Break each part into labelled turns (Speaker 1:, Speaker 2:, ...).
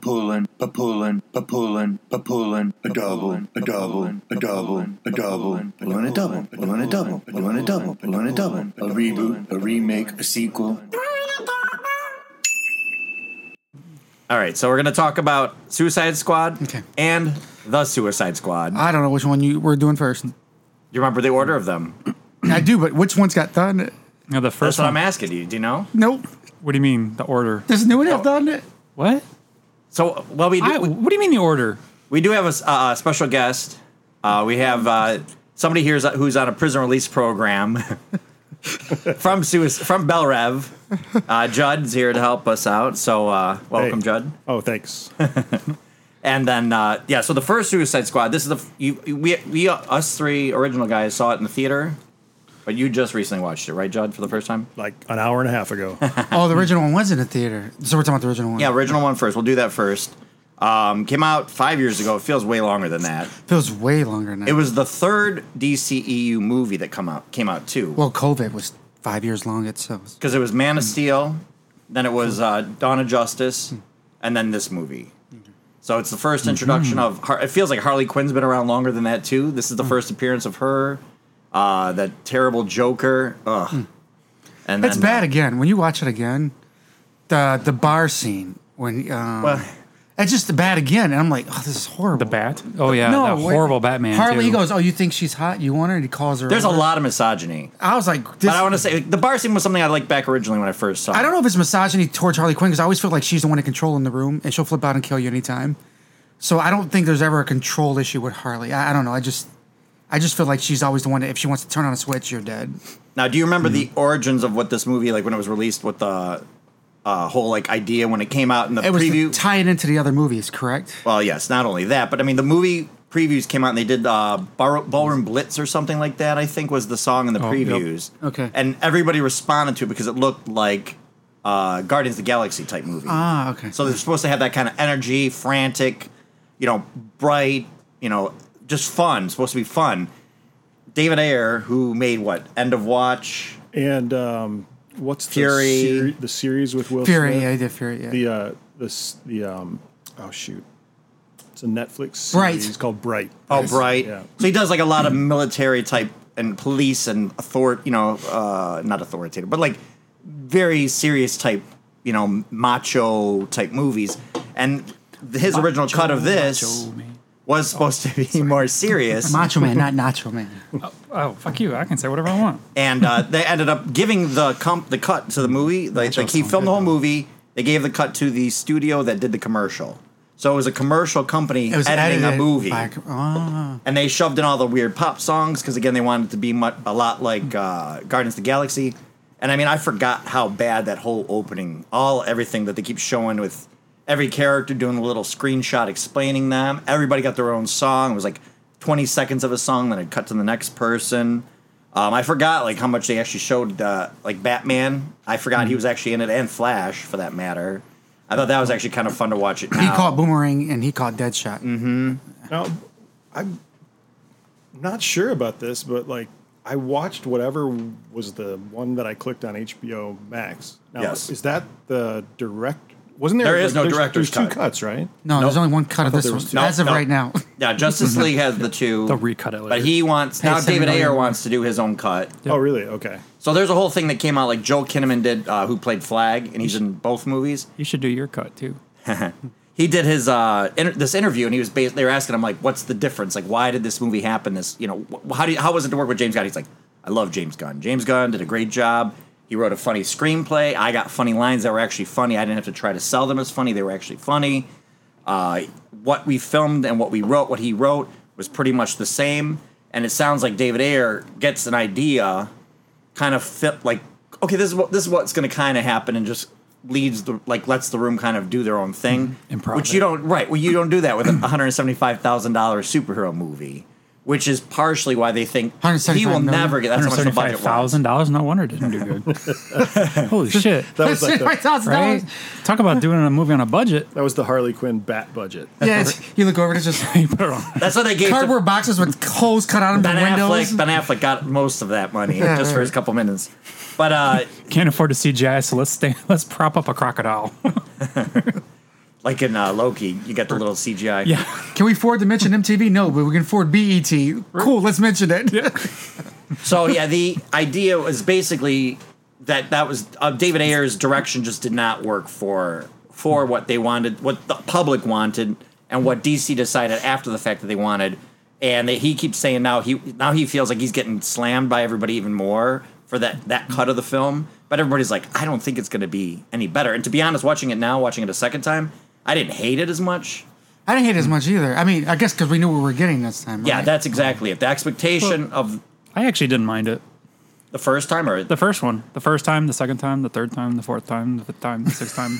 Speaker 1: Papulin, Papulin, Papulin, Papulin, a double, a double, a double, a double, a run a double, a run a double, a run a double, a run a double, a reboot, a remake, a sequel.
Speaker 2: All right, so we're going to talk about Suicide Squad
Speaker 3: Okay.
Speaker 2: and the Suicide Squad.
Speaker 3: I don't know which one you were doing first.
Speaker 2: you remember the order of them?
Speaker 3: I do, but which one's got done? it?
Speaker 4: No, the
Speaker 2: That's
Speaker 4: first
Speaker 2: what I'm
Speaker 4: one.
Speaker 2: asking you. Do you know?
Speaker 3: Nope.
Speaker 4: What do you mean the order?
Speaker 3: Does no one have done it?
Speaker 4: What?
Speaker 2: So, well, we do,
Speaker 4: I, what do you mean the order?
Speaker 2: we do have a s- uh, a special guest. Uh, we have uh, somebody here who's on a prison release program from Suis- from Belrev. Uh, Judd's here to help us out. So, uh, welcome,
Speaker 5: Hey.
Speaker 2: Judd.
Speaker 5: Oh, thanks.
Speaker 2: And then uh, yeah, so the first Suicide Squad. This is the f- you, you- we we uh, us three original guys saw it in the theater, but you just recently watched it, right, Judd, for the first time?
Speaker 5: like an hour and a half ago.
Speaker 3: Oh, the original one was in a theater. So we're talking about the original one.
Speaker 2: Yeah, original one first. We'll do that first. Um, came out five years ago. It feels way longer than that.
Speaker 3: feels way longer now.
Speaker 2: It was the third DCEU movie that come out came out too.
Speaker 3: well, COVID was five years long itself.
Speaker 2: because it was Man of Steel, then it was uh, Dawn of
Speaker 3: Hmm.
Speaker 2: Justice, and then this movie. So it's the first introduction
Speaker 3: Mm-hmm.
Speaker 2: of. Har- it feels like Harley Quinn's been around longer than that too. This
Speaker 3: Hmm.
Speaker 2: is the first appearance of her. Uh, that terrible Joker. Ugh. And
Speaker 3: Hmm. It's
Speaker 2: then,
Speaker 3: bad again. When you watch it again, the the bar scene when um,
Speaker 2: Well-
Speaker 3: it's just bad again, and I'm like, oh, this is horrible.
Speaker 4: The bat? Oh yeah, that
Speaker 3: wait.
Speaker 4: horrible Batman.
Speaker 3: Harley
Speaker 4: too.
Speaker 3: he goes, oh, you think she's hot? You want her? And he calls her.
Speaker 2: There's a
Speaker 3: over.
Speaker 2: lot of misogyny.
Speaker 3: I was like, this,
Speaker 2: But I want to say the bar scene was something I liked back originally when I first saw.
Speaker 3: I
Speaker 2: it.
Speaker 3: don't know if it's misogyny towards Harley Quinn because I always feel like she's the one in control in the room, and she'll flip out and kill you anytime. So I don't think there's ever a control issue with Harley. I, I don't know. I just, I just feel like she's always the one that if she wants to turn on a switch, you're dead.
Speaker 2: Now, do you remember the
Speaker 3: Mm-hmm.
Speaker 2: origins of what this movie like when it was released? What the uh, whole like idea when it came out in the
Speaker 3: It was
Speaker 2: preview?
Speaker 3: to tie it into the other movies, correct?
Speaker 5: Oh,
Speaker 2: Well, yes, not only that, but I mean, the movie previews came out and they did uh, Bar- Ballroom Blitz or something like that, I think was the song in the previews.
Speaker 3: Oh, Okay.
Speaker 2: And everybody responded to it because it looked like uh, Guardians of the Galaxy type movie.
Speaker 3: Ah, okay.
Speaker 2: So they're supposed to have that kind of energy, frantic, you know, bright, you know, just fun, supposed to be fun. David Ayer, who made what? End of Watch?
Speaker 5: and um, what's the
Speaker 2: Fury.
Speaker 5: seri- the series with Will
Speaker 3: Fury,
Speaker 5: Smith?
Speaker 3: yeah, I did Fury, yeah.
Speaker 5: The uh, the s- the um, oh shoot, it's a Netflix series
Speaker 3: Bright.
Speaker 5: called Bright.
Speaker 2: Oh, Bright.
Speaker 5: Yeah.
Speaker 2: So he does like a lot of military type and police and author, you know, uh, not authoritative, but like very serious type, you know, macho type movies. And th- his original cut of this
Speaker 4: macho man.
Speaker 2: was supposed to be more serious,
Speaker 3: Macho Man, not Nacho Man.
Speaker 4: Oh fuck you! I can say whatever I want.
Speaker 2: and uh, they ended up giving the comp the cut to the movie. Like, like he
Speaker 3: sound
Speaker 2: filmed the
Speaker 3: good,
Speaker 2: whole movie. They gave the cut to the studio that did the commercial. So it was a commercial company
Speaker 3: It was
Speaker 2: editing a
Speaker 3: edited
Speaker 2: movie.
Speaker 3: by- ah.
Speaker 2: and they shoved in all the weird pop songs because again they wanted it to be much, a lot like uh, Guardians of the Galaxy. And I mean, I forgot how bad that whole opening, all everything that they keep showing with every character doing the little screenshot explaining them. Everybody got their own song. It was like twenty seconds of a song, then it cut to the next person. Um, I forgot like how much they actually showed uh, like Batman. I forgot he was actually in it, and Flash for that matter. I thought that was actually kind of fun to watch it. Now.
Speaker 3: he caught Boomerang and he caught Deadshot.
Speaker 5: Mm-hmm. Now, I'm not sure about this, but like I watched whatever was the one that I clicked on HBO Max. Now,
Speaker 2: Yes.
Speaker 5: Is that the direct? Wasn't there?
Speaker 2: There is
Speaker 5: like,
Speaker 2: no
Speaker 5: there's-
Speaker 2: director's
Speaker 5: There's
Speaker 2: cut.
Speaker 5: two cuts, right?
Speaker 3: No, there's only one cut of this
Speaker 5: there
Speaker 3: one
Speaker 5: was two.
Speaker 3: as of
Speaker 2: No, no.
Speaker 3: right now.
Speaker 2: Yeah, Justice League has the two.
Speaker 4: They'll recut it
Speaker 2: But
Speaker 4: later.
Speaker 2: he wants now.
Speaker 3: seven
Speaker 2: David
Speaker 3: million.
Speaker 2: Ayer wants to do his own cut.
Speaker 5: Oh, really? Okay.
Speaker 2: So there's a whole thing that came out like Joe Kinnaman did, uh, who played Flag, and he's in both movies.
Speaker 4: You should do your cut too.
Speaker 2: He did his uh, inter- this interview, and he was bas- they were asking him like, "What's the difference? Like, why did this movie happen? This you know, wh- how do you, how was it to work with James Gunn?" He's like, "I love James Gunn. James Gunn did a great job. He wrote a funny screenplay. I got funny lines that were actually funny. I didn't have to try to sell them as funny. They were actually funny." uh, what we filmed and what we wrote, what he wrote, was pretty much the same. And it sounds like David Ayer gets an idea, kind of fit like, okay, this is what this is what's going to kind of happen, and just leads the like lets the room kind of do their own thing,
Speaker 3: Mm-hmm.
Speaker 4: Improv
Speaker 2: which
Speaker 4: it.
Speaker 2: you don't right. Well, you don't do that with a one hundred seventy five thousand dollars superhero movie, which is partially why they think he will
Speaker 3: 175 million.
Speaker 2: never get that's how
Speaker 4: One
Speaker 2: much the
Speaker 4: hundred
Speaker 2: budget was.
Speaker 4: seventy-five thousand dollars. No wonder it didn't do good. Holy shit!
Speaker 5: That was like the,
Speaker 3: $75,000.
Speaker 4: Right? Talk about doing a movie on a budget.
Speaker 5: that was the Harley Quinn bat budget.
Speaker 3: Yeah, it's, you look over and it's just
Speaker 4: You put it on.
Speaker 2: That's what they gave to
Speaker 3: cardboard boxes with holes cut out of the
Speaker 2: Ben
Speaker 3: windows.
Speaker 2: Affleck. Ben Affleck got most of that money
Speaker 3: Yeah,
Speaker 2: just for
Speaker 3: right.
Speaker 2: his couple minutes, but uh,
Speaker 4: Can't afford to CGI, so let's stay, let's prop up a crocodile.
Speaker 2: Like in uh, Loki, you got the little CGI.
Speaker 4: Yeah.
Speaker 3: Can we afford to mention MTV? No, but we can afford BET. Cool, let's mention it.
Speaker 2: So yeah, the idea was basically that that was uh, David Ayer's direction just did not work for for what they wanted, what the public wanted, and what DC decided after the fact that they wanted. And that he keeps saying now he now he feels like he's getting slammed by everybody even more for that that cut of the film. But everybody's like, I don't think it's going to be any better. And to be honest, watching it now, watching it a second time, I didn't hate it as much.
Speaker 3: I didn't hate it as much either. I mean, I guess because we knew what we were getting this time. Right?
Speaker 2: Yeah, that's exactly it. The expectation of
Speaker 4: I actually didn't mind it.
Speaker 2: the first time or
Speaker 4: The first one, the first time, the second time, the third time, the fourth time, the fifth time, the sixth time.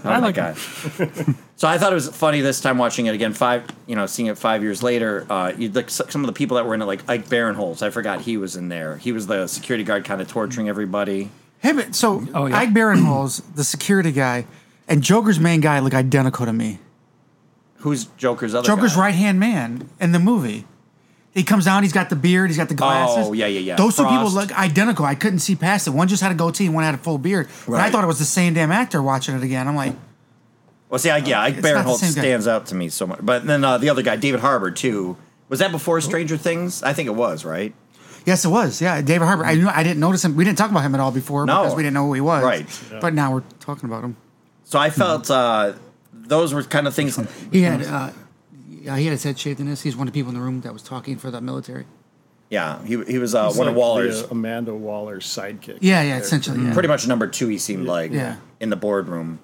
Speaker 4: I like
Speaker 2: guy.
Speaker 4: it.
Speaker 2: so I thought it was funny this time watching it again. Five, you know, seeing it five years later. Uh, you like s- some of the people that were in it, like Ike Barinholtz. I forgot he was in there. He was the security guard, kind of torturing everybody.
Speaker 3: Hey, but so
Speaker 4: Oh, yeah.
Speaker 3: Ike Barinholtz, the security guy, and Joker's main guy look identical to me.
Speaker 2: Who's Joker's other?
Speaker 3: Joker's
Speaker 2: guy?
Speaker 3: right hand man in the movie. He comes down. He's got the beard. He's got the glasses.
Speaker 2: Oh, yeah, yeah, yeah.
Speaker 3: Those two people
Speaker 2: Frost.
Speaker 3: look identical. I couldn't see past it. One just had a goatee. One had a full beard. But I
Speaker 2: Right.
Speaker 3: thought it was the same damn actor watching it again. I'm like,
Speaker 2: Well, see, I, yeah, Ike
Speaker 3: It's not the
Speaker 2: Barinholtz
Speaker 3: same guy.
Speaker 2: stands out to me so much. But then uh, the other guy, David Harbour, too. Was that
Speaker 3: Oh.
Speaker 2: before Stranger Things? I think it was, right?
Speaker 3: yes, it was. Yeah, David Harbour. I knew. I didn't notice him. We didn't talk about him at all before
Speaker 2: No.
Speaker 3: because we didn't know who he was.
Speaker 2: Right.
Speaker 3: But now we're talking about him.
Speaker 2: So I
Speaker 3: Hmm.
Speaker 2: felt uh, those were kind of things.
Speaker 3: He had. Uh, yeah, he had his head shaved in this. He's one of the people in the room that was talking for the military.
Speaker 2: Yeah, he he was uh,
Speaker 5: It's
Speaker 2: one
Speaker 5: like
Speaker 2: of Waller's.
Speaker 5: the, uh, Amanda Waller's sidekick.
Speaker 3: Yeah, yeah,
Speaker 5: character.
Speaker 3: essentially. Yeah.
Speaker 2: pretty much number two. He seemed like
Speaker 3: Yeah.
Speaker 2: in the boardroom.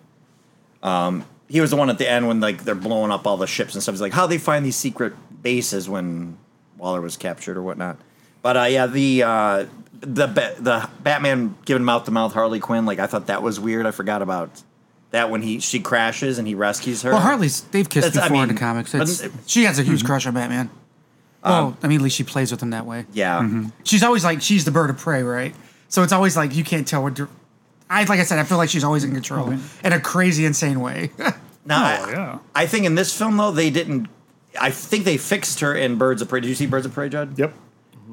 Speaker 2: Um, he was the one at the end when like they're blowing up all the ships and stuff. He's like, how they find these secret bases when Waller was captured or whatnot. But uh, yeah, the uh, the ba- the Batman giving mouth to mouth Harley Quinn. Like I thought that was weird. I forgot about that when he she crashes and he rescues her.
Speaker 3: Well, Harley's they've kissed
Speaker 2: That's- I
Speaker 3: before in
Speaker 2: mean,
Speaker 3: the comics.
Speaker 2: but- Mm-hmm. Um,
Speaker 3: It's, she has a huge crush on Batman. Well, I mean, at least she plays with him that way.
Speaker 2: Yeah.
Speaker 3: She's always like she's the bird of prey, right? So it's always like you can't tell what. dir- I like I said, I feel like she's always in control in a crazy, insane way.
Speaker 2: Now,
Speaker 4: Oh,
Speaker 2: I,
Speaker 4: yeah.
Speaker 2: I think in this film though they didn't. I think they fixed her in Birds of Prey. Did you see Birds of Prey, Judd?
Speaker 5: Yep.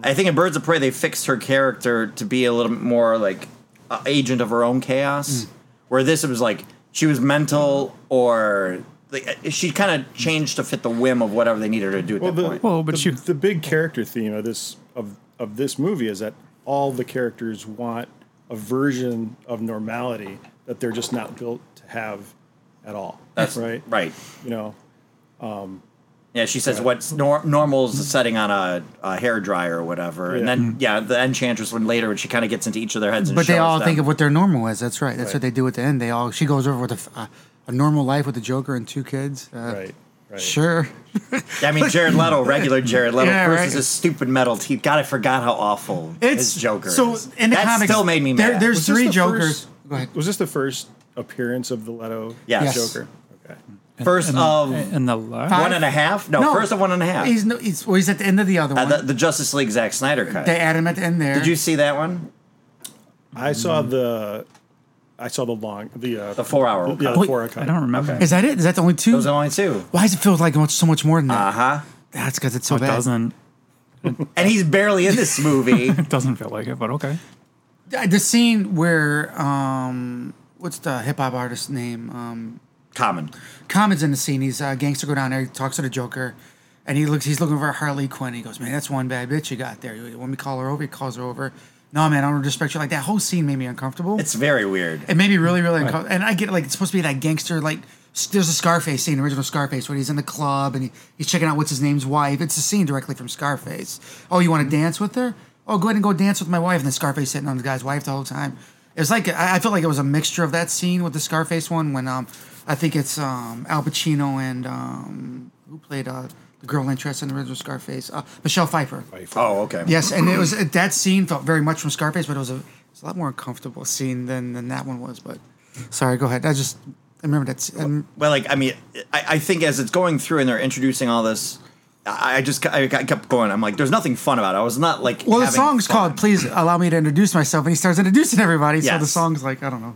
Speaker 2: I think in Birds of Prey they fixed her character to be a little bit more like a agent of her own chaos,
Speaker 3: Hmm.
Speaker 2: where this was like she was mental or like, uh, she kind of changed to fit the whim of whatever they needed her to do at
Speaker 5: Well,
Speaker 2: that
Speaker 5: the,
Speaker 2: point.
Speaker 4: Well, but
Speaker 5: the,
Speaker 4: you-
Speaker 5: the big character theme of this of of this movie is that all the characters want a version of normality that they're just not built to have at all.
Speaker 2: That's
Speaker 5: right.
Speaker 2: Right.
Speaker 5: You know,
Speaker 2: Yeah, she says what's nor- normal's the setting on a, a hair dryer or whatever, and
Speaker 5: Yeah.
Speaker 2: then yeah, the Enchantress one later when she kind of gets into each of their heads. And
Speaker 3: Hmm. but they
Speaker 2: shows
Speaker 3: all
Speaker 2: them.
Speaker 3: think of what their normal is. That's right. That's
Speaker 5: Right.
Speaker 3: what they do at the end. They all she goes over with a, f- uh, a normal life with a Joker and two kids. Uh,
Speaker 5: right. Right.
Speaker 3: Sure.
Speaker 2: I mean, Jared Leto, regular Jared Leto
Speaker 3: Yeah,
Speaker 2: versus
Speaker 3: right.
Speaker 2: his stupid metal teeth. God, I forgot how awful
Speaker 3: It's
Speaker 2: his Joker.
Speaker 3: So
Speaker 2: is.
Speaker 3: in the
Speaker 2: that
Speaker 3: comics,
Speaker 2: still made me
Speaker 3: there-
Speaker 2: mad.
Speaker 3: there's
Speaker 5: this
Speaker 3: three
Speaker 5: the
Speaker 3: Jokers.
Speaker 5: first-
Speaker 3: Go ahead.
Speaker 5: was this the first appearance of the Leto
Speaker 2: Yes.
Speaker 3: Yes.
Speaker 5: Joker? Okay.
Speaker 2: first of
Speaker 4: And the last.
Speaker 3: Five?
Speaker 2: One and a half? No, first of one and a half.
Speaker 3: He's no. He's, well, he's at the end of the other
Speaker 2: Uh,
Speaker 3: one.
Speaker 2: the, the Justice League Zack Snyder cut.
Speaker 3: they add him at the end there.
Speaker 2: Did you see that one?
Speaker 5: I saw the I saw the long the uh,
Speaker 2: The four-hour
Speaker 5: yeah,
Speaker 2: cut.
Speaker 5: the
Speaker 3: Wait,
Speaker 5: four hour
Speaker 4: I
Speaker 5: cut.
Speaker 4: don't remember.
Speaker 3: Is that it? Is that the only two?
Speaker 2: It was only two.
Speaker 3: Why does it feel like much, so much more than that?
Speaker 2: Uh huh.
Speaker 3: That's because it's so
Speaker 4: It
Speaker 3: bad.
Speaker 4: doesn't.
Speaker 2: And he's barely in this movie.
Speaker 4: It doesn't feel like it, but okay.
Speaker 3: Uh, The scene where um, what's the hip hop artist's name? Um,
Speaker 2: Common.
Speaker 3: Common's in the scene. He's a gangster. Go down there. He talks to the Joker, and he looks. He's looking for Harley Quinn. He goes, "Man, that's one bad bitch you got there." When we call her over, he calls her over. No, man, I don't respect you like that. Whole scene made me uncomfortable.
Speaker 2: It's very weird.
Speaker 3: It made me really, really uncomfortable. And I get like it's supposed to be that gangster like. s- There's a Scarface scene, original Scarface, where he's in the club and he, he's checking out what's his name's wife. It's a scene directly from Scarface. Oh, you want to dance with her? Oh, go ahead and go dance with my wife. And then Scarface hitting on the guy's wife the whole time. It was like I, I felt like it was a mixture of that scene with the Scarface one when um I think it's um Al Pacino and um who played uh the girl interest in the original Scarface uh, Michelle Pfeiffer.
Speaker 2: Oh, okay.
Speaker 3: Yes, and it was that scene felt very much from Scarface, but it was a, it was a lot more uncomfortable scene than than that one was. But sorry, go ahead. I just I remember that. s- um, And
Speaker 2: Well, like I mean, I, I think as it's going through and they're introducing all this, I, I just I kept going. I'm like, there's nothing fun about it. I was not like.
Speaker 3: well, the
Speaker 2: having
Speaker 3: song's
Speaker 2: fun.
Speaker 3: called "Please Allow Me to Introduce Myself," and he starts introducing everybody. So the
Speaker 2: Yes.
Speaker 3: song's like I don't know.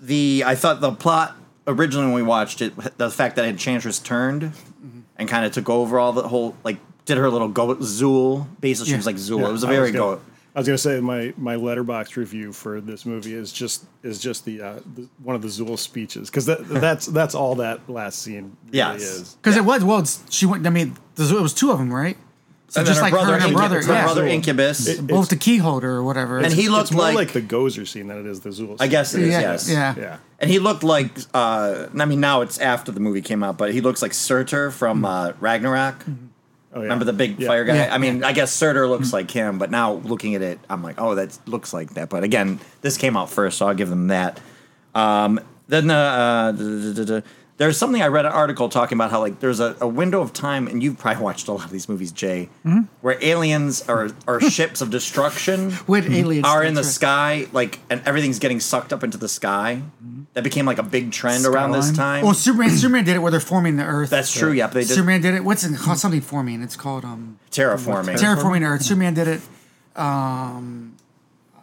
Speaker 2: the I thought the plot originally when we watched it, the fact that Enchantress turned
Speaker 3: Mm-hmm.
Speaker 2: and kind of took over all the whole like did her little go Zool. Basically, she
Speaker 3: Yeah.
Speaker 2: was like Zool.
Speaker 5: Yeah,
Speaker 2: it was a
Speaker 5: I was
Speaker 2: very
Speaker 5: gonna-
Speaker 2: go.
Speaker 5: I was gonna say my my letterbox review for this movie is just is just the, uh, the one of the Zool speeches because that that's that's all that last scene really
Speaker 2: Yes.
Speaker 5: is.
Speaker 3: Because it was well, it's, she went. I mean, there's- it was two of them, right? So
Speaker 2: And then
Speaker 3: just like her and her
Speaker 2: Incu-
Speaker 3: brother, yeah,
Speaker 2: brother
Speaker 5: Zool.
Speaker 2: Incubus.
Speaker 5: It-
Speaker 3: both the key holder or whatever.
Speaker 2: and he
Speaker 5: It's
Speaker 2: looked
Speaker 5: more like,
Speaker 2: like,
Speaker 5: the Gozer scene than it is the Zool.
Speaker 2: I guess it is,
Speaker 3: yeah,
Speaker 2: yes.
Speaker 3: yeah.
Speaker 5: Yeah.
Speaker 2: And he looked like uh I mean now it's after the movie came out, but he looks like Surtur from uh Ragnarok.
Speaker 5: Oh, yeah.
Speaker 2: Remember the big
Speaker 5: Yeah.
Speaker 2: fire guy?
Speaker 3: Yeah.
Speaker 2: I mean, I guess Surtur looks like him, but now looking at it, I'm like, oh, that looks like that. But again, this came out first, so I'll give them that. Um, then the, uh, duh, duh, duh, duh, duh. there's something I read an article talking about how like there's a, a window of time, and you've probably watched a lot of these movies, Jay, where aliens are are ships of destruction
Speaker 3: with aliens
Speaker 2: are in the
Speaker 3: that's right.
Speaker 2: sky, like, and everything's getting sucked up into the sky. That became like a big trend around this
Speaker 4: Skyline?
Speaker 2: time.
Speaker 3: Well, Superman, Superman did it where they're forming the Earth.
Speaker 2: That's true. Yep, they did
Speaker 3: Superman did it. What's it called? Something forming. It's called um
Speaker 2: terraforming.
Speaker 3: terraforming Earth. Superman did it. Um,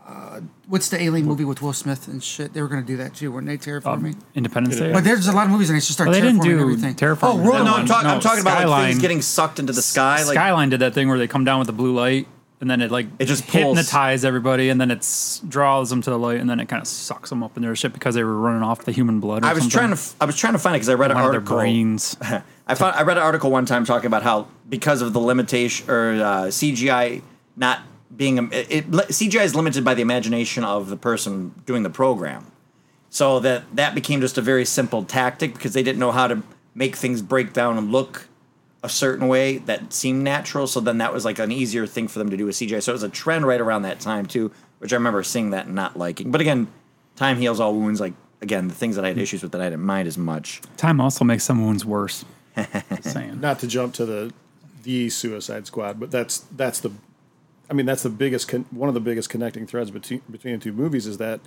Speaker 3: uh, what's the alien movie with Will Smith and shit? They were gonna do that too, weren't they? Terraforming.
Speaker 4: Independence Day.
Speaker 3: but there's a lot of movies and they just start
Speaker 4: Um, Well, they didn't
Speaker 3: terraforming
Speaker 4: do
Speaker 3: everything.
Speaker 4: terraforming.
Speaker 3: Oh,
Speaker 2: Well,
Speaker 4: That
Speaker 3: World
Speaker 2: no,
Speaker 4: one.
Speaker 2: I'm, talk,
Speaker 4: No,
Speaker 2: I'm talking about like things
Speaker 4: Skyline.
Speaker 2: getting sucked into the sky. Like,
Speaker 4: Skyline did that thing where they come down with the blue light and then it like
Speaker 2: It just pulls.
Speaker 4: hypnotize everybody and then it s- draws them to the light and then it kind of sucks them up in their ship because they were running off the human blood. Or
Speaker 2: I was
Speaker 4: something.
Speaker 2: trying to f- I was trying to find it because I read an
Speaker 4: One of their
Speaker 2: article.
Speaker 4: brains.
Speaker 2: I found I read an article one time talking about how because of the limitation or uh, CGI not being it, it li- CGI is limited by the imagination of the person doing the program, so that that became just a very simple tactic because they didn't know how to make things break down and look a certain way that seemed natural. So then that was like an easier thing for them to do with CGI. So it was a trend right around that time too, which I remember seeing that and not liking. But again, time heals all wounds. Like again, the things that I had issues with that I didn't mind as much.
Speaker 4: Time also makes some wounds worse. Just saying.
Speaker 5: not to jump to the the Suicide Squad, but that's that's the, I mean that's the biggest con- one of the biggest connecting threads between between the two movies is that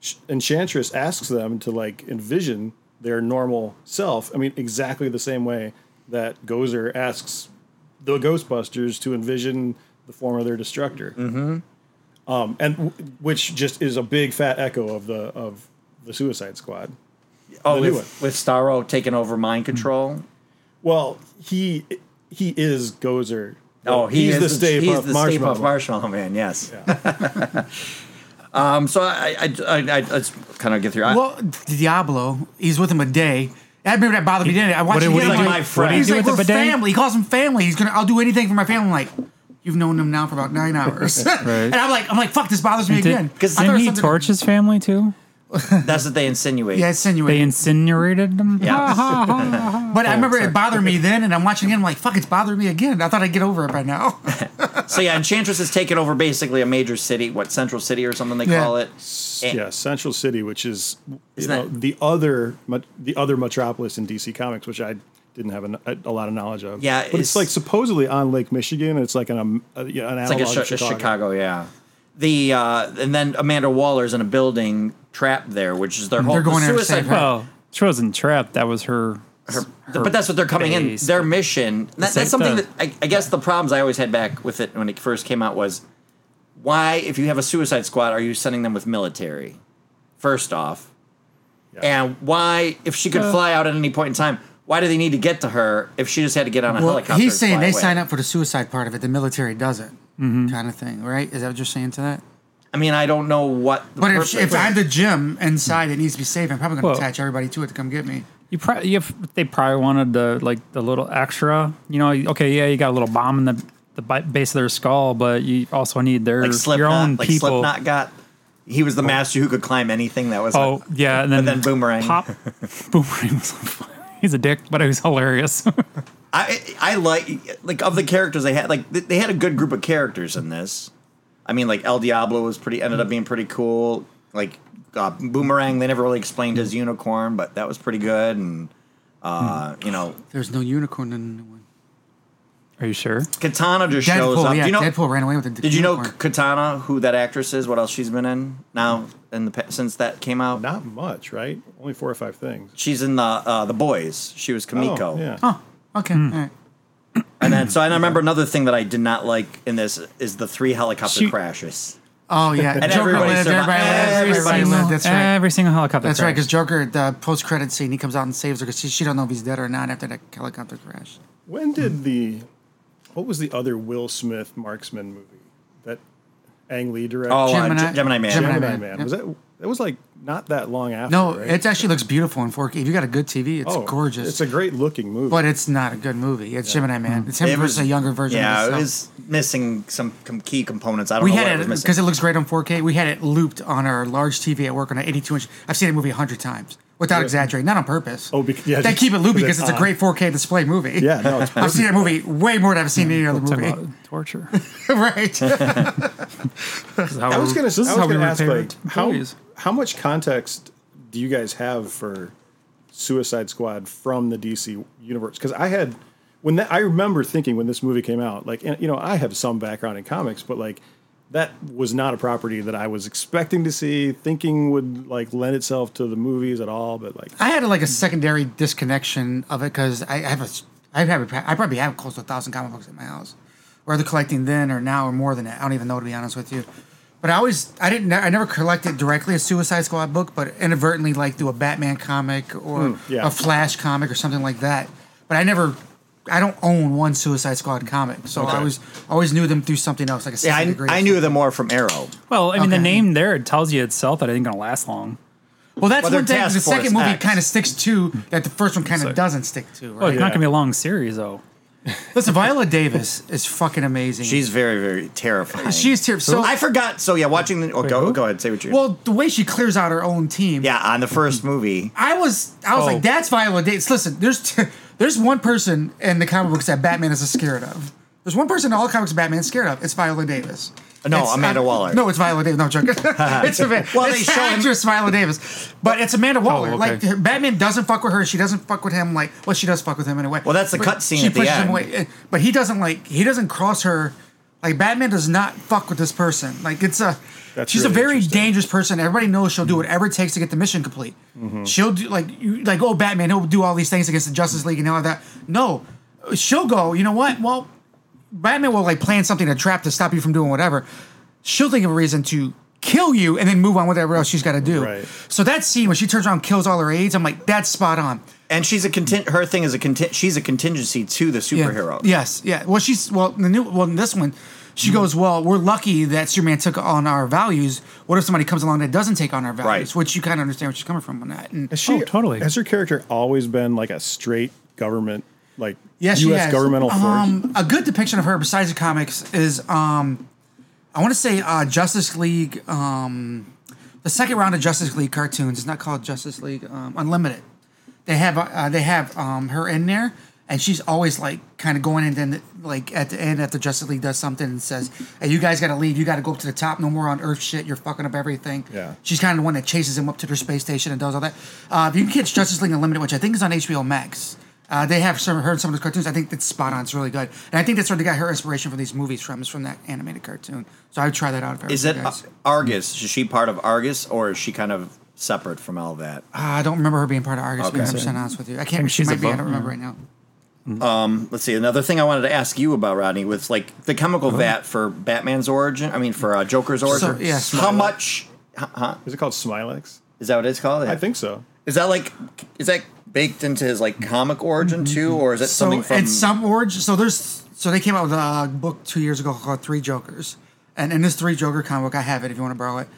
Speaker 5: Sh- Enchantress asks them to like envision their normal self. I mean exactly the same way that Gozer asks the Ghostbusters to envision the form of their destructor, mm-hmm. um, and w- which just is a big fat echo of the of the Suicide Squad.
Speaker 2: Oh,
Speaker 5: The new
Speaker 2: with, with Starro taking over mind control.
Speaker 5: Well, he he is Gozer.
Speaker 2: Oh, he
Speaker 5: he's
Speaker 2: is
Speaker 5: the Stay
Speaker 2: he's
Speaker 5: Puft
Speaker 2: the Stay Puft
Speaker 5: Marshmallow.
Speaker 2: Marshmallow Man. Yes. um. So I I I, I, I kind of get through. I,
Speaker 3: Well, Diablo, he's with him a day. I remember that bothered me. Didn't it? I watched
Speaker 4: What
Speaker 3: it
Speaker 4: do- what
Speaker 3: again,
Speaker 4: do you
Speaker 3: like,
Speaker 4: do-
Speaker 2: my friend.
Speaker 3: He's
Speaker 4: what do you
Speaker 3: like,
Speaker 4: do
Speaker 3: we're
Speaker 4: with the bidet?
Speaker 3: family. He calls him family. He's gonna. I'll do anything for my family. I'm like, you've known him now for about nine hours, and I'm like, I'm like, fuck, this bothers me again.
Speaker 4: Did,
Speaker 2: 'Cause
Speaker 3: I thought it
Speaker 4: didn't
Speaker 3: was
Speaker 4: he
Speaker 3: something-
Speaker 4: torch his family too?
Speaker 2: that's what they insinuate.
Speaker 3: Yeah,
Speaker 4: They
Speaker 3: insinuated.
Speaker 4: incinerated them.
Speaker 2: Yeah.
Speaker 4: Ha, ha, ha, ha.
Speaker 3: But I remember it bothered me then, and I'm watching it. I'm like, fuck, it's bothering me again. I thought I'd get over it by now.
Speaker 2: So yeah, Enchantress has taken over basically a major city, what Central City or something they
Speaker 3: Yeah.
Speaker 2: call it. And-
Speaker 5: yeah, Central City, which is you
Speaker 2: Isn't
Speaker 5: know,
Speaker 2: that-
Speaker 5: the other met- the other metropolis in DC Comics, which I didn't have a, a lot of knowledge of.
Speaker 2: Yeah,
Speaker 5: but it's,
Speaker 2: it's-
Speaker 5: like supposedly on Lake Michigan. It's like an um, uh, yeah, an
Speaker 2: It's like
Speaker 5: analog
Speaker 2: a, Chi-
Speaker 5: of
Speaker 2: a
Speaker 5: Chicago.
Speaker 2: Chicago. Yeah. The uh, and then Amanda Waller's in a building trapped there, which is their whole
Speaker 3: They're going
Speaker 2: the
Speaker 3: in to
Speaker 2: suicide.
Speaker 3: save her.
Speaker 4: Well, Oh, she wasn't trapped. That was her. her
Speaker 2: but that's what they're coming
Speaker 4: base.
Speaker 2: in. Their mission. That,
Speaker 4: same
Speaker 2: that's something
Speaker 4: thing.
Speaker 2: that I, I guess the problems I always had back with it when it first came out was why, if you have a suicide squad, are you sending them with military? First off,
Speaker 5: Yeah.
Speaker 2: and why, if she could
Speaker 4: Uh.
Speaker 2: fly out at any point in time, why do they need to get to her if she just had to get on a
Speaker 3: well,
Speaker 2: helicopter?
Speaker 3: he's saying they sign up for the suicide part of it. The military doesn't,
Speaker 5: Mm-hmm.
Speaker 3: kind of thing, right? Is that what you're saying to that?
Speaker 2: I mean, I don't know what. The
Speaker 3: But if,
Speaker 2: purpose-
Speaker 3: if I'm the gym inside that needs to be saved, I'm probably going to
Speaker 4: Well-
Speaker 3: attach everybody to it to come get me.
Speaker 4: You probably you have, they probably wanted the like the little extra. You know, okay, yeah, you got a little bomb in the the bi- base of their skull, but you also need their
Speaker 2: like
Speaker 4: your
Speaker 2: Slipknot,
Speaker 4: own
Speaker 2: like
Speaker 4: people.
Speaker 2: Slipknot got, he was the master who could climb anything. That was
Speaker 4: Oh yeah, and then,
Speaker 2: And then Boomerang.
Speaker 4: Pop Boomerang was he's a dick, but he was hilarious.
Speaker 2: I I like like of the characters they had like th- they had a good group of characters in this. I mean, like El Diablo was pretty ended up being pretty cool. Like uh, Boomerang, they never really explained his unicorn, but that was pretty good. And uh, you know,
Speaker 3: There's no unicorn in the new one.
Speaker 4: Are you sure?
Speaker 2: Katana just shows
Speaker 3: Deadpool,
Speaker 2: up.
Speaker 3: yeah,
Speaker 2: Do you know?
Speaker 3: Deadpool ran away with the
Speaker 2: Did you know
Speaker 3: unicorn.
Speaker 2: Katana, who that actress is? What else she's been in now in the pa- since that came out?
Speaker 5: Not much, right? Only four or five things.
Speaker 2: She's in the uh, the boys. She was Kamiko.
Speaker 5: Oh, yeah.
Speaker 3: Oh, okay.
Speaker 5: Hmm.
Speaker 3: All right.
Speaker 2: And then so and I remember another thing that I did not like in this is the three helicopter
Speaker 4: She-
Speaker 2: crashes.
Speaker 3: Oh, yeah.
Speaker 2: And
Speaker 3: Joker
Speaker 2: everybody
Speaker 3: lived,
Speaker 2: survived.
Speaker 3: everybody lived, everybody
Speaker 2: Everybody
Speaker 3: lived. That's right.
Speaker 4: Every single helicopter.
Speaker 3: That's right,
Speaker 4: crash.
Speaker 3: because Joker, at the post-credit scene, he comes out and saves her because she, she don't know if he's dead or not after that helicopter crash.
Speaker 5: When did the what was the other Will Smith marksman movie that Ang Lee directed.
Speaker 2: Oh, uh,
Speaker 3: Gemini-
Speaker 2: Ge- Gemini Man.
Speaker 3: Gemini
Speaker 5: Gemini
Speaker 3: Man,
Speaker 5: Man.
Speaker 3: yeah.
Speaker 5: Was that? That was like not that long after.
Speaker 3: No,
Speaker 5: right?
Speaker 3: it actually looks beautiful in 4K. If you got a good TV, it's
Speaker 5: Oh,
Speaker 3: gorgeous.
Speaker 5: It's a great looking movie.
Speaker 3: but it's not a good movie. It's Gemini Man.
Speaker 5: Hmm.
Speaker 3: It's him
Speaker 2: It
Speaker 3: versus
Speaker 2: was-
Speaker 3: a younger version.
Speaker 2: Yeah,
Speaker 3: of
Speaker 2: it
Speaker 3: himself.
Speaker 2: was missing some com- key components. I don't
Speaker 3: We
Speaker 2: know what
Speaker 3: had
Speaker 2: it
Speaker 3: it
Speaker 2: was
Speaker 3: because
Speaker 2: missing.
Speaker 3: it looks great on 4K. We had it looped on our large TV at work on an 82 inch. I've seen the movie a hundred times without exaggerating, not on purpose.
Speaker 5: Oh, bec- yeah,
Speaker 3: they
Speaker 5: just-
Speaker 3: keep it looped because
Speaker 5: because
Speaker 3: it's a great
Speaker 5: it's
Speaker 3: 4K display movie.
Speaker 5: yeah, Hmm. no, it's
Speaker 3: I've seen that movie way more than I've seen any other
Speaker 4: Talk
Speaker 3: movie.
Speaker 4: about torture.
Speaker 3: right?
Speaker 4: This is how
Speaker 5: I was
Speaker 4: we-
Speaker 5: gonna.
Speaker 4: This is
Speaker 5: I was
Speaker 4: how we
Speaker 5: gonna
Speaker 4: repay
Speaker 5: ask,
Speaker 4: our
Speaker 5: like, how
Speaker 4: employees.
Speaker 5: how much context do you guys have for Suicide Squad from the DC universe? Because I had when that I remember thinking when this movie came out, like, and, you know, I have some background in comics, but like that was not a property that I was expecting to see, thinking would like lend itself to the movies at all. But like,
Speaker 3: I had like a secondary disconnection of it because I have a, I have, a, I probably have close to a thousand comic books at my house, whether collecting then or now or more than that. I don't even know to be honest with you. But I always, I didn't, I never collected directly a Suicide Squad book, but inadvertently like through a Batman comic or
Speaker 2: Hmm,
Speaker 5: yeah.
Speaker 3: a Flash comic or something like that. But I never, I don't own one Suicide Squad comic, so I
Speaker 5: Okay.
Speaker 3: was I always knew them through something else, like a second
Speaker 2: yeah,
Speaker 3: degree.
Speaker 2: I, I knew them more from Arrow.
Speaker 4: Well, I mean, the
Speaker 3: Okay.
Speaker 4: name there it tells you itself that it ain't gonna last long.
Speaker 3: Well, that's
Speaker 2: Well,
Speaker 3: one
Speaker 2: they're
Speaker 3: thing. 'cause The
Speaker 2: Task Force
Speaker 3: second movie
Speaker 2: X.
Speaker 3: kind of sticks to that. The first one kind of doesn't stick to. Right?
Speaker 4: Well, it's
Speaker 5: Yeah.
Speaker 4: not gonna be a long series though.
Speaker 3: Listen, Viola Davis is fucking amazing.
Speaker 2: She's very, very terrifying.
Speaker 3: she's terrible. So
Speaker 2: I forgot. So yeah, watching the. Oh, go,
Speaker 4: who?
Speaker 2: go ahead. Say what you.
Speaker 3: well, the way she clears out her own team.
Speaker 2: yeah, on the first movie.
Speaker 3: I was I was
Speaker 4: Oh.
Speaker 3: like, that's Viola Davis. Listen, there's t- there's one person in the comic books that Batman is scared of. There's one person in all comics Batman's scared of. It's Viola Davis.
Speaker 2: No,
Speaker 3: It's-
Speaker 2: Amanda
Speaker 3: I-
Speaker 2: Waller.
Speaker 3: No, it's Viola Davis. No, I'm joking. it's a, well,
Speaker 2: Well, they
Speaker 3: it's the
Speaker 2: show him-
Speaker 3: actress Viola Davis, but it's Amanda Waller.
Speaker 4: okay.
Speaker 3: Like her- Batman doesn't fuck with her. She doesn't fuck with him. Like, well, she does fuck with him in a way.
Speaker 2: Well, that's the
Speaker 3: But
Speaker 2: cut scene
Speaker 3: She
Speaker 2: at the
Speaker 3: pushes him
Speaker 2: end.
Speaker 3: away, eh, but he doesn't like. He doesn't cross her. Like Batman does not fuck with this person. Like it's a.
Speaker 5: That's
Speaker 3: she's a
Speaker 5: really
Speaker 3: very
Speaker 5: interesting. Mm-hmm.
Speaker 3: dangerous person. Everybody knows she'll do whatever it takes to get the mission complete. She'll do like you like oh Batman, he'll do all these things against the Justice League and all that. No, she'll go. You know what? Well, Batman will like plan something to trap to stop you from doing whatever. She'll think of a reason to kill you and then move on with whatever else she's got to do.
Speaker 5: Right.
Speaker 3: So that scene when she turns around, and kills all her aides. I'm like, that's spot on.
Speaker 2: And she's a content. Her thing is a content. She's a contingency to the
Speaker 3: Yeah.
Speaker 2: superhero.
Speaker 3: Yes. Yeah. Well, she's well. in The new well in this one, she
Speaker 5: Hmm.
Speaker 3: goes, "Well, we're lucky that Superman took on our values. What if somebody comes along that doesn't take on our values?"
Speaker 2: Right.
Speaker 3: Which you kind of understand where she's coming from on that. And
Speaker 5: Has she
Speaker 4: Oh, totally.
Speaker 5: Has her character always been like a straight government, like
Speaker 3: yes, she
Speaker 5: U.S.
Speaker 3: has.
Speaker 5: governmental force?
Speaker 3: Um, a good depiction of her besides the comics is, um, I want to say uh, Justice League. Um, the second round of Justice League cartoons. It's not called Justice League um, Unlimited. They have uh, they have um, her in there, and she's always like kind of going and then like at the end after Justice League does something and says, "Hey, you guys got to leave. You got to go up to the top. No more on Earth shit. You're fucking up everything."
Speaker 5: Yeah.
Speaker 3: She's kind of the one that chases him up to their space station and does all that. Uh, if you can catch Justice League Unlimited, which I think is on HBO Max. Uh, they have some her in some of those cartoons. I think that's spot on. It's really good, and I think that's where they got her inspiration for these movies from. Is from that animated cartoon. So I would try that out. If I
Speaker 2: Is
Speaker 3: were
Speaker 2: it uh,
Speaker 3: you
Speaker 2: Ar-
Speaker 3: guys.
Speaker 2: Argus? Is she part of Argus, or is she kind of separate from all that? Um,
Speaker 3: Uh, I don't remember her being part of Argus.
Speaker 2: Okay.
Speaker 3: Being 100 percent honest with you, I can't.
Speaker 4: think
Speaker 3: she
Speaker 4: she's
Speaker 3: might be. I
Speaker 4: above-
Speaker 3: don't remember right now.
Speaker 2: Let's see. Another thing I wanted to ask you about, Rodney, was like the chemical vat for Batman's origin. I mean, for uh, Joker's origin.
Speaker 3: Uh-huh. yeah,
Speaker 2: How
Speaker 3: Smilex.
Speaker 2: much
Speaker 5: Is it called Smilex?
Speaker 2: is that? What it's called?
Speaker 5: I think so.
Speaker 2: Is that like is that baked into his like comic origin too, or is that something from?
Speaker 3: Mm-hmm. it's some origin. So there's so they came out with a book two years ago called Three Jokers, and in this Three Joker comic book, I have it if you want to borrow it.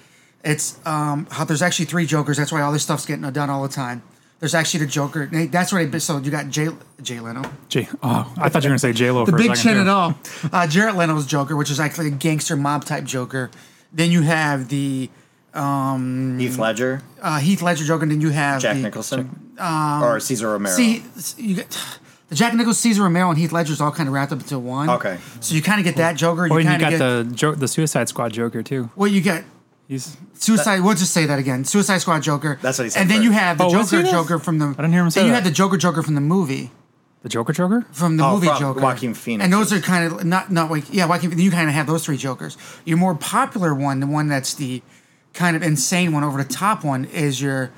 Speaker 3: It's um how there's actually three Jokers. That's why all this stuff's getting done all the time. There's actually the Joker. they- That's where they. So you got Jay Jay Leno.
Speaker 4: J- oh, I thought you were gonna say J Lo.
Speaker 3: the big chin at all. Uh, Jared Leno's Joker, which is actually a gangster mob type Joker. Then you have the
Speaker 2: Heath Ledger,
Speaker 3: uh, Heath Ledger Joker, and then you have
Speaker 2: Jack
Speaker 3: the,
Speaker 2: Nicholson, or Caesar Romero.
Speaker 3: um, See, you get the Jack Nichols, Caesar Romero, and Heath Ledger's all kind of wrapped up into one.
Speaker 2: Okay.
Speaker 3: So you kind of get that Joker. You
Speaker 4: Oh, and you
Speaker 3: kind of
Speaker 4: got
Speaker 3: get
Speaker 4: the jo- the Suicide Squad Joker too.
Speaker 3: well, you get
Speaker 4: He's
Speaker 3: Suicide. we'll just say that again. Suicide Squad Joker.
Speaker 2: That's what he said
Speaker 3: And then
Speaker 2: first.
Speaker 3: you have the
Speaker 4: Oh, was he
Speaker 3: Joker
Speaker 4: this?
Speaker 3: Joker from the. I
Speaker 4: didn't hear him say
Speaker 3: Then you
Speaker 4: that.
Speaker 3: had the Joker Joker from the movie.
Speaker 4: the Joker Joker.
Speaker 3: From the
Speaker 2: Oh,
Speaker 3: movie
Speaker 2: from
Speaker 3: Joker,
Speaker 2: Joaquin Phoenix.
Speaker 3: and those are kind of not not like yeah, Joaquin. You kind of have those three Jokers. Your more popular one, the one that's the kind of insane one, over the top one, is your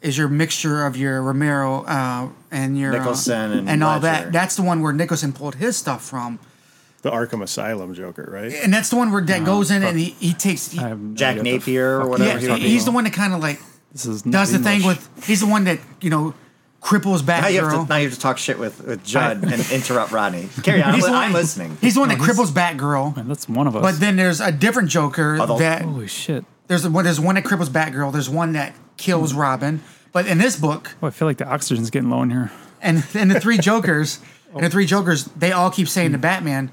Speaker 3: is your mixture of your Romero uh, and your uh,
Speaker 2: Nicholson and
Speaker 3: all
Speaker 2: Ledger.
Speaker 3: that. That's the one where Nicholson pulled his stuff from.
Speaker 5: The Arkham Asylum Joker, right?
Speaker 3: and that's the one where that goes in and he, he takes he,
Speaker 4: I have no
Speaker 2: Jack
Speaker 4: idea what the
Speaker 2: Napier or
Speaker 4: fuck
Speaker 2: whatever
Speaker 3: yeah
Speaker 4: you're
Speaker 2: he
Speaker 4: talking
Speaker 2: was.
Speaker 3: he's the
Speaker 4: about.
Speaker 3: one that kind of like
Speaker 4: This is not
Speaker 3: does the thing
Speaker 4: English.
Speaker 3: with he's the one that you know cripples
Speaker 2: Now you, have
Speaker 3: Batgirl.
Speaker 2: to, now you have to talk shit with, with Judd and interrupt Rodney. Carry on. I'm,
Speaker 3: He's the one-
Speaker 2: I'm listening.
Speaker 3: He's the one that cripples Batgirl.
Speaker 4: That's one of us.
Speaker 3: But then there's a different Joker
Speaker 2: Although-
Speaker 3: that
Speaker 4: holy shit!
Speaker 3: there's one there's one that cripples Batgirl. There's one that kills Robin. But in this book,
Speaker 4: Oh, I feel like the oxygen's getting low in here.
Speaker 3: and and the three Jokers, and the three Jokers, they all keep saying to Batman,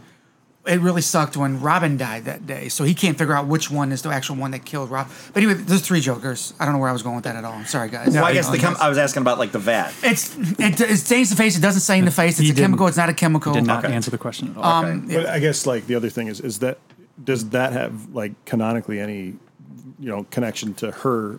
Speaker 3: "It really sucked when Robin died that day." So he can't figure out which one is the actual one that killed Rob. But anyway, there's three Jokers. I don't know where I was going with that at all. I'm sorry, guys.
Speaker 2: well, I guess the chem- I was asking about like the vat.
Speaker 3: It's it, it stains the face. It doesn't stain the face. It's
Speaker 4: He
Speaker 3: a chemical.
Speaker 4: didn't-
Speaker 3: It's not a chemical.
Speaker 4: Did not
Speaker 2: Oh, Okay.
Speaker 4: answer the question at all.
Speaker 3: Um,
Speaker 5: But I guess like the other thing is is that does that have like canonically any you know connection to her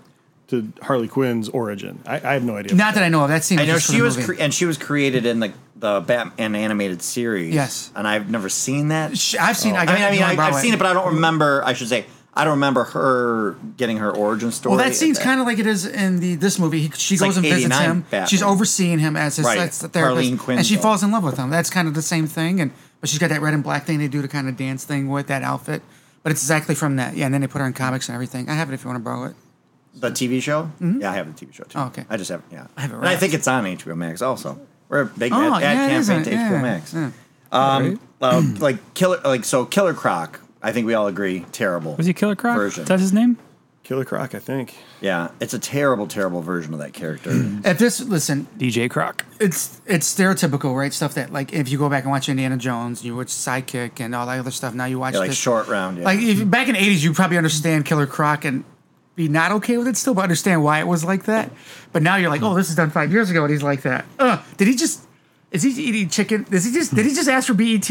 Speaker 5: to Harley Quinn's origin? I, I have no idea.
Speaker 3: Not that I know of. That scene.
Speaker 2: I know
Speaker 3: just for
Speaker 2: she
Speaker 3: the
Speaker 2: was,
Speaker 3: movie.
Speaker 2: cre- and she was created in the the Batman animated series.
Speaker 3: Yes.
Speaker 2: and I've never seen that.
Speaker 3: Sh- I've seen.
Speaker 2: Oh,
Speaker 3: I,
Speaker 2: I mean, I mean,
Speaker 3: Joan
Speaker 2: I, I've
Speaker 3: Broadway.
Speaker 2: seen it, but I don't remember. I should say I don't remember her getting her origin story.
Speaker 3: Well, that seems kind of like it is in the this movie. He, she
Speaker 2: uh, like
Speaker 3: goes and visits
Speaker 2: 89
Speaker 3: him.
Speaker 2: Batman.
Speaker 3: She's overseeing him as his
Speaker 2: Right.
Speaker 3: as the therapist,
Speaker 2: Harleen Quinn,
Speaker 3: and she
Speaker 2: though.
Speaker 3: falls in love with him. That's kind of the same thing. And but she's got that red and black thing they do to kind of dance thing with that outfit. But it's exactly from that. Yeah, and then they put her in comics and everything. I have it if you want to borrow it.
Speaker 2: the TV show. Yeah, I have the TV show too.
Speaker 3: Oh, okay.
Speaker 2: I just haven't. Yeah,
Speaker 3: I have it
Speaker 2: And I
Speaker 3: wrapped.
Speaker 2: think it's on HBO Max also. We're a big
Speaker 3: Oh,
Speaker 2: ad, ad
Speaker 3: yeah, it is
Speaker 2: campaign
Speaker 3: on-
Speaker 2: to
Speaker 3: yeah,
Speaker 2: HBO Max.
Speaker 3: yeah.
Speaker 2: Um, uh, like killer, like so, Killer Croc. I think we all agree, terrible.
Speaker 4: Was he Killer Croc?
Speaker 2: Version.
Speaker 4: That's his name.
Speaker 5: Killer Croc, I think.
Speaker 2: Yeah, it's a terrible, terrible version of that character.
Speaker 3: If this listen,
Speaker 4: DJ Croc.
Speaker 3: it's it's stereotypical, right? Stuff that like if you go back and watch Indiana Jones, you watch Sidekick and all that other stuff. Now you watch
Speaker 2: Yeah, like
Speaker 3: this.
Speaker 2: short round. Yeah.
Speaker 3: Like if, back in the '80s, you probably understand Killer Croc and be not okay with it still, but understand why it was like that. But now you're like, oh, this is done five years ago, and he's like that. Uh, did he just? Is he eating chicken? Is he just? Did he just ask for BET?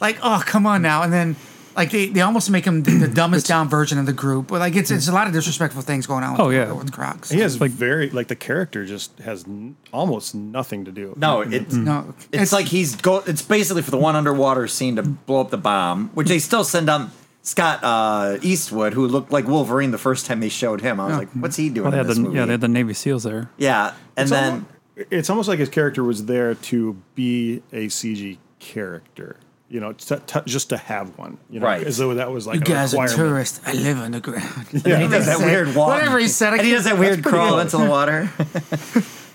Speaker 3: Like, oh, come on now. And then, like they, they almost make him the, the dumbest down version of the group. But like it's it's a lot of disrespectful things going on. With,
Speaker 4: Oh, yeah.
Speaker 3: with Crocs.
Speaker 5: He has very like the character just has n- almost nothing to do.
Speaker 2: no, it's
Speaker 3: mm-hmm. No,
Speaker 2: It's, like he's go. It's basically for the one underwater scene to blow up the bomb, which they still send on Scott uh, Eastwood, who looked like Wolverine the first time they showed him. I was like, "What's he doing
Speaker 4: Well, Oh,
Speaker 2: in
Speaker 4: they had
Speaker 2: this
Speaker 4: the
Speaker 2: movie?"
Speaker 4: yeah, they had the Navy SEALs there.
Speaker 2: Yeah, and
Speaker 5: It's
Speaker 2: then
Speaker 5: almo- it's almost like his character was there to be a CG character. You know, to, to, just to have one. You know,
Speaker 2: Right.
Speaker 5: As though that was like
Speaker 3: you
Speaker 5: a
Speaker 3: guys are
Speaker 5: requirement.
Speaker 3: tourists. I live on the ground.
Speaker 2: and he does that
Speaker 3: Whatever he
Speaker 2: weird
Speaker 3: said.
Speaker 2: walk.
Speaker 3: Whatever he said, I
Speaker 2: and he
Speaker 3: can't-
Speaker 2: does that weird
Speaker 5: pretty
Speaker 2: crawl
Speaker 5: good.
Speaker 2: into the water.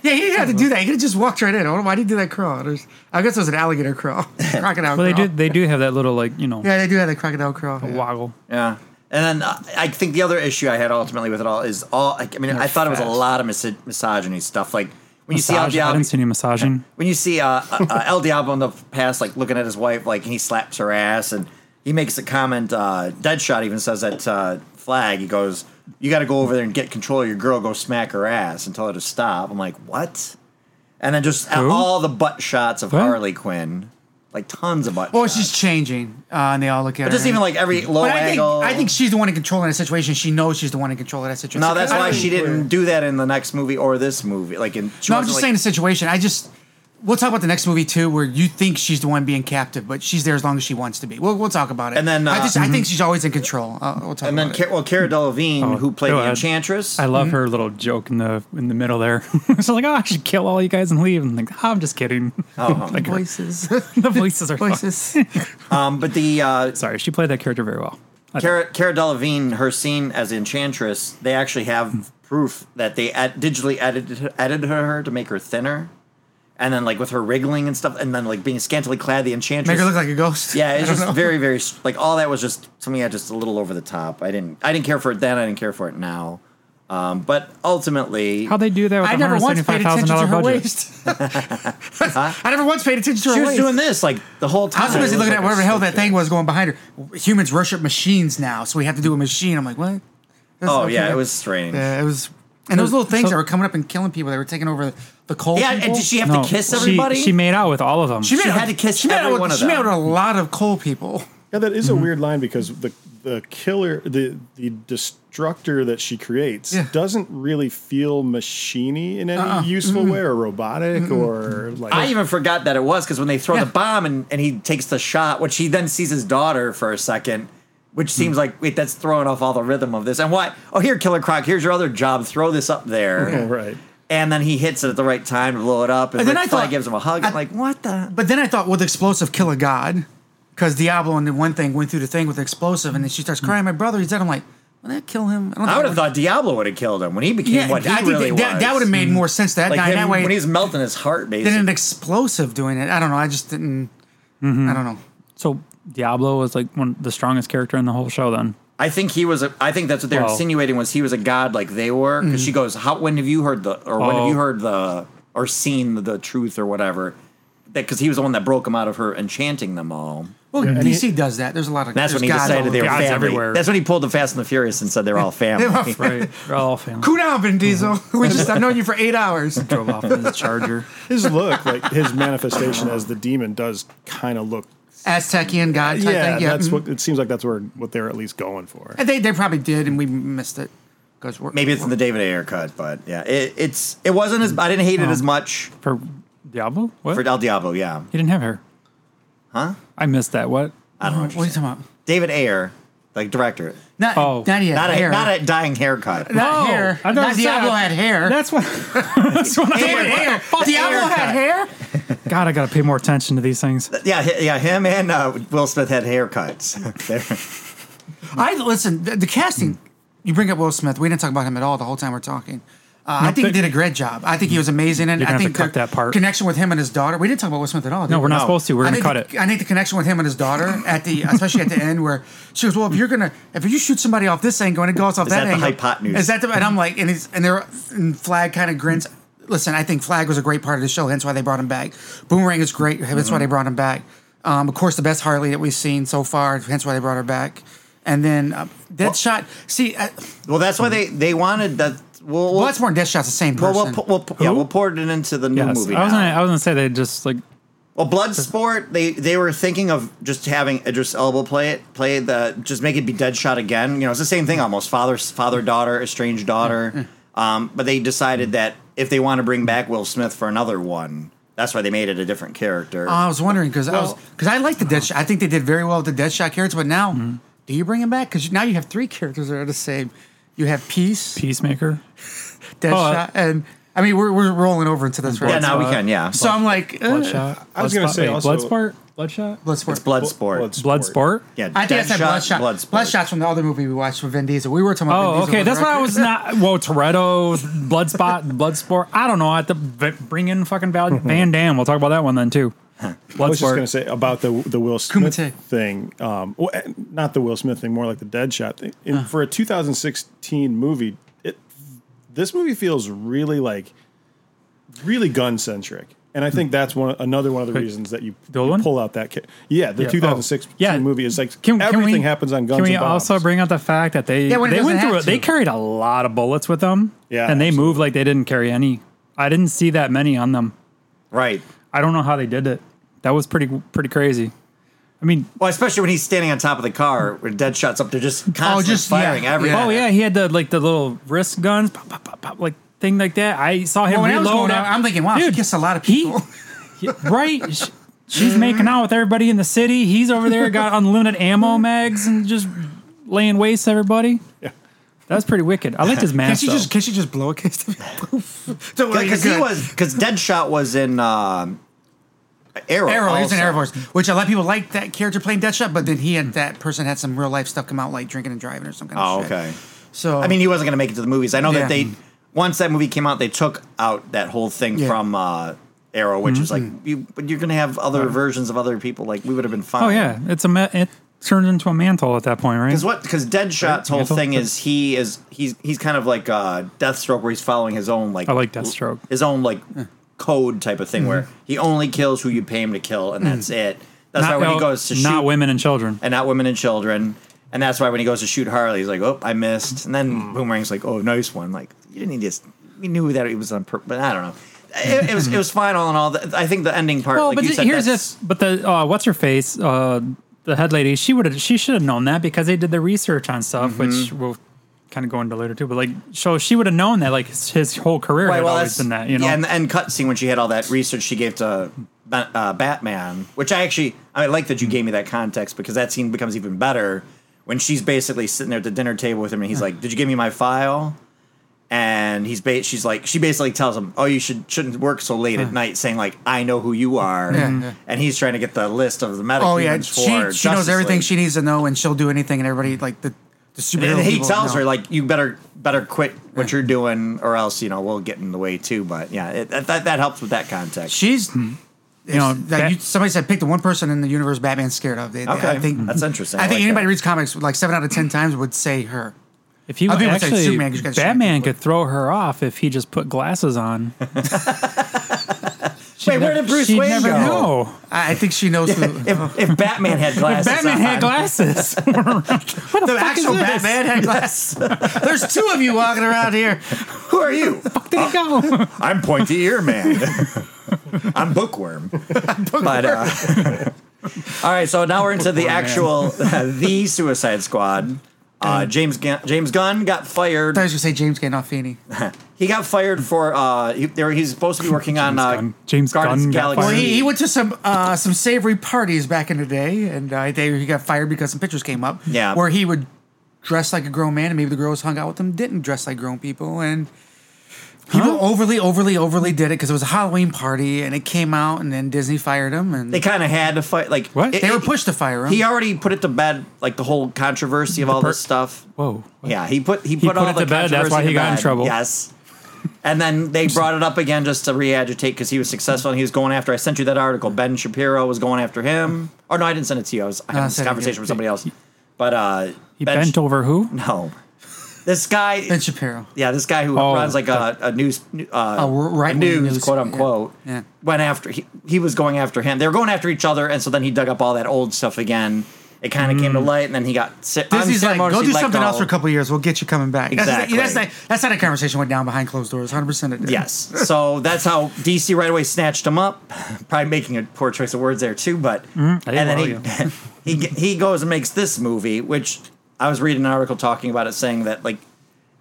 Speaker 3: Yeah, he didn't have to do that. He could have just walked right in. I wonder Why did he do that crawl? There's, I guess it was an alligator crawl, crocodile.
Speaker 4: Well, they
Speaker 3: crawl.
Speaker 4: do. They do have that little like you know
Speaker 3: Yeah, they do have the crocodile crawl. Yeah.
Speaker 4: woggle.
Speaker 2: yeah, and then uh, I think the other issue I had ultimately with it all is all. I, I mean, I thought it was a
Speaker 4: fast.
Speaker 2: lot of mis- misogyny stuff. Like when you see how
Speaker 4: Massage. I didn't see any massaging.
Speaker 2: when you see uh, uh, uh, El Diablo in the past, like looking at his wife, like he slaps her ass, and he makes a comment. Uh, Deadshot even says that uh, flag. He goes, "You got to go over there and get control of your girl. Go smack her ass and tell her to stop." I'm like, what? And then just
Speaker 4: Who?
Speaker 2: all the butt shots of
Speaker 4: What?
Speaker 2: Harley Quinn, like tons of butt.
Speaker 3: Well,
Speaker 2: shots.
Speaker 3: she's changing, uh, and they all look at her.
Speaker 2: just even like every low
Speaker 3: But I think,
Speaker 2: angle.
Speaker 3: I think she's the one in control of that situation. She knows she's the one in control of that situation.
Speaker 2: no, that's
Speaker 3: I
Speaker 2: why
Speaker 3: don't-
Speaker 2: she didn't do that in the next movie or this movie. Like in she
Speaker 3: No, I'm
Speaker 2: wasn't,
Speaker 3: just
Speaker 2: like-
Speaker 3: saying the situation. I just we'll talk about the next movie too, where you think she's the one being captive, but she's there as long as she wants to be. We'll we'll talk about it.
Speaker 2: And then,
Speaker 3: I
Speaker 2: uh,
Speaker 3: just I think she's always in control. Uh, we'll talk
Speaker 2: And then
Speaker 3: about it.
Speaker 2: Ca- well, Cara Delevingne, who played
Speaker 4: go
Speaker 2: the
Speaker 4: ahead.
Speaker 2: Enchantress.
Speaker 4: I love her little joke in the in the middle there. so like, oh, I should kill all you guys and leave. And like, "Ah, I'm just kidding.
Speaker 2: Oh.
Speaker 4: Like,
Speaker 3: voices,
Speaker 4: the voices are
Speaker 3: voices.
Speaker 2: um, but the uh,
Speaker 4: Sorry, she played that character very well. I
Speaker 2: Cara, Cara Delevingne, her scene as Enchantress, they actually have proof that they ed- digitally edited edited her to make her thinner, and then like with her wriggling and stuff, and then like being scantily clad, the Enchantress
Speaker 3: Make her look like a ghost.
Speaker 2: yeah,
Speaker 3: I
Speaker 2: it's
Speaker 3: don't
Speaker 2: just
Speaker 3: know.
Speaker 2: very very s- like all that was just something I just a little over the top. I didn't I didn't care for it then. I didn't care for it now. Um, but ultimately,
Speaker 4: How'd they do that with
Speaker 3: I
Speaker 4: a
Speaker 3: never once paid attention to
Speaker 4: $175,000
Speaker 3: her
Speaker 4: budget?
Speaker 3: waist. I never once paid attention to her
Speaker 2: she was
Speaker 3: waist.
Speaker 2: doing this like the whole
Speaker 3: I
Speaker 2: time.
Speaker 3: was too busy
Speaker 2: It was
Speaker 3: looking
Speaker 2: like
Speaker 3: at
Speaker 2: a
Speaker 3: whatever the hell that
Speaker 2: stupid-
Speaker 3: thing was going behind her. Humans worship machines now, so we have to do a machine. I'm like, what? That's
Speaker 2: Oh yeah,
Speaker 3: okay.
Speaker 2: it was strange. Yeah,
Speaker 3: Yeah, it was. And those little things
Speaker 4: so-
Speaker 3: that were coming up and killing people, they were taking over the coal.
Speaker 2: and
Speaker 3: people.
Speaker 2: did she have
Speaker 4: No,
Speaker 2: to kiss
Speaker 4: she-
Speaker 2: everybody?
Speaker 4: She, made out with all of them.
Speaker 2: she
Speaker 3: made
Speaker 2: had
Speaker 3: out-
Speaker 2: to kiss
Speaker 3: She made
Speaker 2: every
Speaker 3: out with-
Speaker 2: one of
Speaker 3: she made out
Speaker 2: them.
Speaker 3: with a lot of coal people.
Speaker 5: Yeah, that is a weird line because the the killer, the the destructor that she creates,
Speaker 3: Yeah.
Speaker 5: doesn't really feel machiney in any useful way, or robotic, or like.
Speaker 2: I even forgot that it was because when they throw
Speaker 3: Yeah.
Speaker 2: the bomb and, and he takes the shot, which he then sees his daughter for a second, which
Speaker 3: Hmm.
Speaker 2: seems like wait, that's throwing off all the rhythm of this. And why? Oh, here, Killer Croc, here's your other job. Throw this up there,
Speaker 5: Oh, right.
Speaker 2: and then he hits it at the right time to blow it up. And,
Speaker 3: And then
Speaker 2: Ric
Speaker 3: I
Speaker 2: Flair
Speaker 3: thought-
Speaker 2: gives him a hug.
Speaker 3: I-
Speaker 2: I'm like, what the?
Speaker 3: But then I thought, well, the explosive kill a god, because Diablo and the one thing went through the thing with the explosive, and then she starts crying. My brother, he's dead. I'm like, Would that kill him? don't think
Speaker 2: I would
Speaker 3: it
Speaker 2: have thought Diablo would have killed him when he became
Speaker 3: Um, Yeah,
Speaker 2: what he
Speaker 3: I think
Speaker 2: really
Speaker 3: that, that,
Speaker 2: was.
Speaker 3: that would have made more sense that
Speaker 2: like
Speaker 3: guy
Speaker 2: him,
Speaker 3: that way
Speaker 2: when he's melting his heart, basically.
Speaker 3: than an explosive doing it. I don't know. I just didn't. I don't know.
Speaker 4: So Diablo was like one the strongest character in the whole show. Then
Speaker 2: I think he was. A, I think that's what they're
Speaker 4: Wow.
Speaker 2: insinuating was he was a god like they were. Because
Speaker 3: Mm.
Speaker 2: she goes, "How? When have you heard the? Or when have
Speaker 4: Oh.
Speaker 2: you heard the? Or seen the, truth or whatever?" Because he was the one that broke him out of her enchanting them all.
Speaker 3: Well,
Speaker 5: and
Speaker 3: DC does that. There's a lot of.
Speaker 2: That's
Speaker 3: there's
Speaker 2: when he
Speaker 3: gods all
Speaker 2: decided they were
Speaker 3: over-
Speaker 4: Gods
Speaker 2: family.
Speaker 4: everywhere.
Speaker 2: That's when he pulled the Fast and the Furious and said they're all family.
Speaker 3: They were family.
Speaker 4: right, they're all family.
Speaker 3: Cool down, Vin Diesel.
Speaker 2: Mm-hmm.
Speaker 3: we just I've known you for eight hours.
Speaker 4: Drove off in his charger.
Speaker 5: His look, like his manifestation as the demon, does kind of look.
Speaker 3: Aztecian god type
Speaker 5: Yeah,
Speaker 3: thing. Yeah,
Speaker 5: that's
Speaker 3: mhm.
Speaker 5: what it seems like. That's where what they're at least going for.
Speaker 3: And they they probably did, and we missed it because we're
Speaker 2: Maybe it's in the David Ayer cut, but yeah, it, it's it wasn't as I didn't hate it
Speaker 3: Oh.
Speaker 2: as much
Speaker 4: For Diablo? What?
Speaker 2: for El Diablo. Yeah,
Speaker 4: he didn't have hair. Huh? I missed that. What?
Speaker 2: I don't know. What
Speaker 3: What are
Speaker 2: you're
Speaker 3: you
Speaker 2: saying.
Speaker 3: talking about?
Speaker 2: David Ayer, like director,
Speaker 3: Not
Speaker 4: Oh.
Speaker 3: not yet.
Speaker 2: not a
Speaker 3: hair.
Speaker 2: not a dying haircut.
Speaker 3: Not hair.
Speaker 4: I thought
Speaker 3: Not
Speaker 4: you said-
Speaker 3: Diablo had hair.
Speaker 4: That's what. that's what I
Speaker 3: Hair, hair. Diablo had hair.
Speaker 4: God, I gotta pay more attention to these things.
Speaker 2: Yeah, hi- yeah, him and uh, Will Smith had haircuts. They're-
Speaker 3: I listen. The, the casting. You bring up Will Smith. We didn't talk about him at all the whole time we're talking. Uh, I think he
Speaker 4: but-
Speaker 3: did a great job. I think he was amazing, and
Speaker 4: You're gonna
Speaker 3: I
Speaker 4: have to
Speaker 3: think
Speaker 4: cut
Speaker 3: the
Speaker 4: that part.
Speaker 3: Connection with him and his daughter. We didn't talk about Will Smith at all. did
Speaker 4: No,
Speaker 3: we?
Speaker 4: we're not supposed to. We're
Speaker 3: I
Speaker 4: gonna
Speaker 3: think
Speaker 4: cut
Speaker 3: the-
Speaker 4: it.
Speaker 3: I think the connection with him and his daughter at the, especially at the end, where she goes, "Well, if you're gonna, if you shoot somebody off this angle and it goes off
Speaker 2: Is that the
Speaker 3: angle,
Speaker 2: hypotenuse?
Speaker 3: is that the?" And I'm like, and he's and they're and Flag kind of grins. Listen, I think Flag was a great part of the show, hence why they brought him back. Boomerang is great, hence why they
Speaker 4: Mm-hmm.
Speaker 3: brought him back. Um, of course, the best Harley that we've seen so far, hence why they brought her back. And then uh, Deadshot. see, uh,
Speaker 2: well, that's why they they wanted that. Well,
Speaker 3: well, that's more Deadshot's the same
Speaker 2: Well, we'll,
Speaker 3: person.
Speaker 2: pu- we'll, pu- yeah,
Speaker 4: Who?
Speaker 2: we'll port it into the new
Speaker 4: Yes.
Speaker 2: movie.
Speaker 4: I was
Speaker 2: now.
Speaker 4: gonna. I was gonna say they just like
Speaker 2: well, Bloodsport. They they were thinking of just having Idris Elba play it, play the just make it be Deadshot again. You know, it's the same thing almost. Father father daughter, estranged daughter. Um, but they decided that if they want to bring back Will Smith for another one, that's why they made it a different character.
Speaker 3: Oh, I was wondering because I was
Speaker 5: Well-
Speaker 3: because I like the Deadshot. I think they did very well with the Deadshot characters, but now
Speaker 4: Mm-hmm.
Speaker 3: do you bring him back? Because now you have three characters that are the same. You have Peace,
Speaker 4: peacemaker. oh, uh,
Speaker 3: Deadshot, and I mean we're, we're rolling over into this right
Speaker 2: yeah, now we
Speaker 4: Bloodspot.
Speaker 2: can. Yeah,
Speaker 3: So I'm like, uh,
Speaker 4: Bloodshot.
Speaker 5: I was gonna
Speaker 4: Bloodspot-
Speaker 5: say
Speaker 4: wait,
Speaker 5: also-
Speaker 4: Bloodsport. Bloodshot.
Speaker 3: let's work.
Speaker 2: it's Bloodsport.
Speaker 4: Bloodsport.
Speaker 2: Yeah,
Speaker 3: I think I said Bloodshot.
Speaker 2: Bloodsport.
Speaker 3: Bloodshot's from the other movie we watched with Vin Diesel. We were talking about.
Speaker 4: Oh,
Speaker 3: Vin Diesel
Speaker 4: okay. That's
Speaker 3: resurrected.
Speaker 4: what I was not. Whoa, Toretto, Bloodspot, Bloodsport. I don't know. I have to v- bring in fucking Val- Van Dam. We'll talk about that one then too.
Speaker 5: Mhm. I was just going
Speaker 4: Bloodsport.
Speaker 5: to say about the the Will Smith
Speaker 3: Kumite.
Speaker 5: thing. Um, well, eh, not the Will Smith thing, more like the Deadshot thing. In,
Speaker 4: Uh.
Speaker 5: For a 2016 movie, it this movie feels really like really gun centric, and I think that's one another one of the reasons that you,
Speaker 4: Hmm. The old
Speaker 5: you
Speaker 4: one?
Speaker 5: pull out that. Ca- yeah, the
Speaker 4: Yeah.
Speaker 5: 2016
Speaker 4: Oh. Yeah.
Speaker 5: movie is like
Speaker 4: Can- can
Speaker 5: everything
Speaker 4: we-
Speaker 5: happens on guns.
Speaker 4: Can we
Speaker 5: and bombs.
Speaker 4: also bring out the fact that they
Speaker 3: Yeah, when it
Speaker 4: they
Speaker 3: doesn't
Speaker 4: went through
Speaker 3: have
Speaker 4: it? They
Speaker 3: to.
Speaker 4: carried a lot of bullets with them.
Speaker 5: Yeah,
Speaker 4: and they moved like they didn't carry any. I didn't see that many on them.
Speaker 2: Right.
Speaker 4: I don't know how they did it. That was pretty pretty crazy. I mean,
Speaker 2: Well, especially when he's standing on top of the car where Deadshot's up there just constantly
Speaker 3: Oh, just-
Speaker 2: firing
Speaker 3: yeah,
Speaker 2: everything.
Speaker 3: yeah.
Speaker 4: oh yeah, he had the like the little wrist guns, pop, pop, pop, pop, like thing like that. I saw him
Speaker 3: Well, when I
Speaker 4: reload.
Speaker 3: was going
Speaker 4: at-
Speaker 3: out, I'm thinking, wow, she
Speaker 4: Dude,
Speaker 3: kissed a lot of
Speaker 4: he-
Speaker 3: people.
Speaker 4: Yeah, right? Sh she's making out with everybody in the city. He's over there got unlimited ammo mags and just laying waste to everybody. Yeah. That's pretty wicked. I liked his
Speaker 3: Can
Speaker 4: mask.
Speaker 3: she
Speaker 4: though.
Speaker 3: just can she just blow a kiss to me?
Speaker 2: Because
Speaker 3: Because
Speaker 2: he was because Deadshot was in um, Arrow.
Speaker 3: Arrow, he was
Speaker 2: also.
Speaker 3: in Arrow Force, which a lot of people liked that character playing Deadshot, but then he had that person had some real life stuff come out, like drinking and driving or some kind
Speaker 2: Oh,
Speaker 3: of shit.
Speaker 2: okay.
Speaker 3: So
Speaker 2: I mean, he wasn't going to make it to the movies. I know
Speaker 3: Yeah.
Speaker 2: that they once that movie came out, they took out that whole thing
Speaker 3: Yeah. Mm-hmm.
Speaker 2: from uh, Arrow, which is like, you, but you're going to have other versions of other people. Like we would have been fine.
Speaker 4: oh yeah, it's a ma- it turns into a mantle at that point, right?
Speaker 2: Because what? Because Deadshot's whole
Speaker 4: Mantle?
Speaker 2: thing is he is he's he's kind of like uh, Deathstroke, where he's following his own like
Speaker 4: I like Deathstroke. Mm-hmm.
Speaker 2: his own like code type of thing, where he only kills who you pay him to kill, and that's it. That's why when
Speaker 4: oh,
Speaker 2: he goes to
Speaker 4: Mm. not
Speaker 2: shoot
Speaker 4: women and children.
Speaker 2: and not women and children, and that's why when he goes to shoot Harley, he's like, "Oh, I missed," and then
Speaker 4: Mm.
Speaker 2: Boomerang's like, "Oh, nice one!" Like you didn't need this. We knew that it was on purpose. But I don't know. It, it was it was fine all in all. The- I think the ending part.
Speaker 4: Well,
Speaker 2: like
Speaker 4: but
Speaker 2: you
Speaker 4: th-
Speaker 2: said,
Speaker 4: here's
Speaker 2: that's-
Speaker 4: this. But the uh, what's her face, uh, the head lady, she would have, she should have known that because they did the research on stuff,
Speaker 2: Mm-hmm.
Speaker 4: which we'll kind of go into later too. But like, so she would have known that like his, his whole career
Speaker 2: Right,
Speaker 4: had
Speaker 2: well,
Speaker 4: always
Speaker 2: that's
Speaker 4: been that, you know.
Speaker 2: Yeah, and the end cutscene when she had all that research she gave to Ba- uh, Batman, which I actually I like that you gave me that context because that scene becomes even better when she's basically sitting there at the dinner table with him and he's like, "Did you give me my file?" And he's ba- she's like she basically tells him, "Oh, you should shouldn't work so late at night," saying like, "I know who you are,"
Speaker 3: Yeah, yeah.
Speaker 2: and he's trying to get the list of the medical.
Speaker 3: oh yeah,
Speaker 2: for
Speaker 3: she she knows
Speaker 2: Justice
Speaker 3: everything
Speaker 2: League.
Speaker 3: she needs to know, and she'll do anything, and everybody like the. the superhero.
Speaker 2: And he
Speaker 3: people,
Speaker 2: tells
Speaker 3: no.
Speaker 2: her like, "You better better quit what you're doing, or else you know we'll get in the way too." But yeah, it, that that that helps with that context.
Speaker 3: she's. You know,
Speaker 4: know,
Speaker 3: that
Speaker 4: Bat-
Speaker 3: you, somebody said pick the one person in the universe Batman's scared of. They, they-
Speaker 2: Okay,
Speaker 3: I think
Speaker 2: that's interesting.
Speaker 3: I,
Speaker 2: I
Speaker 3: think
Speaker 2: like
Speaker 3: anybody
Speaker 2: that.
Speaker 3: reads comics like seven out of ten times would say her.
Speaker 4: If he
Speaker 3: Other
Speaker 4: would
Speaker 3: people say
Speaker 4: actually,
Speaker 3: Superman just got distracted
Speaker 4: Batman
Speaker 3: quick.
Speaker 4: could throw her off if he just put glasses on. She'd
Speaker 2: Wait, where
Speaker 4: nev-
Speaker 2: did Bruce
Speaker 4: she'd
Speaker 2: Wayne
Speaker 4: never
Speaker 2: go?
Speaker 4: Know.
Speaker 3: I, I think she knows who.
Speaker 2: If, if Batman had glasses,
Speaker 4: Batman
Speaker 2: on,
Speaker 4: had glasses. Where the,
Speaker 3: The
Speaker 4: fuck
Speaker 3: actual
Speaker 4: is this?
Speaker 3: Batman had glasses. There's two of you walking around here.
Speaker 2: Who are you?
Speaker 4: Did he go?
Speaker 2: I'm pointy ear man. I'm bookworm. But uh, all right, so now we're into the actual the Suicide Squad. Uh, James Gun- James Gunn got fired.
Speaker 3: I was gonna say James Gandolfini.
Speaker 2: He got fired for uh, he, there, he's supposed to be working on
Speaker 4: James
Speaker 2: uh,
Speaker 4: Gunn. James
Speaker 2: Guardians
Speaker 4: Gunn
Speaker 2: of the
Speaker 4: got
Speaker 2: Galaxy.
Speaker 3: Well, he, he went to some uh, some savory parties back in the day, and uh, they, he got fired because some pictures came up.
Speaker 2: Yeah.
Speaker 3: where he would dress like a grown man, and maybe the girls hung out with him didn't dress like grown people, and people overly, overly, overly did it because it was a Halloween party, and it came out, and then Disney fired him, and
Speaker 2: they kind of had to fight. Like
Speaker 4: What?
Speaker 3: they were pushed to fire him.
Speaker 2: He already put it to bed, like the whole controversy of all this stuff.
Speaker 4: Whoa.
Speaker 2: Yeah, he put he put,
Speaker 4: put
Speaker 2: all
Speaker 4: it
Speaker 2: the
Speaker 4: to bed, that's
Speaker 2: controversy
Speaker 4: why he
Speaker 2: to
Speaker 4: got in
Speaker 2: bed.
Speaker 4: trouble.
Speaker 2: Yes, and then they brought it up again just to reagitate because he was successful and he was going after. I sent you that article. Ben Shapiro was going after him. Or no, I didn't send it to you. I was I
Speaker 3: No, I
Speaker 2: had this
Speaker 3: sent it to
Speaker 2: conversation
Speaker 3: you.
Speaker 2: with somebody else. But uh,
Speaker 4: He bent over who?
Speaker 2: No, this guy.
Speaker 3: Ben Shapiro.
Speaker 2: Yeah, this guy who
Speaker 4: Oh,
Speaker 2: runs like a, a news, uh,
Speaker 3: Oh, we're right
Speaker 2: a news,
Speaker 3: news,
Speaker 2: quote
Speaker 3: yeah,
Speaker 2: unquote,
Speaker 3: yeah.
Speaker 2: went after he, he was going after him. They were going after each other, and so then he dug up all that old stuff again. It kind of came to light, and then he got sick.
Speaker 3: Mm. Disney's like, go do
Speaker 2: "Oh,
Speaker 3: something else for a couple of years. We'll get you coming back. That's-
Speaker 2: Exactly.
Speaker 3: That's, not- that's not a conversation went down behind closed doors. 100% it did.
Speaker 2: Yes, so that's how DC right away snatched him up. Probably making a poor choice of words there too, but
Speaker 3: Mm-hmm.
Speaker 4: I didn't
Speaker 2: and then he, he he goes and makes this movie, which I was reading an article talking about it, saying that like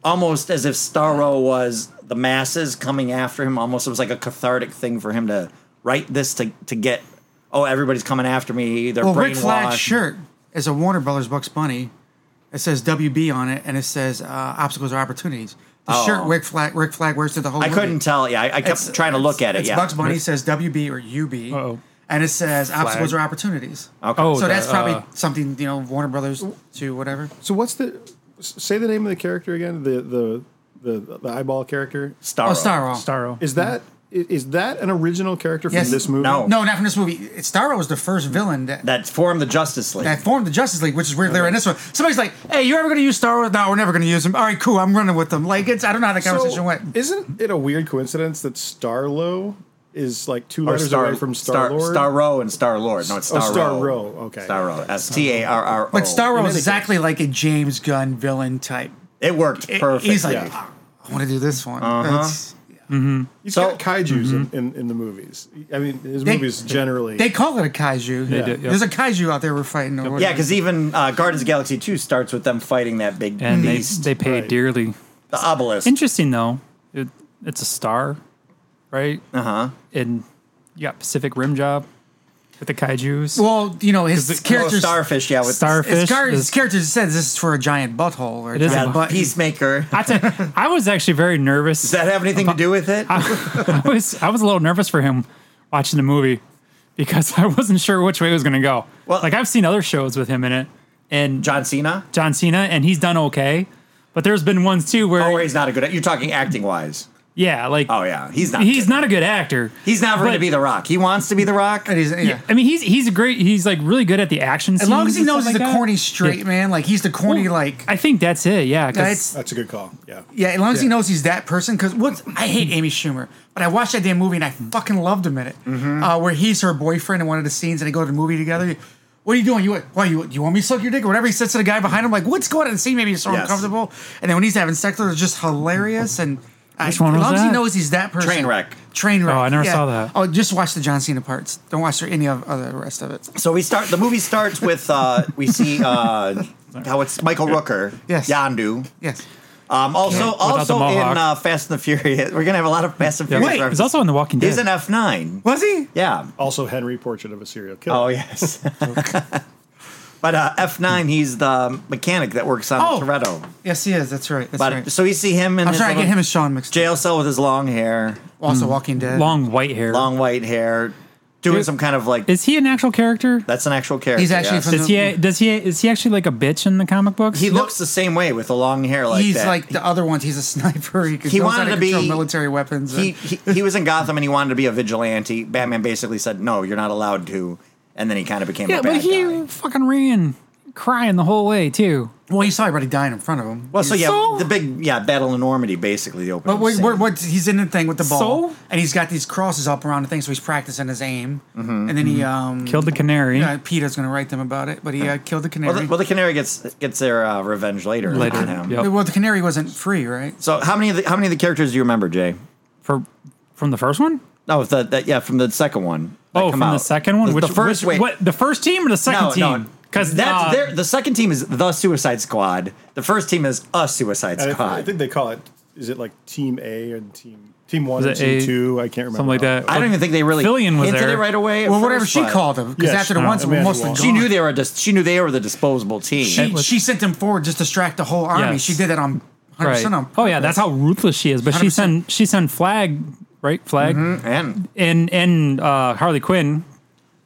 Speaker 2: almost as if Starro was the masses coming after him. Almost it was like a cathartic thing for him to write this to to get. Oh, everybody's coming after me. They're
Speaker 3: Well, Rick
Speaker 2: brainwashed.
Speaker 3: Flag's shirt is a Warner Brothers Bucks Bunny. It says WB on it, and it says uh, obstacles are opportunities. The
Speaker 2: Oh.
Speaker 3: shirt Rick Flag Rick Flag wears through the whole.
Speaker 2: I
Speaker 3: movie.
Speaker 2: couldn't tell. Yeah, I, I kept
Speaker 3: It's-
Speaker 2: trying to look
Speaker 3: it's-
Speaker 2: at it.
Speaker 3: It's
Speaker 2: Yeah,
Speaker 3: Bugs Bunny says WB or UB,
Speaker 4: Uh-oh.
Speaker 3: and it says obstacles are opportunities.
Speaker 2: Okay.
Speaker 4: Oh,
Speaker 3: so
Speaker 4: the,
Speaker 3: that's probably
Speaker 4: uh,
Speaker 3: something you know Warner Brothers to whatever.
Speaker 5: So what's the s- say the name of the character again? The the the, the eyeball character
Speaker 2: Starro.
Speaker 3: Oh, Starro.
Speaker 4: Starro.
Speaker 5: is that i- is that an original character from
Speaker 3: Yes.
Speaker 5: this movie?
Speaker 2: No.
Speaker 3: No, not from this movie. It- Starro was the first villain that. that
Speaker 2: That formed the Justice League.
Speaker 3: formed the Justice League, which is weird. They're in this one. Somebody's like, "Hey, you ever going to use Star Wars? No, we're never going to use him. All right, cool. I'm running with them. Like, it's I don't know how the conversation
Speaker 5: So,
Speaker 3: went.
Speaker 5: Isn't it a weird coincidence that Starlo is like two
Speaker 2: Or
Speaker 5: letters away from Star
Speaker 2: Star
Speaker 5: Lord?
Speaker 2: Star Row and Star Lord. No, it's
Speaker 5: Oh,
Speaker 2: Star
Speaker 5: Starro, okay.
Speaker 2: Star Row. S T A R R O.
Speaker 4: Oh,
Speaker 3: But Star Wars
Speaker 5: any
Speaker 3: is
Speaker 5: case.
Speaker 3: exactly like a James Gunn villain type.
Speaker 2: It worked
Speaker 3: It-
Speaker 2: perfect.
Speaker 3: He's like,
Speaker 5: Yeah.
Speaker 3: "Oh, I want to do this one.
Speaker 4: Uh-huh.
Speaker 3: It's-
Speaker 5: He's
Speaker 2: So- mm-hmm.
Speaker 5: got kaiju's in, in, in the movies. I mean, his
Speaker 3: They-
Speaker 5: movies generally.
Speaker 3: They call it a kaiju.
Speaker 5: do, yeah.
Speaker 3: There's a kaiju out there we're fighting over.
Speaker 2: yeah, because even uh, Guardians of the Galaxy Two starts with them fighting that big
Speaker 4: and they,
Speaker 2: beast,
Speaker 4: they paid
Speaker 5: Right.
Speaker 4: dearly.
Speaker 2: the obelisk.
Speaker 4: Interesting though, it, it's a star, right? Uh huh.
Speaker 3: Uh-huh.
Speaker 4: And you got Pacific Rim job with the kaiju's.
Speaker 3: Well, you know his
Speaker 4: Is it-
Speaker 2: Oh,
Speaker 3: characters.
Speaker 2: starfish, yeah, with
Speaker 4: Starfish.
Speaker 3: His, gar- his
Speaker 4: is-
Speaker 3: character said this is for a giant butthole or a
Speaker 4: It is a
Speaker 2: yeah,
Speaker 3: giant butt.
Speaker 2: Peacemaker.
Speaker 4: I, tell you, I was actually very nervous.
Speaker 2: Does that have anything to do with it?
Speaker 4: I was I was a little nervous for him watching the movie because I wasn't sure which way it was going to go.
Speaker 2: Well-
Speaker 4: like I've seen other shows with him in it, and John,
Speaker 2: John Cena.
Speaker 4: John Cena, and he's done okay. But there's been ones too where,
Speaker 2: Oh, he's not a good. You're talking acting wise.
Speaker 4: yeah, like
Speaker 2: Oh yeah, he's not.
Speaker 4: he's
Speaker 2: good.
Speaker 4: not a good actor.
Speaker 2: He's never going to
Speaker 4: but-
Speaker 2: be the Rock. He wants to be the Rock.
Speaker 3: And he's- yeah.
Speaker 4: I mean, he's he's a great. He's like really good at the action.
Speaker 3: As long as
Speaker 4: scenes
Speaker 3: he
Speaker 4: and
Speaker 3: knows
Speaker 4: stuff
Speaker 3: he's a
Speaker 4: like that.
Speaker 3: corny straight
Speaker 4: Yeah.
Speaker 3: man, like he's the corny
Speaker 4: Well,
Speaker 3: like.
Speaker 4: I think that's it. Yeah, because
Speaker 3: That's-
Speaker 5: That's a good call. Yeah.
Speaker 3: yeah, as long as he knows he's that person. Because what I hate Amy Schumer, but I watched that damn movie and I fucking loved him in it.
Speaker 2: Mm-hmm.
Speaker 3: Uh, where he's her boyfriend in one of the scenes and they go to the movie together. What are you doing? You what? Why you? You want me to suck your dick or whatever? He says to the guy behind him, like, "What's going on?" The scene maybe he's so
Speaker 2: Yes.
Speaker 3: uncomfortable. And then when he's having sex, it's just hilarious. And
Speaker 4: Which
Speaker 3: I,
Speaker 4: one
Speaker 3: as
Speaker 4: was
Speaker 3: long as he
Speaker 4: that?
Speaker 3: knows he's that person,
Speaker 2: Train wreck.
Speaker 3: Train wreck.
Speaker 4: Oh, I never
Speaker 3: yeah.
Speaker 4: saw that.
Speaker 3: Oh, just watch the John Cena parts. Don't watch any of other rest of it.
Speaker 2: So we start. The movie starts with uh, we see uh, how it's Michael Rooker.
Speaker 3: Yes.
Speaker 2: Yondu.
Speaker 3: Yes.
Speaker 2: Um, also,
Speaker 4: Without
Speaker 2: also
Speaker 4: the
Speaker 2: in
Speaker 4: mohawk.
Speaker 2: uh, Fast and the Furious, we're gonna have a lot of Fast and
Speaker 4: yeah,
Speaker 2: Furious.
Speaker 4: he's
Speaker 2: references.
Speaker 4: also in The Walking Dead.
Speaker 2: He's an F nine.
Speaker 3: Was he?
Speaker 2: Yeah.
Speaker 5: Also, Henry Portrait of a Serial Killer.
Speaker 2: Oh yes. but uh, F nine, he's the mechanic that works on
Speaker 3: Oh.
Speaker 2: the Toretto.
Speaker 3: Yes, he is. That's right. That's
Speaker 2: But
Speaker 3: right.
Speaker 2: so we see him in.
Speaker 3: I'm
Speaker 2: his
Speaker 3: sorry, I get
Speaker 2: little
Speaker 3: him and Sean mixed. up.
Speaker 2: jail cell with his long hair,
Speaker 3: Also, Walking Dead.
Speaker 4: long white hair.
Speaker 2: long white hair, doing some kind of like
Speaker 4: Is he an actual character?
Speaker 2: that's an actual character.
Speaker 3: He's actually
Speaker 2: yes.
Speaker 3: from
Speaker 4: Does he? Does he? Is he actually like a bitch in the comic books?
Speaker 2: Mm-hmm. He looks the same way with the long hair like
Speaker 3: he's
Speaker 2: that.
Speaker 3: like the other ones. He's a sniper. He, can
Speaker 2: He
Speaker 3: he knows how
Speaker 2: wanted
Speaker 3: to,
Speaker 2: to be-
Speaker 3: control military weapons.
Speaker 2: he,
Speaker 3: He,
Speaker 2: he he was in Gotham and he wanted to be a vigilante. Batman basically said, "No, you're not allowed to." And then he kind of became
Speaker 4: yeah,
Speaker 2: a bad
Speaker 4: but he
Speaker 2: guy.
Speaker 4: fucking ran crying the whole way too.
Speaker 3: well, he saw everybody dying in front of him.
Speaker 2: Well, so yeah,
Speaker 3: He's-
Speaker 4: So-
Speaker 2: the big yeah battle in Normandy basically the opening.
Speaker 3: But wait,
Speaker 2: scene.
Speaker 3: what, what, he's in the thing with the ball,
Speaker 4: So?
Speaker 3: and he's got these crosses up around the thing, so he's practicing his aim.
Speaker 2: Mm-hmm.
Speaker 3: And then he um,
Speaker 4: Mm-hmm. Killed the canary.
Speaker 3: Yeah, Peter's gonna write them about it, but he uh, killed the canary.
Speaker 2: well, the, well, the canary gets gets their uh, revenge later,
Speaker 4: Later,
Speaker 2: on him.
Speaker 4: yep.
Speaker 3: Well, the canary wasn't free, right?
Speaker 2: So how many of the, how many of the characters do you remember, Jay?
Speaker 4: For from the first one?
Speaker 2: No, the, that yeah from the second one. that
Speaker 4: Oh,
Speaker 2: come
Speaker 4: from the
Speaker 2: out.
Speaker 4: second one.
Speaker 2: The,
Speaker 4: which
Speaker 2: the first
Speaker 4: which,
Speaker 2: wait,
Speaker 4: what the first team or the second team? uh, Because
Speaker 2: that's their the second team is the Suicide Squad. The first team is a Suicide
Speaker 5: I,
Speaker 2: Squad.
Speaker 5: I think they call it. Is it like Team A and Team Team One
Speaker 4: Is
Speaker 5: and
Speaker 4: it
Speaker 5: Team
Speaker 4: A-
Speaker 5: Two? I can't remember
Speaker 4: something like
Speaker 5: how-
Speaker 4: that.
Speaker 2: I don't even think they really
Speaker 4: Fillion was
Speaker 2: hinted
Speaker 4: there.
Speaker 2: it right away. at
Speaker 3: Well, whatever
Speaker 2: first,
Speaker 3: she
Speaker 2: but
Speaker 3: called him, because
Speaker 5: Yes,
Speaker 3: after the
Speaker 5: uh,
Speaker 3: ones were
Speaker 5: Amanda
Speaker 3: mostly gone.
Speaker 5: Waller.
Speaker 2: She knew they were a dis- she knew they were the disposable team.
Speaker 3: She,
Speaker 4: was-
Speaker 3: she sent them forward just to distract the whole army.
Speaker 4: Yes.
Speaker 3: She did that on 100%
Speaker 4: right.
Speaker 3: on
Speaker 4: Oh yeah, that's
Speaker 3: purpose.
Speaker 4: how ruthless she is. But she
Speaker 3: 100%.
Speaker 4: sent she sent flag right flag
Speaker 2: Mm-hmm. and
Speaker 4: and and uh, Harley Quinn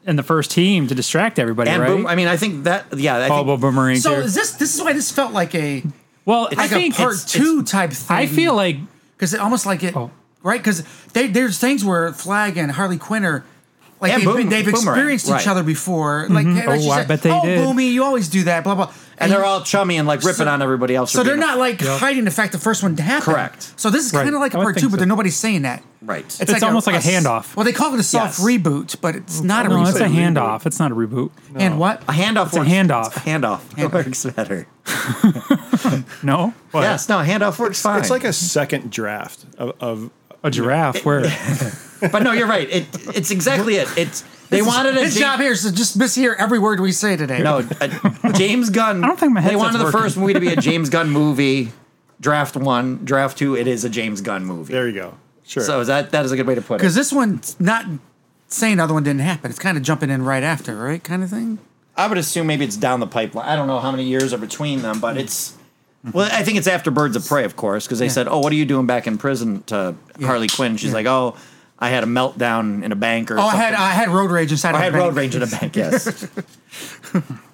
Speaker 4: and the first team to distract everybody.
Speaker 2: and
Speaker 4: right?
Speaker 2: boom. I mean, I think that yeah. I
Speaker 4: Bobo
Speaker 2: think,
Speaker 4: Boomerang.
Speaker 3: So
Speaker 4: too.
Speaker 3: is this this is why this felt like a
Speaker 4: well, I
Speaker 3: like a
Speaker 4: think
Speaker 3: part
Speaker 4: it's-
Speaker 3: two type thing.
Speaker 4: I feel like
Speaker 3: because it almost like it
Speaker 4: Oh.
Speaker 3: right because they, there's things where Flag and Harley Quinn are like
Speaker 2: Yeah,
Speaker 3: they've,
Speaker 2: boom-
Speaker 3: been, they've
Speaker 2: boomerang,
Speaker 3: experienced
Speaker 2: right.
Speaker 3: each other before. Like, like she
Speaker 4: Oh, I
Speaker 3: said,
Speaker 4: bet they
Speaker 3: oh,
Speaker 4: did."
Speaker 3: Boomy, you always do that. Blah blah.
Speaker 2: and they're all chummy and like ripping
Speaker 3: So-
Speaker 2: on everybody else.
Speaker 3: so
Speaker 2: for
Speaker 3: they're
Speaker 2: being a-
Speaker 3: not like hiding the fact the first one happened.
Speaker 2: Correct.
Speaker 3: So this is
Speaker 4: Right.
Speaker 3: kind of like a
Speaker 4: I would
Speaker 3: part
Speaker 4: think
Speaker 3: two, but
Speaker 4: so.
Speaker 3: then nobody's saying that.
Speaker 2: right.
Speaker 4: It's almost like a handoff. Mm-hmm. Oh,
Speaker 3: Well, they call it a soft
Speaker 2: Yes.
Speaker 3: reboot, but it's not a
Speaker 4: no,
Speaker 3: reboot.
Speaker 4: it's a
Speaker 5: reboot.
Speaker 4: handoff. It's not a reboot.
Speaker 3: And what?
Speaker 2: a handoff.
Speaker 4: a
Speaker 2: works.
Speaker 4: handoff.
Speaker 2: It's a handoff. works better.
Speaker 4: No, What?
Speaker 2: Yes. No. Handoff works fine.
Speaker 5: It's like a second draft of, of
Speaker 4: a giraffe. Where
Speaker 2: But no, you're right. It, it's exactly it. It's they wanted a
Speaker 3: His
Speaker 2: James-
Speaker 3: job here is to just mishear every word we say today.
Speaker 2: No, a James Gunn. I
Speaker 4: don't think my
Speaker 2: They
Speaker 4: headset's
Speaker 2: wanted the
Speaker 4: working.
Speaker 2: first movie to be a James Gunn movie. Draft one, draft two. It is a James Gunn movie.
Speaker 5: there you go. Sure.
Speaker 2: So that that is a good way to put
Speaker 3: because
Speaker 2: it.
Speaker 3: this one's not saying the other one didn't happen. It's kind of jumping in right after, right? Kind of thing.
Speaker 2: I would assume maybe it's down the pipeline. I don't know how many years are between them, but it's.
Speaker 3: Mm-hmm.
Speaker 2: Well, I think it's after Birds of Prey, of course, because they said, "Oh, what are you doing back in prison?" To Harley Quinn, she's
Speaker 3: Yeah.
Speaker 2: like, "Oh, I had a meltdown in a bank or
Speaker 3: Oh, I
Speaker 2: something."
Speaker 3: had I had road rage inside.
Speaker 2: I
Speaker 3: my
Speaker 2: had
Speaker 3: brain.
Speaker 2: road rage in a bank. Yes.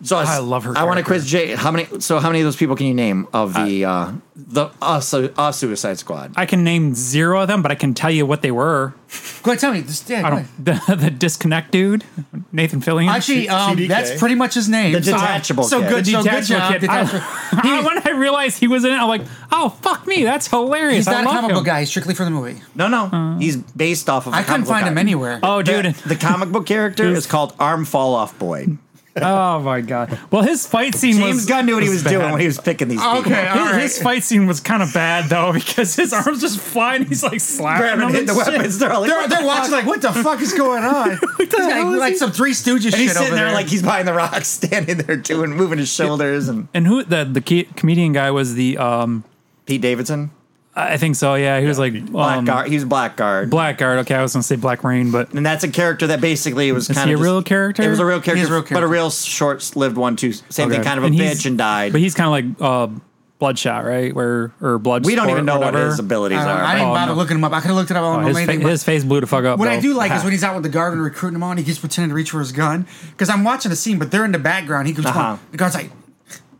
Speaker 2: so I,
Speaker 4: I love her
Speaker 2: I want to
Speaker 4: character.
Speaker 2: quiz Jay. How many? So how many of those people can you name of the uh, the us uh, uh, Suicide Squad?
Speaker 4: I can name zero of them, but I can tell you what they were.
Speaker 3: Go ahead, tell me. Just, yeah,
Speaker 4: I
Speaker 3: go
Speaker 4: don't
Speaker 3: ahead.
Speaker 4: the, the disconnect dude, Nathan Fillion.
Speaker 3: Actually, um,
Speaker 5: CDK.
Speaker 3: that's pretty much his name.
Speaker 2: The
Speaker 3: So-
Speaker 2: detachable
Speaker 3: So,
Speaker 2: kid.
Speaker 3: good.
Speaker 4: The
Speaker 3: so good
Speaker 4: detachable
Speaker 3: job.
Speaker 4: kid.
Speaker 3: detachable-
Speaker 4: I, when I realized he was in it, I'm like, oh fuck me, that's hilarious.
Speaker 3: He's not
Speaker 4: I
Speaker 3: a
Speaker 4: love
Speaker 3: comic
Speaker 4: him.
Speaker 3: book guy. He's strictly for the movie.
Speaker 2: No, no. He's based off of. I
Speaker 3: Uh. I couldn't find him anywhere.
Speaker 4: Oh dude,
Speaker 2: The, the comic book character is called Arm Fall Off Boy.
Speaker 4: oh my god. Well, his fight scene
Speaker 2: James
Speaker 4: was
Speaker 2: Gunn knew what he was
Speaker 4: bad.
Speaker 2: doing when he was picking these. people.
Speaker 3: Okay,
Speaker 4: His,
Speaker 3: all right.
Speaker 4: his fight scene was kind of bad though because his arms just flying. He's like slapping
Speaker 2: Grabbing
Speaker 4: them
Speaker 2: hitting
Speaker 4: and
Speaker 2: the
Speaker 4: shit.
Speaker 2: weapons. They're all like,
Speaker 3: they're,
Speaker 2: what the
Speaker 3: they're watching like, what the fuck is going on? He's got,
Speaker 4: hell is
Speaker 3: like
Speaker 4: he?
Speaker 3: some Three Stooges
Speaker 2: and he's
Speaker 3: shit over
Speaker 2: sitting there
Speaker 3: there.
Speaker 2: like he's behind the rocks, standing there doing, moving his shoulders, and
Speaker 4: And who the the ke- comedian guy was the um
Speaker 2: Pete Davidson,
Speaker 4: I think so yeah he was like um,
Speaker 2: Blackguard. he was Blackguard.
Speaker 4: Blackguard okay I was gonna say Black Rain but
Speaker 2: and that's a character that basically was
Speaker 4: Is
Speaker 2: kind
Speaker 4: he a
Speaker 2: of
Speaker 4: real character?
Speaker 2: It was a real character,
Speaker 3: real
Speaker 2: but a
Speaker 3: character.
Speaker 2: real short-lived one too. Same thing,
Speaker 4: Okay.
Speaker 2: kind of a
Speaker 4: he's-
Speaker 2: bitch and died.
Speaker 4: But he's kind of like uh, Bloodshot, right? Where or Blood.
Speaker 2: we don't even know what
Speaker 4: whatever.
Speaker 2: his abilities
Speaker 3: I, don't know.
Speaker 2: are.
Speaker 3: I
Speaker 2: but-
Speaker 3: didn't
Speaker 4: Oh,
Speaker 3: bother
Speaker 4: no.
Speaker 3: looking him up. I could have looked it up on
Speaker 4: Oh,
Speaker 3: my
Speaker 4: his, fa-
Speaker 3: anything. but-
Speaker 4: his face blew the fuck up.
Speaker 3: What
Speaker 4: though.
Speaker 3: I do like is when he's out with the guard and recruiting him on, he keeps pretending to reach for his gun. Because I'm watching the scene, but they're in the background. He keeps
Speaker 2: Uh-huh.
Speaker 3: going, the guard's like,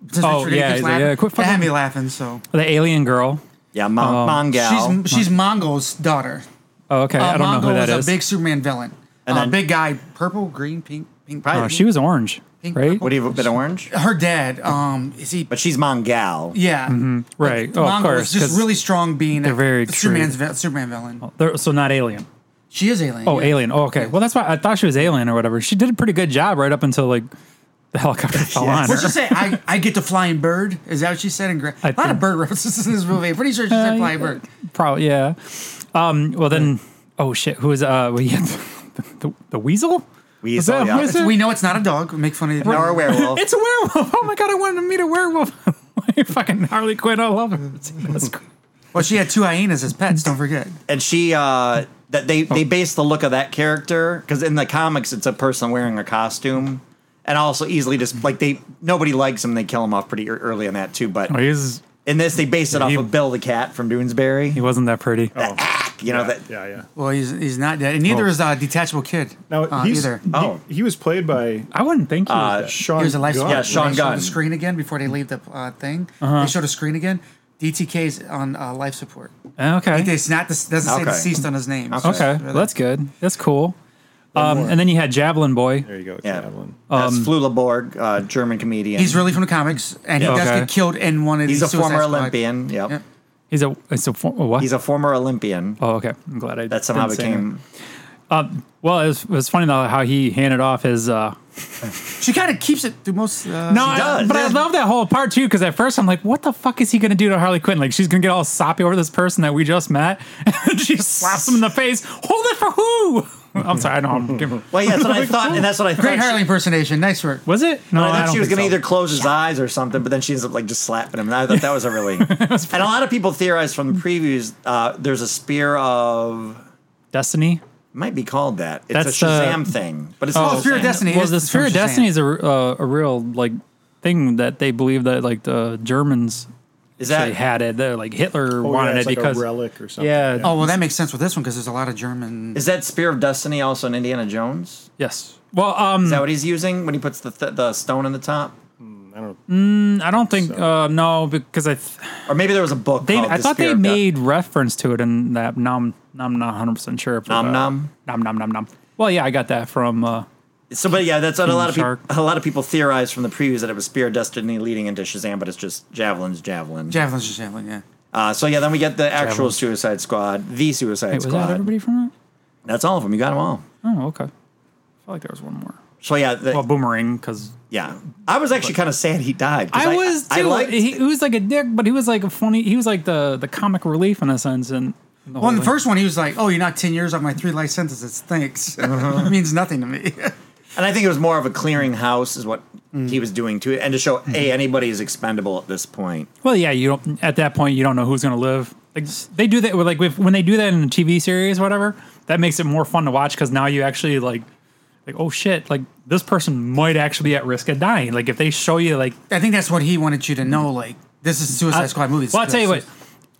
Speaker 3: just
Speaker 4: Oh,
Speaker 3: reaching, he
Speaker 4: yeah,
Speaker 3: keeps
Speaker 4: he's like,
Speaker 3: laughing.
Speaker 4: yeah, quit
Speaker 3: That had
Speaker 4: fucking-
Speaker 3: me laughing. So
Speaker 4: the alien girl.
Speaker 2: yeah, Mon- Mongal.
Speaker 3: she's she's Mongo's daughter.
Speaker 4: Oh, okay.
Speaker 3: Uh,
Speaker 4: I don't
Speaker 3: Mongo
Speaker 4: know who that
Speaker 3: was
Speaker 4: is.
Speaker 3: a big Superman villain.
Speaker 2: And
Speaker 3: And
Speaker 2: then-
Speaker 3: big guy, purple, green, pink, pink.
Speaker 2: Right.
Speaker 4: oh, she was orange,
Speaker 3: Pink
Speaker 4: right?
Speaker 3: purple.
Speaker 2: Would he have been orange?
Speaker 3: Her dad, um, is he?
Speaker 2: But she's Mongal.
Speaker 3: yeah,
Speaker 4: Right. Oh,
Speaker 3: Mongo
Speaker 4: of
Speaker 3: is
Speaker 4: course.
Speaker 3: just
Speaker 4: 'cause
Speaker 3: really strong. Being
Speaker 4: they're very
Speaker 3: Superman's vi- Superman villain.
Speaker 4: they're- so not alien.
Speaker 3: She is alien.
Speaker 4: Oh,
Speaker 3: yeah.
Speaker 4: alien. Oh, okay. Well, that's why I thought she was alien or whatever. She did a pretty good job right up until like the helicopter fell on her.
Speaker 3: What'd she say? I, I get to flying bird. Is that what she said? In gra-
Speaker 4: I
Speaker 3: a lot of
Speaker 4: think-
Speaker 3: bird references in this movie. I'm pretty sure she
Speaker 4: Uh,
Speaker 3: said
Speaker 4: yeah.
Speaker 3: flying bird.
Speaker 4: Probably yeah. Um. Well then. Oh shit. Who is uh? We had the, the, the weasel. Was
Speaker 2: Weasel,
Speaker 4: that-
Speaker 2: yeah.
Speaker 4: was it?
Speaker 3: We know it's not a dog. We make fun of it.
Speaker 2: Or a werewolf.
Speaker 4: It's a werewolf. Oh my god, I wanted to meet a werewolf. Fucking Harley Quinn, I love her. Jesus Christ.
Speaker 3: Well, she had two hyenas as pets. Don't forget.
Speaker 2: and she uh that they they base the look of that character because in the comics it's a person wearing a costume and also easily just like they nobody likes him they kill him off pretty ear- early on that too but
Speaker 4: Oh, he's
Speaker 2: in this they base it off
Speaker 4: he-
Speaker 2: of bill the cat from doonesbury
Speaker 4: he wasn't that pretty.
Speaker 2: Doc. You know that.
Speaker 5: yeah, yeah.
Speaker 3: Well, he's he's not dead, and neither
Speaker 5: Oh.
Speaker 3: is uh, detachable kid.
Speaker 5: Now
Speaker 3: uh,
Speaker 5: he's
Speaker 3: either.
Speaker 5: He,
Speaker 2: Oh.
Speaker 5: he was played by
Speaker 4: I wouldn't think he was
Speaker 2: Uh,
Speaker 4: dead.
Speaker 5: Sean.
Speaker 3: He was a life.
Speaker 5: Gunn.
Speaker 2: Yeah, Sean
Speaker 3: when they showed
Speaker 2: Gunn.
Speaker 3: The screen again before they leave the uh, thing.
Speaker 4: Uh-huh.
Speaker 3: They showed a screen again. DTK's on uh, life support.
Speaker 4: Okay.
Speaker 3: It's not this doesn't say
Speaker 2: Okay.
Speaker 3: deceased on his name. so-
Speaker 4: Okay, well, that's good. That's cool. Um, and then you had Javelin Boy.
Speaker 5: There you go.
Speaker 2: Yeah.
Speaker 5: Javelin.
Speaker 2: That's Flula Borg, uh, German comedian.
Speaker 3: He's really from the comics, and he
Speaker 4: Yeah.
Speaker 3: does
Speaker 4: Okay.
Speaker 3: get killed in one of
Speaker 2: He's
Speaker 3: the
Speaker 2: a
Speaker 3: Suicide
Speaker 2: former
Speaker 3: Squad.
Speaker 2: Olympian. Yep.
Speaker 3: Yep.
Speaker 4: He's a it's a for- a what?
Speaker 2: He's a former Olympian.
Speaker 4: oh, okay. I'm glad I
Speaker 2: That somehow
Speaker 4: didn't say that.
Speaker 2: became.
Speaker 4: Well, it was, it was funny though how he handed off his. Uh,
Speaker 3: She kind of keeps it through most. Uh,
Speaker 4: no,
Speaker 2: She
Speaker 4: I,
Speaker 2: does.
Speaker 4: but I
Speaker 2: Yeah.
Speaker 4: love that whole part too because at first I'm like, what the fuck is he going to do to Harley Quinn? Like she's going to get all soppy over this person that we just met, and she slaps him in the face. Hold it for who? I'm sorry, I know. I'm giving-
Speaker 2: Well, yeah, that's what I thought, and that's what I thought.
Speaker 3: great
Speaker 2: she-
Speaker 3: Harley impersonation. Nice work.
Speaker 4: Was it? No,
Speaker 2: I thought she was
Speaker 4: think
Speaker 2: going to
Speaker 4: so.
Speaker 2: either close his eyes or something, but then she ends up like just slapping him. And I thought that was a really. and a lot of people theorize from the previews. Uh, there's a spear of
Speaker 4: Destiny.
Speaker 2: it might be called that. It's
Speaker 4: That's,
Speaker 2: a
Speaker 4: uh,
Speaker 2: Shazam thing, but it's not
Speaker 3: Spear of
Speaker 2: Shazam.
Speaker 3: Destiny.
Speaker 4: Well,
Speaker 3: is
Speaker 4: the Sphere of
Speaker 3: from Shazam.
Speaker 4: Destiny is a, r- uh, a real like thing that they believe that like the Germans
Speaker 2: Is
Speaker 4: they
Speaker 2: that
Speaker 4: had it. They're like Hitler
Speaker 5: Oh, yeah,
Speaker 4: wanted
Speaker 5: it's
Speaker 4: it
Speaker 5: like
Speaker 4: because
Speaker 5: a relic or something.
Speaker 4: Yeah.
Speaker 3: Oh well, that makes sense with this one because there's a lot of German.
Speaker 2: is that Spear of Destiny also in Indiana Jones?
Speaker 4: yes. Well, um,
Speaker 2: Is that what he's using when he puts the th- the stone on the top?
Speaker 5: I don't.
Speaker 4: I don't think
Speaker 5: So-
Speaker 4: uh, no because I th-
Speaker 2: Or maybe there was a book.
Speaker 4: they
Speaker 2: called
Speaker 4: I
Speaker 2: The
Speaker 4: thought
Speaker 2: Spear
Speaker 4: they
Speaker 2: of Destiny.
Speaker 4: made reference to it in that. Now I'm, now I'm not 100 percent sure. but,
Speaker 2: Nom
Speaker 4: uh,
Speaker 2: nom?
Speaker 4: nom nom nom nom. Well, yeah, I got that from. Uh,
Speaker 2: So, but yeah, that's what a lot of people.
Speaker 4: Shark.
Speaker 2: A lot of people theorize from the previews that it was Spear of Destiny leading into Shazam, but it's just Javelin's Javelin.
Speaker 3: Javelin's just javelin. Yeah.
Speaker 2: Uh, so yeah, then we get the actual
Speaker 4: Javelin.
Speaker 2: Suicide Squad, the Suicide
Speaker 4: wait, was
Speaker 2: Squad.
Speaker 4: that everybody from
Speaker 2: That's all of them. You got them all.
Speaker 4: it? Oh, okay. I feel like there was one more.
Speaker 2: So yeah, the,
Speaker 4: Well, boomerang because
Speaker 2: yeah. I was actually kind of sad he died. 'cause
Speaker 4: I, was too.
Speaker 2: I liked,
Speaker 4: he, he was like a dick, but he was like a funny. He was like the the comic relief in a sense. And the
Speaker 3: Well, in
Speaker 4: whole
Speaker 3: the
Speaker 4: thing.
Speaker 3: first one, he was like, "Oh, you knocked ten years off my three life sentences. Thanks.
Speaker 2: Uh-huh.
Speaker 3: it means nothing to me."
Speaker 2: and I think it was more of a clearinghouse is what he was doing to it, and to show hey anybody is expendable at this point.
Speaker 4: Well, yeah, you don't. At that point, you don't know who's going to live. Like they do that. with, Like with, when they do that in a TV series, whatever, that makes it more fun to watch because now you actually like, like oh shit, like this person might actually be at risk of dying. Like if they show you like,
Speaker 3: I think that's what he wanted you to know. Like, this is a Suicide Squad movie.
Speaker 4: well, I'll tell you what.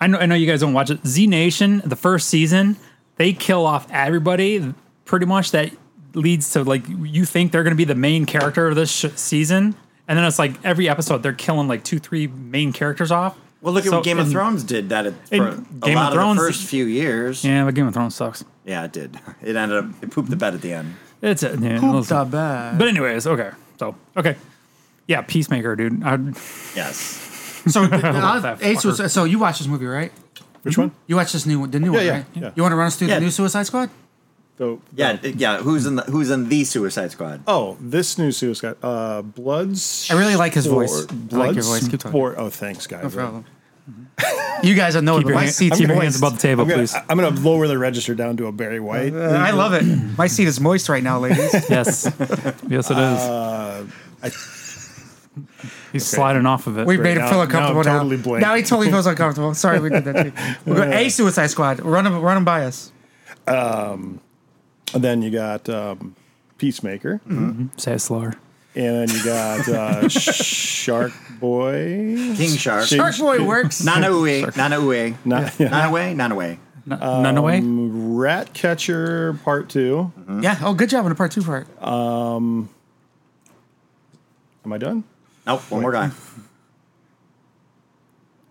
Speaker 4: I know. I know you guys don't watch it. Z Nation, the first season, they kill off everybody pretty much. That leads to like you think they're going to be the main character of this sh- season, and then it's like every episode they're killing like two, three main characters off.
Speaker 2: Well, look at
Speaker 4: So-
Speaker 2: what Game of
Speaker 4: and-
Speaker 2: Thrones did that it, for
Speaker 4: and
Speaker 2: a
Speaker 4: Game of
Speaker 2: lot of,
Speaker 4: Thrones-
Speaker 2: the first few years. Yeah.
Speaker 4: Yeah, but Game of Thrones sucks.
Speaker 2: it did. It ended up it pooped the bed at the end.
Speaker 4: It's a, yeah, listen.
Speaker 3: bad.
Speaker 4: but anyways, okay. So okay, yeah, Peacemaker, dude. I,
Speaker 2: Yes,
Speaker 3: So, uh,
Speaker 4: that
Speaker 3: Ace was,
Speaker 4: fucker.
Speaker 3: so you watched this movie, right?
Speaker 5: Which one?
Speaker 3: You watched this new, one- the new one,
Speaker 5: yeah,
Speaker 3: right?
Speaker 5: yeah.
Speaker 3: You want to run us through
Speaker 2: Yeah.
Speaker 3: the new Suicide Squad?
Speaker 5: So,
Speaker 2: yeah, it- yeah. Who's in the Who's in the Suicide Squad?
Speaker 5: Oh, this new Suicide uh, Bloods.
Speaker 3: I really like his voice. I
Speaker 5: Bloods.
Speaker 3: like your voice. Keep talking.
Speaker 5: Sport- Oh, thanks, guys.
Speaker 3: No problem. You guys don't know it,
Speaker 4: keep
Speaker 3: but
Speaker 4: your,
Speaker 3: my
Speaker 4: hand,
Speaker 3: seat.
Speaker 4: keep your
Speaker 5: gonna-
Speaker 4: hands above the table,
Speaker 5: I'm gonna,
Speaker 4: please.
Speaker 5: I'm gonna lower the register down to a Barry White.
Speaker 3: I love it. My seat is moist right now, ladies.
Speaker 4: yes, yes, it is.
Speaker 5: Uh,
Speaker 4: He's sliding off of it.
Speaker 3: We made him
Speaker 5: now-
Speaker 3: feel
Speaker 5: now
Speaker 3: uncomfortable
Speaker 5: I'm
Speaker 3: now.
Speaker 5: totally blanked.
Speaker 3: Now he totally feels uncomfortable. Sorry, we did that. Too. We're going a Suicide Squad. Run them, run them by us.
Speaker 5: and then you got um, Peacemaker,
Speaker 3: Mm-hmm.
Speaker 4: Say it slower.
Speaker 5: and then you got uh, Shark Boy.
Speaker 2: King Shark,
Speaker 5: Shit.
Speaker 3: Shark Boy works.
Speaker 2: Nanaue, Nanaue,
Speaker 5: Not, yeah.
Speaker 2: Nanaue, Nanaue.
Speaker 4: N-
Speaker 5: Um,
Speaker 4: None away.
Speaker 5: Rat Catcher Part Two.
Speaker 3: yeah. Oh, good job on the part two part.
Speaker 5: Am I done?
Speaker 2: Nope, one more guy.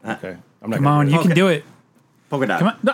Speaker 3: Uh,
Speaker 5: Okay, I'm not.
Speaker 4: Come
Speaker 5: gonna
Speaker 4: on,
Speaker 5: do
Speaker 4: you
Speaker 5: it.
Speaker 4: can do it.
Speaker 2: Polka dot.
Speaker 4: Come on, no,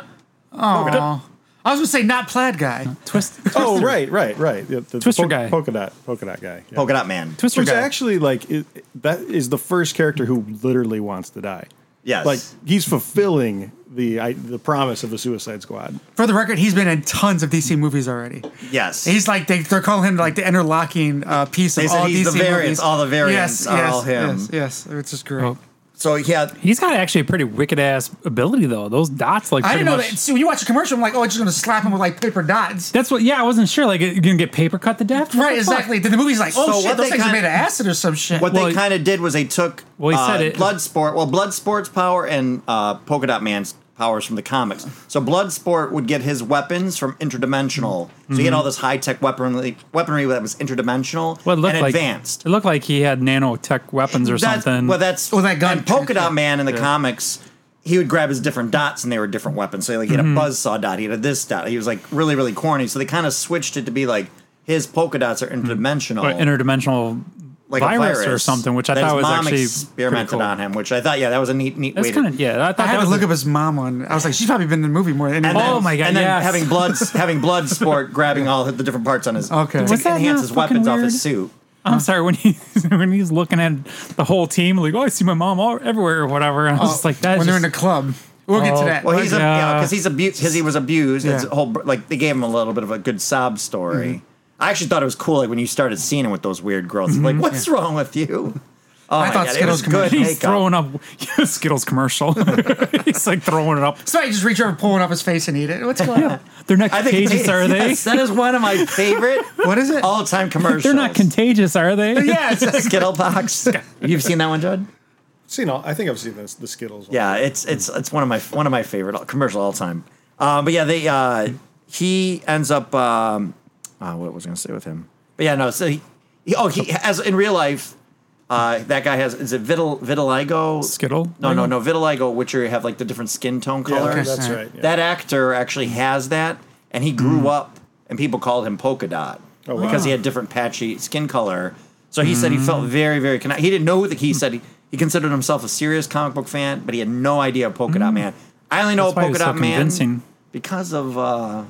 Speaker 3: Oh, I was gonna say not plaid guy.
Speaker 4: twist.
Speaker 5: Oh, right, right, right. The, the
Speaker 4: Twister
Speaker 5: po-
Speaker 4: guy.
Speaker 5: polka dot, polka dot guy. Yeah.
Speaker 2: Polka dot man.
Speaker 4: Twister
Speaker 5: Who's
Speaker 4: guy.
Speaker 5: actually like i that is the first character who literally wants to die.
Speaker 2: Yes.
Speaker 5: like he's fulfilling the I, the promise of the Suicide Squad.
Speaker 3: For the record, he's been in tons of DC movies already.
Speaker 2: Yes.
Speaker 3: He's like they, they're calling him like the interlocking uh, piece
Speaker 2: They
Speaker 3: of
Speaker 2: said
Speaker 3: all
Speaker 2: he's
Speaker 3: DC
Speaker 2: the variants,
Speaker 3: movies.
Speaker 2: all the variants
Speaker 3: yes,
Speaker 2: are
Speaker 3: yes,
Speaker 2: all him.
Speaker 3: Yes, yes, it's just great.
Speaker 4: Oh.
Speaker 2: so yeah,
Speaker 4: He's got actually a pretty wicked ass ability though. Those dots, like
Speaker 3: I
Speaker 4: pretty
Speaker 3: didn't know
Speaker 4: much.
Speaker 3: that. See, when you watch a commercial, I'm like, oh, it's just gonna slap him with like paper dots.
Speaker 4: That's what. Yeah, I wasn't sure. Like, you gonna get paper cut to death? What
Speaker 3: Right,
Speaker 4: the fuck?
Speaker 3: exactly. Then the movie's like, oh
Speaker 2: So
Speaker 3: shit,
Speaker 2: what
Speaker 3: those
Speaker 2: they
Speaker 3: things are
Speaker 2: kinda-
Speaker 3: made of acid or some shit.
Speaker 2: What
Speaker 4: Well,
Speaker 2: they kind of did was they took
Speaker 4: Well, he
Speaker 2: uh,
Speaker 4: said it-
Speaker 2: Bloodsport, well, Bloodsport's power and uh, Polka Dot Man's powers from the comics. So Bloodsport would get his weapons from interdimensional. So
Speaker 4: Mm-hmm.
Speaker 2: he had all this high tech weaponry, weaponry that was interdimensional
Speaker 4: Well, it looked
Speaker 2: and
Speaker 4: like
Speaker 2: advanced.
Speaker 4: It looked like he had nanotech weapons or
Speaker 2: That's-
Speaker 4: something.
Speaker 2: Well, that's
Speaker 3: Well, that gun
Speaker 2: and Polka
Speaker 3: trick, yeah.
Speaker 2: Dot Man in the comics. he would grab his different dots and they were different weapons. So like he had
Speaker 4: Mm-hmm.
Speaker 2: a buzz saw dot, he had a this dot. He was like really really corny. So they kind of switched it to be like his polka dots are interdimensional,
Speaker 4: Mm-hmm. or
Speaker 3: Oh.
Speaker 4: interdimensional
Speaker 2: like a
Speaker 4: virus, or
Speaker 2: virus
Speaker 4: something, which I
Speaker 2: that
Speaker 4: thought
Speaker 2: his
Speaker 4: was
Speaker 2: mom
Speaker 4: actually
Speaker 2: experimented
Speaker 4: pretty cool.
Speaker 2: on him. Which I thought, yeah, that was a neat neat
Speaker 4: That's
Speaker 2: way.
Speaker 4: kind of
Speaker 2: to,
Speaker 4: yeah. I thought
Speaker 3: I
Speaker 4: that
Speaker 3: had to
Speaker 4: was
Speaker 3: look up his mom on. I was like, she's probably been in the movie more than
Speaker 2: And
Speaker 3: anyone.
Speaker 2: then,
Speaker 4: Oh my God,
Speaker 2: And then
Speaker 4: yes.
Speaker 2: having blood having blood sport grabbing all the different parts on his
Speaker 3: Okay.
Speaker 2: to
Speaker 3: Was
Speaker 4: that
Speaker 2: enhance
Speaker 4: not
Speaker 2: his
Speaker 4: fucking
Speaker 2: weapons off
Speaker 4: weird?
Speaker 2: his suit.
Speaker 4: I'm sorry when he when he's looking at the whole team like oh I see my mom all everywhere or whatever. I was just like that.
Speaker 3: Oh, when
Speaker 4: is
Speaker 3: they're in
Speaker 4: just-
Speaker 3: the club. We'll get to
Speaker 4: Oh,
Speaker 3: that.
Speaker 2: Well, he's a,
Speaker 4: Yeah.
Speaker 2: yeah, because he's abused because he was abused. His
Speaker 3: Yeah.
Speaker 2: whole br- like they gave him a little bit of a good sob story.
Speaker 4: Mm-hmm.
Speaker 2: I actually thought it was cool, like when you started seeing him with those weird girls.
Speaker 4: Mm-hmm.
Speaker 2: Like, what's wrong with you? Oh
Speaker 3: I
Speaker 2: my
Speaker 3: thought
Speaker 2: God,
Speaker 3: Skittles
Speaker 2: it was good.
Speaker 4: He's
Speaker 2: makeup.
Speaker 4: throwing up Skittles commercial. he's like throwing it up.
Speaker 3: Somebody just reach over, pulling up his face, and eat it. What's going on?
Speaker 4: They're not
Speaker 2: I think
Speaker 4: contagious, are they?
Speaker 2: yes, that is one of my favorite
Speaker 3: What is it?
Speaker 2: all-time commercials.
Speaker 4: They're not contagious, are they?
Speaker 3: yeah, it's just,
Speaker 2: Skittle box. You've seen that one, Judd?
Speaker 5: See, no, I think I've seen this, the Skittles. one.
Speaker 2: Yeah, it's it's it's one of my one of my favorite all- commercial all time. Um, but yeah, they uh, he ends up. Um, uh, what was I going to say with him? But yeah, no. So he, he oh he as in real life, uh, that guy has is it vitil, vitiligo?
Speaker 4: Skittle?
Speaker 2: No, no, no. Vitiligo, which are have like the different skin tone
Speaker 5: Yeah,
Speaker 2: colors.
Speaker 5: that's right. yeah.
Speaker 2: That actor actually has that, and he grew up, and people called him Polka Dot
Speaker 5: Oh, wow.
Speaker 2: because he had different patchy skin color. So he said he felt very, very connected. He didn't know that he said he, he considered himself a serious comic book fan, but he had no idea of Polka Dot Man. I only know of
Speaker 4: That's why he
Speaker 2: Polka
Speaker 4: was so
Speaker 2: Dot Man
Speaker 4: convincing.
Speaker 2: because of uh,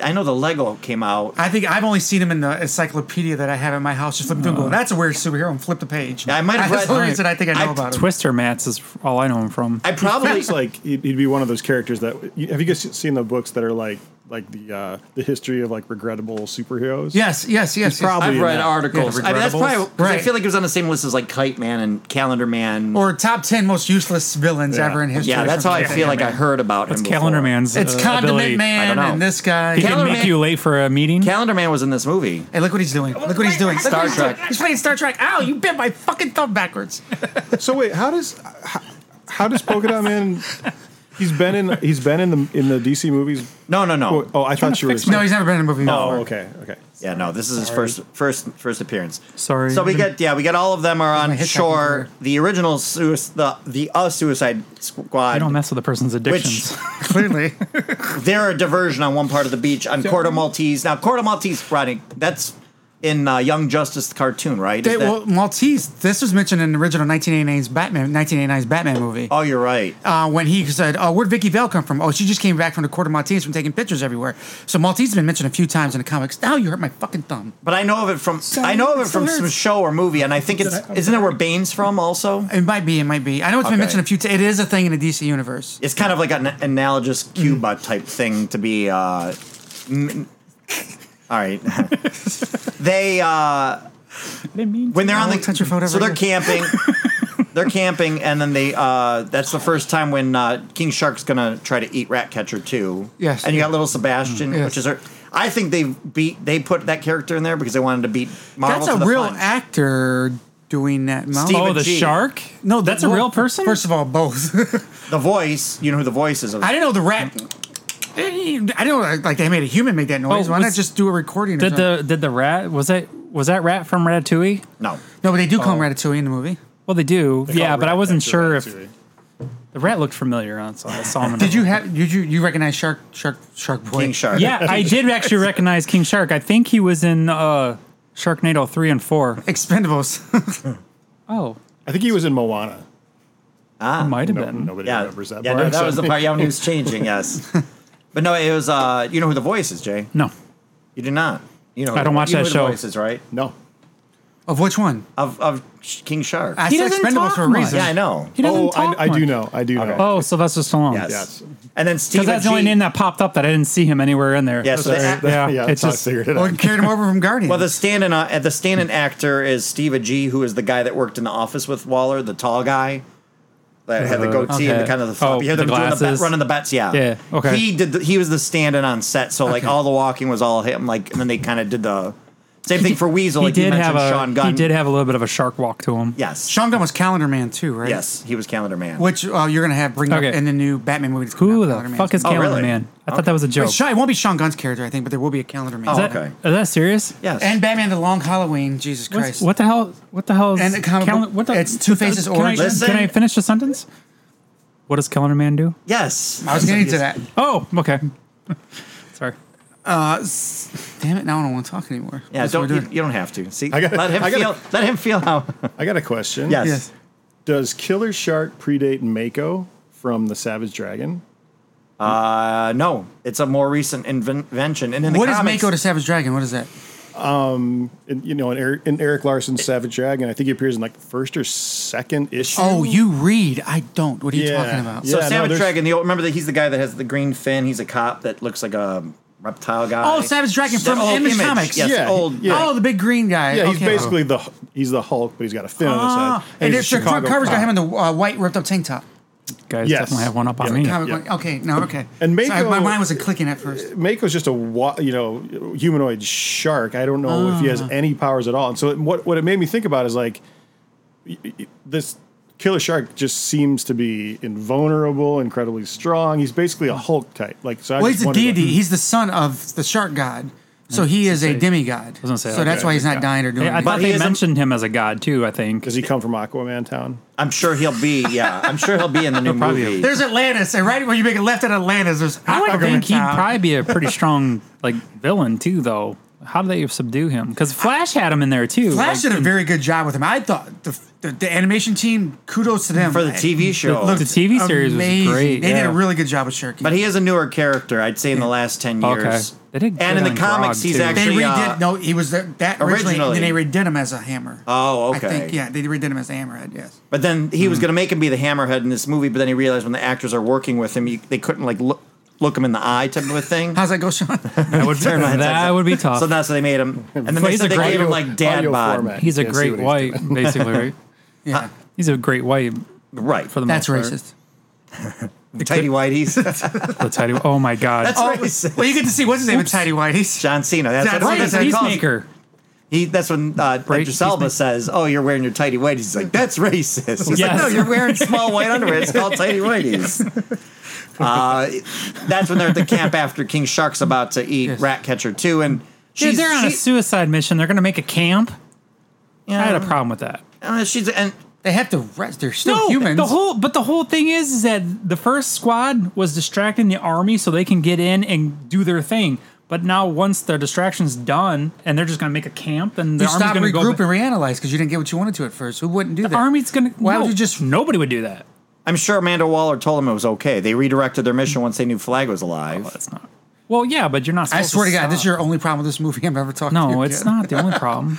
Speaker 2: I know the Lego came out.
Speaker 3: I think I've only seen him in the encyclopedia that I have in my house. Just flip through and go, "That's a weird superhero," and flip the page.
Speaker 2: Uh. Yeah, I might have
Speaker 3: That's
Speaker 2: read-
Speaker 3: the only reason I think I know
Speaker 2: I-
Speaker 3: about him.
Speaker 4: Twister Mats is all I know him from.
Speaker 2: I probably
Speaker 5: It's like he'd he'd be one of those characters that. you- Have you guys seen the books that are like like the uh, the history of like regrettable superheroes?
Speaker 3: Yes, yes, yes. yes.
Speaker 5: probably-
Speaker 2: I've
Speaker 5: in
Speaker 2: read
Speaker 5: that.
Speaker 2: articles.
Speaker 3: Yeah,
Speaker 2: I mean, that's probably 'cause I
Speaker 3: Right.
Speaker 2: feel like it was on the same list as like Kite Man and Calendar Man.
Speaker 3: or top ten most useless villains
Speaker 5: Yeah.
Speaker 3: ever in history.
Speaker 2: yeah,
Speaker 3: or
Speaker 2: that's how I
Speaker 3: something
Speaker 2: feel like I
Speaker 3: that.
Speaker 2: heard about
Speaker 4: That's
Speaker 2: him.
Speaker 4: Calendar
Speaker 2: before.
Speaker 4: Man's.
Speaker 3: It's
Speaker 4: uh,
Speaker 3: Condiment
Speaker 4: ability.
Speaker 2: I don't
Speaker 3: Man
Speaker 2: know.
Speaker 3: and this guy.
Speaker 4: He can
Speaker 2: Calendar
Speaker 4: make
Speaker 2: Man-
Speaker 4: you late for a meeting.
Speaker 2: Calendar Man was in this movie.
Speaker 3: Hey, look what he's doing! Look what he's doing! Look
Speaker 2: Star
Speaker 3: what he's doing.
Speaker 2: Trek.
Speaker 3: He's playing Star Trek. Ow! You bent my fucking thumb backwards.
Speaker 5: So wait, how does how, how does Polka Dot Man? He's been in he's been in the in the DC movies.
Speaker 2: No, no, no.
Speaker 5: Oh, oh, I thought you were.
Speaker 3: No, he's never been in a movie.
Speaker 5: Oh,
Speaker 3: before.
Speaker 5: okay, okay.
Speaker 2: Yeah, no, this is his first first first appearance.
Speaker 4: Sorry.
Speaker 2: So we get yeah, we get all of them are on
Speaker 3: hitchhiking
Speaker 2: shore.
Speaker 3: career.
Speaker 2: The original suicide, the the uh, Suicide Squad.
Speaker 4: I don't mess with a person's
Speaker 2: which
Speaker 4: addictions.
Speaker 3: Clearly,
Speaker 2: they're a diversion on one part of the beach on Corto Maltese. Now Corto Maltese, Rodney, that's in uh, Young Justice cartoon, right? Is
Speaker 3: They-
Speaker 2: that-
Speaker 3: well, Maltese. This was mentioned in the original 1989's Batman, 1989's Batman movie.
Speaker 2: oh, you're right.
Speaker 3: uh, when he said, "Oh, where'd Vicky Vale come from?" Oh, she just came back from the court of Maltese from taking pictures everywhere. So Maltese has been mentioned a few times in the comics. Now you hurt my fucking thumb.
Speaker 2: But I know of it from I know of it
Speaker 3: still
Speaker 2: from some
Speaker 3: hurts.
Speaker 2: show or movie, and I think it's isn't it where Bane's from also?
Speaker 3: It might be. It might be. I know it's
Speaker 2: Okay.
Speaker 3: been mentioned a few. T- it is a thing in the DC universe.
Speaker 2: It's kind of like an analogous Cuba type thing to be. Uh, m- all right, they. Uh, when they're
Speaker 3: I
Speaker 2: on the
Speaker 3: won't touch your phone
Speaker 2: so they're
Speaker 3: ever again.
Speaker 2: camping they're camping and then they uh that's the first time when uh king shark's gonna try to eat Ratcatcher too
Speaker 3: Yes. Mm,
Speaker 2: and you got little sebastian
Speaker 3: Yes.
Speaker 2: which is her i think they beat they put that character in there because they wanted to beat marvel
Speaker 3: That's a
Speaker 2: to the
Speaker 3: real
Speaker 2: punch.
Speaker 3: actor doing that. Mouth.
Speaker 2: Steve-
Speaker 4: oh, the
Speaker 2: G.
Speaker 4: shark? No, that's a
Speaker 3: well,
Speaker 4: real person.
Speaker 3: First of all, both.
Speaker 2: the voice you know who the voice is of
Speaker 3: I didn't know the rat. I didn't know like they made a human make that noise.
Speaker 4: Oh,
Speaker 3: Why not
Speaker 4: was-
Speaker 3: just do a recording? Or
Speaker 4: did
Speaker 3: something?
Speaker 4: the did the rat was that was that rat from Ratatouille?
Speaker 2: no
Speaker 3: no, but they do call him Ratatouille in the movie.
Speaker 4: Well, they do.
Speaker 5: They call
Speaker 4: yeah,
Speaker 5: it
Speaker 4: but I
Speaker 5: Rat
Speaker 4: wasn't
Speaker 5: Catcher,
Speaker 4: sure
Speaker 5: Rat
Speaker 4: if
Speaker 5: Catcher.
Speaker 4: the rat looked familiar. On so I saw him. in
Speaker 3: Did
Speaker 4: a-
Speaker 3: you have? Did you you recognize Shark Shark Shark Boy?
Speaker 2: king shark
Speaker 4: Yeah, I did actually recognize King Shark. I think he was in uh, Sharknado three and four.
Speaker 3: Expendables.
Speaker 4: Oh,
Speaker 5: I think he was in Moana.
Speaker 4: it might have
Speaker 5: No,
Speaker 4: been.
Speaker 5: nobody
Speaker 2: yeah,
Speaker 5: remembers that.
Speaker 2: yeah
Speaker 5: part,
Speaker 2: no, that
Speaker 5: so-
Speaker 2: was the part yeah when he was changing yes but no it was uh you know who the voice is jay
Speaker 4: No,
Speaker 2: you do not you know
Speaker 4: I don't watch
Speaker 2: you know
Speaker 4: that
Speaker 2: who the
Speaker 4: show.
Speaker 2: voice is right
Speaker 5: No,
Speaker 3: of which one?
Speaker 2: of of king shark
Speaker 3: I
Speaker 4: He
Speaker 3: said
Speaker 4: doesn't
Speaker 3: Expendables
Speaker 4: talk
Speaker 3: for a
Speaker 4: much.
Speaker 3: reason.
Speaker 2: yeah i know
Speaker 4: he doesn't
Speaker 5: oh,
Speaker 4: talk
Speaker 5: I, I do
Speaker 4: much.
Speaker 5: know. I do know.
Speaker 4: Oh, Sylvester Stallone.
Speaker 2: Yes.
Speaker 5: Yes.
Speaker 2: And then Steve.
Speaker 4: Because that's the only name that popped up that I didn't see him anywhere in there.
Speaker 2: Yeah, so they-
Speaker 4: yeah,
Speaker 5: yeah,
Speaker 4: it's
Speaker 5: that's how I
Speaker 4: just
Speaker 5: figured it
Speaker 3: Well,
Speaker 5: out.
Speaker 3: it carried him over from Guardians.
Speaker 2: Well, the stand-in uh, the stand-in actor is Steve G, who is the guy that worked in the office with Waller, the tall guy that had the goatee and the
Speaker 4: okay.
Speaker 2: kind of the flop.
Speaker 4: Oh,
Speaker 2: you hear
Speaker 4: the
Speaker 2: them doing the
Speaker 4: glasses.
Speaker 2: bet, running the bets, yeah.
Speaker 4: Yeah, okay.
Speaker 2: He did. The, he was the stand-in on set, so like all the walking was all him. Like, and then they kind of did the same thing for Weasel.
Speaker 4: He
Speaker 2: like you
Speaker 4: did have
Speaker 2: mentioned
Speaker 4: a
Speaker 2: Sean Gunn.
Speaker 4: he did have a little bit of a shark walk to him.
Speaker 2: Yes.
Speaker 3: Sean Gunn was Calendar Man too, right?
Speaker 2: Yes, he was Calendar Man.
Speaker 3: Which uh, you're gonna have bring up
Speaker 4: Okay.
Speaker 3: in the new Batman movie. that's coming
Speaker 4: Who
Speaker 3: out,
Speaker 4: the
Speaker 3: Calendar Man.
Speaker 4: fuck is
Speaker 2: Oh,
Speaker 4: Calendar
Speaker 2: really?
Speaker 4: Man? I thought that was a joke.
Speaker 3: Wait, Sean- it won't be Sean Gunn's character, I think, but there will be a Calendar Man.
Speaker 2: Oh,
Speaker 4: Is that-
Speaker 2: okay.
Speaker 4: Is that serious?
Speaker 2: Yes.
Speaker 3: And Batman: The Long Halloween. Jesus
Speaker 4: What's-
Speaker 3: Christ.
Speaker 4: What the hell? What the hell? Is
Speaker 3: And the comic book-
Speaker 4: Calen- what the,
Speaker 3: it's Two-Face's
Speaker 4: can I-
Speaker 3: origin.
Speaker 4: Can I,
Speaker 2: Listen.
Speaker 4: finish the sentence? What does Calendar Man do?
Speaker 2: Yes.
Speaker 3: I was getting to that. Uh,
Speaker 4: Oh, okay. Sorry.
Speaker 3: Damn it! Now I don't want to talk anymore.
Speaker 2: Yeah,
Speaker 3: That's what
Speaker 2: don't
Speaker 3: we're
Speaker 2: you,
Speaker 3: doing.
Speaker 2: you don't have to. See,
Speaker 5: I gotta-
Speaker 2: let him
Speaker 5: I gotta-
Speaker 2: feel let him feel how.
Speaker 5: I got a question.
Speaker 2: Yes.
Speaker 3: Yes.
Speaker 5: Does Killer Shark predate Mako from the Savage Dragon?
Speaker 2: Uh, no, it's a more recent inven- invention. And in the
Speaker 3: What is
Speaker 2: comics,
Speaker 3: Mako to Savage Dragon? What is that?
Speaker 5: In, you know, in, Eric, in Eric Larson's Savage Dragon, I think he appears in like the first or second issue.
Speaker 3: Oh, you read? I don't. What are you
Speaker 5: Yeah.
Speaker 3: talking about?
Speaker 2: So
Speaker 5: Yeah, no,
Speaker 2: Savage
Speaker 5: there's-
Speaker 2: Dragon, the old, remember that he's the guy that has the green fin. He's a cop that looks like a reptile guy.
Speaker 3: Oh, Savage Dragon
Speaker 2: That
Speaker 3: from
Speaker 2: old
Speaker 3: Image
Speaker 2: image.
Speaker 3: Comics.
Speaker 2: Yes,
Speaker 5: Yeah,
Speaker 2: old.
Speaker 5: yeah.
Speaker 3: Oh, the big green guy.
Speaker 5: Yeah, he's
Speaker 3: Okay.
Speaker 5: basically the he's the Hulk, but he's got a fin on his
Speaker 3: Ah,
Speaker 5: head.
Speaker 3: and
Speaker 5: he's a
Speaker 3: it's the front
Speaker 5: Chicago
Speaker 3: cover's got
Speaker 5: cop.
Speaker 3: him in the uh, white ripped up tank top.
Speaker 4: Guys
Speaker 5: Yes.
Speaker 4: definitely have one up on
Speaker 5: Yeah.
Speaker 4: me.
Speaker 3: Comic
Speaker 5: Yeah.
Speaker 3: book. Okay, no, okay.
Speaker 5: And
Speaker 3: Sorry,
Speaker 5: Mako-
Speaker 3: my mind wasn't clicking at first.
Speaker 5: Mako's just a wa- you know humanoid shark. I don't know if he has any powers at all. And so it, what what it made me think about is like y- y- this killer shark just seems to be invulnerable, incredibly strong. He's basically a Hulk type. Like so, I
Speaker 3: Well,
Speaker 5: just
Speaker 3: he's a
Speaker 5: wondered, like,
Speaker 3: deity. He's the son of the shark god, so he is a demigod.
Speaker 4: gonna say,
Speaker 3: so
Speaker 4: okay,
Speaker 3: that's why he's not dying or doing.
Speaker 4: Yeah, I
Speaker 3: anything.
Speaker 4: thought
Speaker 2: he
Speaker 4: they
Speaker 2: is a-
Speaker 4: mentioned him as a god too. I think.
Speaker 5: Does he come from Aquaman Town?
Speaker 2: I'm sure he'll be. Yeah, I'm sure he'll be in the new
Speaker 4: probably-
Speaker 2: movie.
Speaker 3: There's Atlantis, and right where you make a left at Atlantis, there's.
Speaker 4: I would
Speaker 3: Aquaman
Speaker 4: think he'd
Speaker 3: Town.
Speaker 4: probably be a pretty strong like villain too, though. How do they subdue him? Because Flash had him in there too.
Speaker 3: Flash
Speaker 4: like,
Speaker 3: did a very good job with him. I thought the, the, the animation team, kudos to them
Speaker 2: for the
Speaker 3: I-
Speaker 2: TV show.
Speaker 3: looked
Speaker 4: The TV series was
Speaker 3: amazing.
Speaker 4: great,
Speaker 3: They did
Speaker 4: yeah.
Speaker 3: a really good job with Shirky.
Speaker 2: but he is a newer character, I'd say, in the last ten years.
Speaker 4: Okay. They did good
Speaker 2: and in the
Speaker 4: on
Speaker 2: comics,
Speaker 4: Grog,
Speaker 2: he's
Speaker 4: too.
Speaker 3: they
Speaker 2: actually.
Speaker 3: redid.
Speaker 2: uh,
Speaker 3: no, he was the, that originally, and
Speaker 2: originally.
Speaker 3: then they redid him as a hammer.
Speaker 2: Oh,
Speaker 3: I think
Speaker 2: okay.
Speaker 3: yeah, they redid him as a hammerhead. Yes.
Speaker 2: But then he was going to make him be the hammerhead in this movie, but then he realized when the actors are working with him, you, they couldn't like look look him in the eye type of a thing.
Speaker 3: How's that go, Sean?
Speaker 4: that would, that would be tough.
Speaker 2: So that's how they made him. And then they,
Speaker 4: He's a
Speaker 2: said they gave
Speaker 4: great
Speaker 2: him like dad
Speaker 5: audio
Speaker 2: bod.
Speaker 5: format.
Speaker 4: he's a
Speaker 5: Can't see
Speaker 4: great
Speaker 5: what he's
Speaker 4: white, basically. Right?
Speaker 3: yeah,
Speaker 4: He's a great white.
Speaker 2: Right.
Speaker 4: For the
Speaker 3: that's
Speaker 4: most
Speaker 3: racist.
Speaker 2: Tidy Whitey's. That's
Speaker 4: Part. The tidy. Oh my god.
Speaker 2: oh, racist.
Speaker 3: Well, you get to see what's his name in Tidy White. He's
Speaker 2: John Cena. That's,
Speaker 3: John
Speaker 2: what-
Speaker 3: Cena.
Speaker 4: right.
Speaker 2: that's what he calls-
Speaker 4: Peacemaker.
Speaker 2: He, that's when uh,
Speaker 4: Right,
Speaker 2: Idris Elba
Speaker 4: Peacemaker.
Speaker 2: says, "Oh, you're wearing your tidy whities." He's like, "That's racist." He's like,
Speaker 4: Yes.
Speaker 2: "No, you're wearing small white underwear. It's called tidy whities." uh, that's when they're at the camp after King Shark's about to eat Ratcatcher Two, and
Speaker 4: Dude,
Speaker 2: she's
Speaker 4: they're on a
Speaker 2: she-
Speaker 4: suicide mission. They're going to make a camp. I had a
Speaker 2: Yeah.
Speaker 4: problem with that.
Speaker 2: uh, she's and
Speaker 3: they have to rest. They're still humans.
Speaker 4: The whole but the whole thing is, is that the first squad was distracting the army so they can get in and do their thing. But now once their distraction's done and they're just gonna make a camp, then the
Speaker 3: you
Speaker 4: army's
Speaker 3: stop,
Speaker 4: gonna go.
Speaker 3: regroup, and
Speaker 4: ba-
Speaker 3: reanalyze because you didn't get what you wanted to at first. Who wouldn't do
Speaker 4: The
Speaker 3: that?
Speaker 4: army's gonna.
Speaker 3: Why
Speaker 4: no,
Speaker 3: would you just?
Speaker 4: Nobody would do that.
Speaker 2: I'm sure Amanda Waller told him it was okay. They redirected their mission once they knew Flag was alive.
Speaker 4: That's not. Well, yeah, but you're not.
Speaker 3: I
Speaker 4: supposed
Speaker 3: swear to God,
Speaker 4: stop.
Speaker 3: this is your only problem with this movie I've ever talked to.
Speaker 4: No,
Speaker 3: you,
Speaker 4: it's
Speaker 3: kid.
Speaker 4: not the only problem.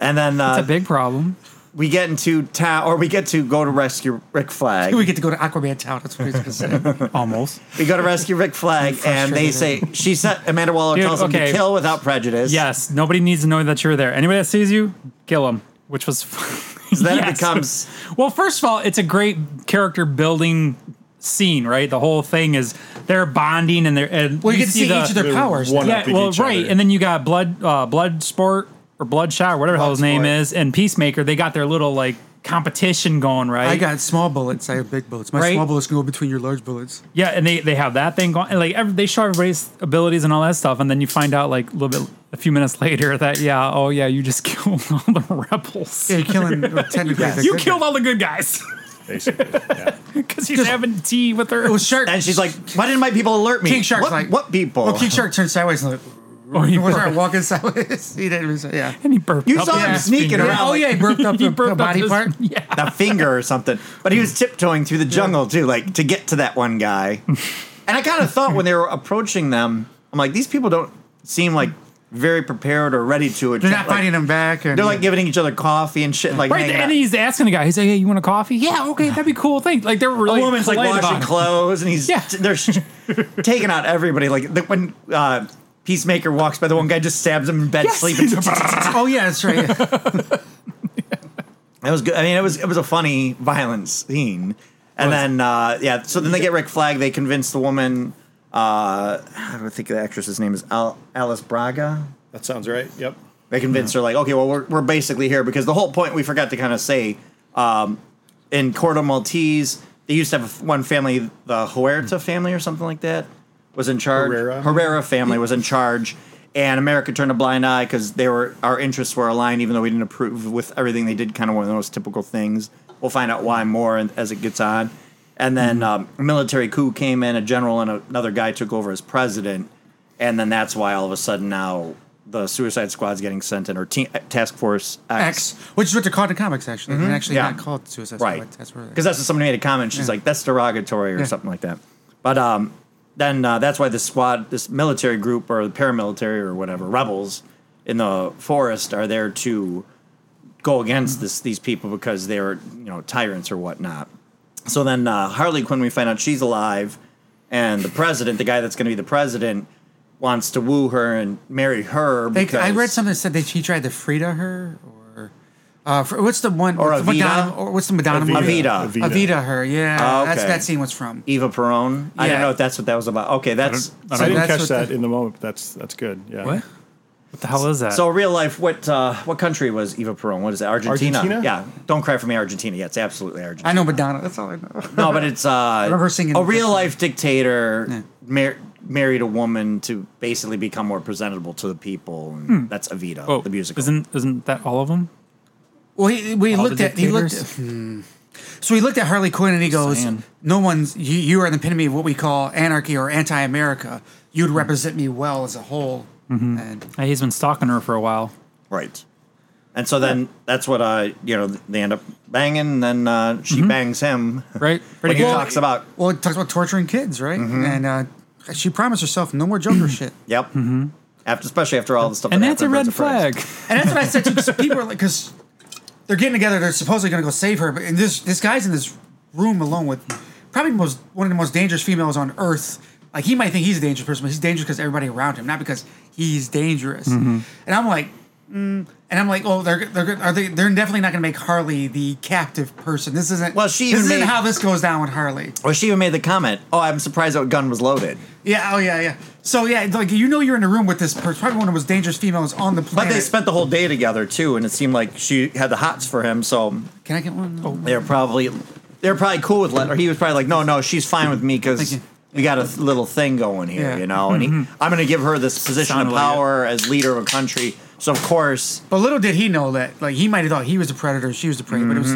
Speaker 2: and then
Speaker 4: It's
Speaker 2: uh,
Speaker 4: a big problem.
Speaker 2: we get into town, or we get to go to rescue Rick Flag.
Speaker 3: We get to go to Aquaman Town. That's what he's gonna say.
Speaker 4: Almost.
Speaker 2: We go to rescue Rick Flag, and they say she said Amanda Waller
Speaker 4: Dude,
Speaker 2: tells him
Speaker 4: okay.
Speaker 2: to kill without prejudice.
Speaker 4: Yes. Nobody needs to know that you're there. Anybody that sees you, kill them. Which was.
Speaker 2: So then it
Speaker 4: Yes.
Speaker 2: becomes
Speaker 4: Well, first of all, it's a great character building scene, right? The whole thing is they're bonding and they're and
Speaker 3: Well, you, get to see
Speaker 4: the-
Speaker 3: each of their
Speaker 5: They're
Speaker 3: powers.
Speaker 5: one-
Speaker 3: now.
Speaker 5: up
Speaker 4: Yeah,
Speaker 5: with
Speaker 4: well,
Speaker 5: each
Speaker 4: right,
Speaker 5: other.
Speaker 4: and then you got blood, uh, blood sport or bloodshot, whatever the hell his name
Speaker 5: Bloodsport.
Speaker 4: is, and Peacemaker. They got their little like competition going, right?
Speaker 3: I got small bullets. I have big bullets. My
Speaker 4: Right?
Speaker 3: small bullets can go between your large bullets.
Speaker 4: yeah, and they they have that thing going, and like every, they show everybody's abilities and all that stuff, and then you find out like a little bit. A few minutes later, that yeah, oh yeah, you just killed all the rebels.
Speaker 3: Yeah, you're killing well, technically. the
Speaker 4: you
Speaker 3: good
Speaker 4: killed
Speaker 3: guy.
Speaker 4: all the good guys
Speaker 5: Basically, yeah.
Speaker 4: because he's having tea with her.
Speaker 3: It was Shark.
Speaker 2: And she's like, "Why didn't my people alert me?"
Speaker 3: King Shark's
Speaker 2: what,
Speaker 3: like
Speaker 2: "What people?"
Speaker 3: Well, King Shark turned sideways and like,
Speaker 4: Oh, he
Speaker 3: was
Speaker 4: burped.
Speaker 3: started walking sideways. he didn't. really say- Yeah.
Speaker 4: And he burped.
Speaker 2: You
Speaker 4: up
Speaker 2: saw
Speaker 4: his
Speaker 2: him sneaking
Speaker 4: finger.
Speaker 2: around.
Speaker 3: Oh yeah, he burped up
Speaker 4: He
Speaker 3: the,
Speaker 4: burped
Speaker 3: the
Speaker 4: up
Speaker 3: body
Speaker 4: his-
Speaker 3: part.
Speaker 4: Yeah.
Speaker 2: a finger or something. But he was tiptoeing through the jungle too, like to get to that one guy. and I kind of thought when they were approaching them, I'm like, these people don't seem like very prepared or ready to.
Speaker 3: They're not fighting
Speaker 2: Like,
Speaker 3: him back. And,
Speaker 2: they're like giving each other coffee and shit. Like
Speaker 4: Right,
Speaker 2: hanging
Speaker 4: and
Speaker 2: out.
Speaker 4: he's asking the guy. He's like, "Hey, you want a coffee? Yeah, okay, that'd be cool. Thanks." Like they were
Speaker 2: a
Speaker 4: really
Speaker 2: woman's like
Speaker 4: polite about
Speaker 2: washing
Speaker 4: it.
Speaker 2: clothes, and he's
Speaker 4: Yeah.
Speaker 2: they're sh- taking out everybody. Like the, when uh, Peacemaker walks by, the one guy just stabs him in bed
Speaker 4: Yes.
Speaker 2: sleeping.
Speaker 3: oh yeah, that's right. yeah.
Speaker 2: It was good. I mean, it was it was a funny, violent scene. And then uh, yeah, so then they get Rick Flag. They convince the woman. Uh, I don't think the actress's name is Al- Alice Braga.
Speaker 5: that sounds right. Yep.
Speaker 2: They convince her like, okay, well, we're we're basically here because the whole point we forgot to kind of say um, in Cordo Maltese they used to have one family, the Huerta family or something like that, was in charge.
Speaker 5: Herrera?
Speaker 2: Herrera family was in charge. And America turned a blind eye because they were our interests were aligned, even though we didn't approve with everything they did. Kind of one of those typical things. We'll find out why more in- as it gets on. And then um, a military coup came in, a general and a- another guy took over as president, and then that's why all of a sudden now the Suicide Squad's getting sent in or te- Task Force
Speaker 3: X, which is what they're called in comics actually. They're actually
Speaker 2: Mm-hmm. Yeah.
Speaker 3: not called Suicide Squad.
Speaker 2: right
Speaker 3: That's where
Speaker 2: because that's what somebody made a comment she's like that's derogatory or
Speaker 3: Yeah.
Speaker 2: something like that but um then uh, that's why this squad this military group or the paramilitary or whatever rebels in the forest are there to go
Speaker 3: Mm-hmm.
Speaker 2: against this these people because they're you know tyrants or whatnot so then uh, harley quinn we find out she's alive and the president the guy that's going to be the president wants to woo her and marry her
Speaker 3: They,
Speaker 2: because
Speaker 3: I read something that said that he tried to Frida her, or uh, fr- what's the one?
Speaker 2: Or
Speaker 3: what's the
Speaker 2: Evita?
Speaker 3: Madonna, or what's the Madonna movie?
Speaker 2: Evita.
Speaker 3: Evita. her, yeah.
Speaker 2: Oh,
Speaker 3: That's
Speaker 2: okay.
Speaker 3: that scene was from.
Speaker 2: eva peron i don't
Speaker 3: Yeah.
Speaker 2: know if that's what that was about okay that's
Speaker 4: I
Speaker 5: I
Speaker 4: don't know.
Speaker 5: didn't
Speaker 3: that's
Speaker 5: catch
Speaker 3: what
Speaker 5: that
Speaker 3: the-
Speaker 5: in the moment. But that's that's good. Yeah.
Speaker 4: What? What the hell is that?
Speaker 2: So real life, what uh, what country was Eva Peron? What is that? Argentina.
Speaker 5: Argentina?
Speaker 2: Yeah, don't cry for me, Argentina. Yeah, it's absolutely Argentina.
Speaker 3: I know Madonna. That's all I know.
Speaker 2: No, but it's uh,
Speaker 3: remember singing
Speaker 2: a
Speaker 3: this
Speaker 2: real
Speaker 3: song.
Speaker 2: life dictator mar- married a woman to basically become more presentable to the people. And That's Evita,
Speaker 4: oh,
Speaker 2: the musical.
Speaker 4: Isn't isn't that all of them?
Speaker 3: Well, he, we
Speaker 4: All the
Speaker 3: looked at he looked. At,
Speaker 4: dictators?
Speaker 3: hmm. So he looked at Harley Quinn and he goes,
Speaker 4: Saying.
Speaker 3: "No one's you. You are the epitome of what we call anarchy or anti-America. You'd represent me well as a whole."
Speaker 2: Mm-hmm.
Speaker 3: And
Speaker 4: Hey, he's been stalking her for a while.
Speaker 2: Right. And so then that's what uh you know they end up banging. And then uh, she bangs him. When
Speaker 4: Right? Mm-hmm. Pretty
Speaker 2: he
Speaker 4: good.
Speaker 2: talks about
Speaker 3: well, it talks about torturing kids, right?
Speaker 2: Mm-hmm.
Speaker 3: And uh, she promised herself no more Joker shit.
Speaker 2: yep. After especially after all the stuff.
Speaker 4: Mm-hmm. and
Speaker 2: that
Speaker 4: that's a
Speaker 2: happened
Speaker 4: red
Speaker 2: in Birds of Prey.
Speaker 4: flag.
Speaker 3: And that's what I said to 'cause people, because they're getting together. They're supposedly going to go save her, but and this this guy's in this room alone with probably the most one of the most dangerous females on earth. Like he might think he's a dangerous person, but he's dangerous because everybody around him, not because he's dangerous.
Speaker 2: Mm-hmm.
Speaker 3: And I'm like, mm, and I'm like, oh, they're they're are they they're definitely not going to make Harley the captive person. This isn't
Speaker 2: Well, she
Speaker 3: this
Speaker 2: even
Speaker 3: isn't
Speaker 2: made-
Speaker 3: how this goes down with Harley.
Speaker 2: Well, she even made the comment. Oh, I'm surprised that gun was loaded.
Speaker 3: Yeah, oh yeah, yeah. So yeah, it's like you know, you're in a room with this person, probably one of the most dangerous females on the
Speaker 2: But
Speaker 3: planet.
Speaker 2: they spent the whole day together too, and it seemed like she had the hots for him. So
Speaker 3: Can I get one? Oh,
Speaker 2: they're probably they're probably cool with let. Or he was probably like, no, no, she's fine with me
Speaker 3: Thank
Speaker 2: because
Speaker 3: you.
Speaker 2: we got a th- little thing going here,
Speaker 3: Yeah.
Speaker 2: you know. And he, I'm going to give her this position of
Speaker 4: Sounded Mm-hmm. like it.
Speaker 2: power as leader of a country. So of course,
Speaker 3: But little did he know that, like, he might have thought he was the predator, she was the prey, but it was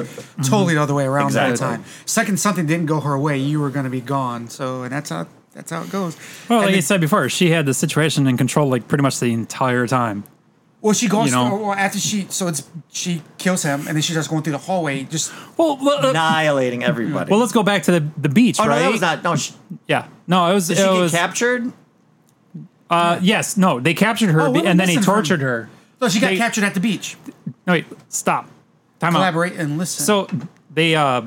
Speaker 3: totally the other way around
Speaker 2: Mm-hmm. Exactly.
Speaker 3: the whole time. Second something didn't go her way, you were going to be gone. So, and that's how that's how it goes.
Speaker 4: Well,
Speaker 3: And
Speaker 4: like I
Speaker 3: then-
Speaker 4: said before, she had the situation in control like pretty much the entire time.
Speaker 3: well, she goes
Speaker 4: you know-
Speaker 3: well, after she, so it's she kills him, and then she starts going through the hallway. Just
Speaker 4: Well, l- uh,
Speaker 2: annihilating everybody.
Speaker 4: well, let's go back to the, the beach,
Speaker 2: oh no,
Speaker 4: right?
Speaker 2: that was not. No, she,
Speaker 4: yeah, no, it was.
Speaker 2: did
Speaker 4: it
Speaker 2: she get
Speaker 4: was
Speaker 2: captured?
Speaker 4: uh, yes, no, they captured her
Speaker 3: Oh, what
Speaker 4: be-
Speaker 3: am I
Speaker 4: and then he
Speaker 3: missing from-
Speaker 4: tortured her.
Speaker 3: no, she got
Speaker 4: They-
Speaker 3: captured at the beach.
Speaker 4: No, wait, stop. Time out.
Speaker 3: Collaborate and listen.
Speaker 4: So they uh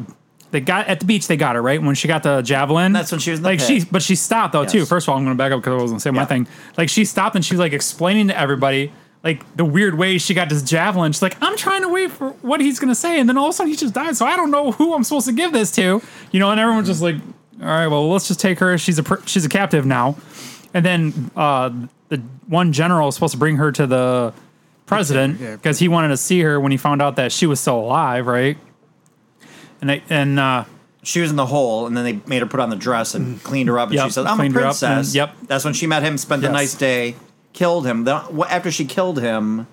Speaker 4: they got at the beach. They got her right when she got the javelin.
Speaker 2: That's when she was in the
Speaker 4: like
Speaker 2: pit.
Speaker 4: she, but she stopped though too.
Speaker 2: Yes.
Speaker 4: First of all, I'm going to back up because I was going to say my
Speaker 2: Yeah.
Speaker 4: thing. Like she stopped and she was like explaining to everybody like the weird way she got this javelin. She's like, I'm trying to wait for what he's going to say, and then all of a sudden he just died. So I don't know who I'm supposed to give this to, you know. And everyone's just like, all right, well let's just take her. She's a pr- she's a captive now. And then uh the one general is supposed to bring her to the president
Speaker 3: Yeah.
Speaker 4: because he wanted to see her when he found out that she was still alive, right? And I, and uh,
Speaker 2: She was in the hole, and then they made her put on the dress and cleaned her up. And
Speaker 4: Mm. Yep,
Speaker 2: she said, "I'm a
Speaker 4: cleaned her up, and-
Speaker 2: princess."
Speaker 4: yep.
Speaker 2: That's when she met him, spent the
Speaker 4: Yes.
Speaker 2: nice day, killed him. Then, wh- after she killed him,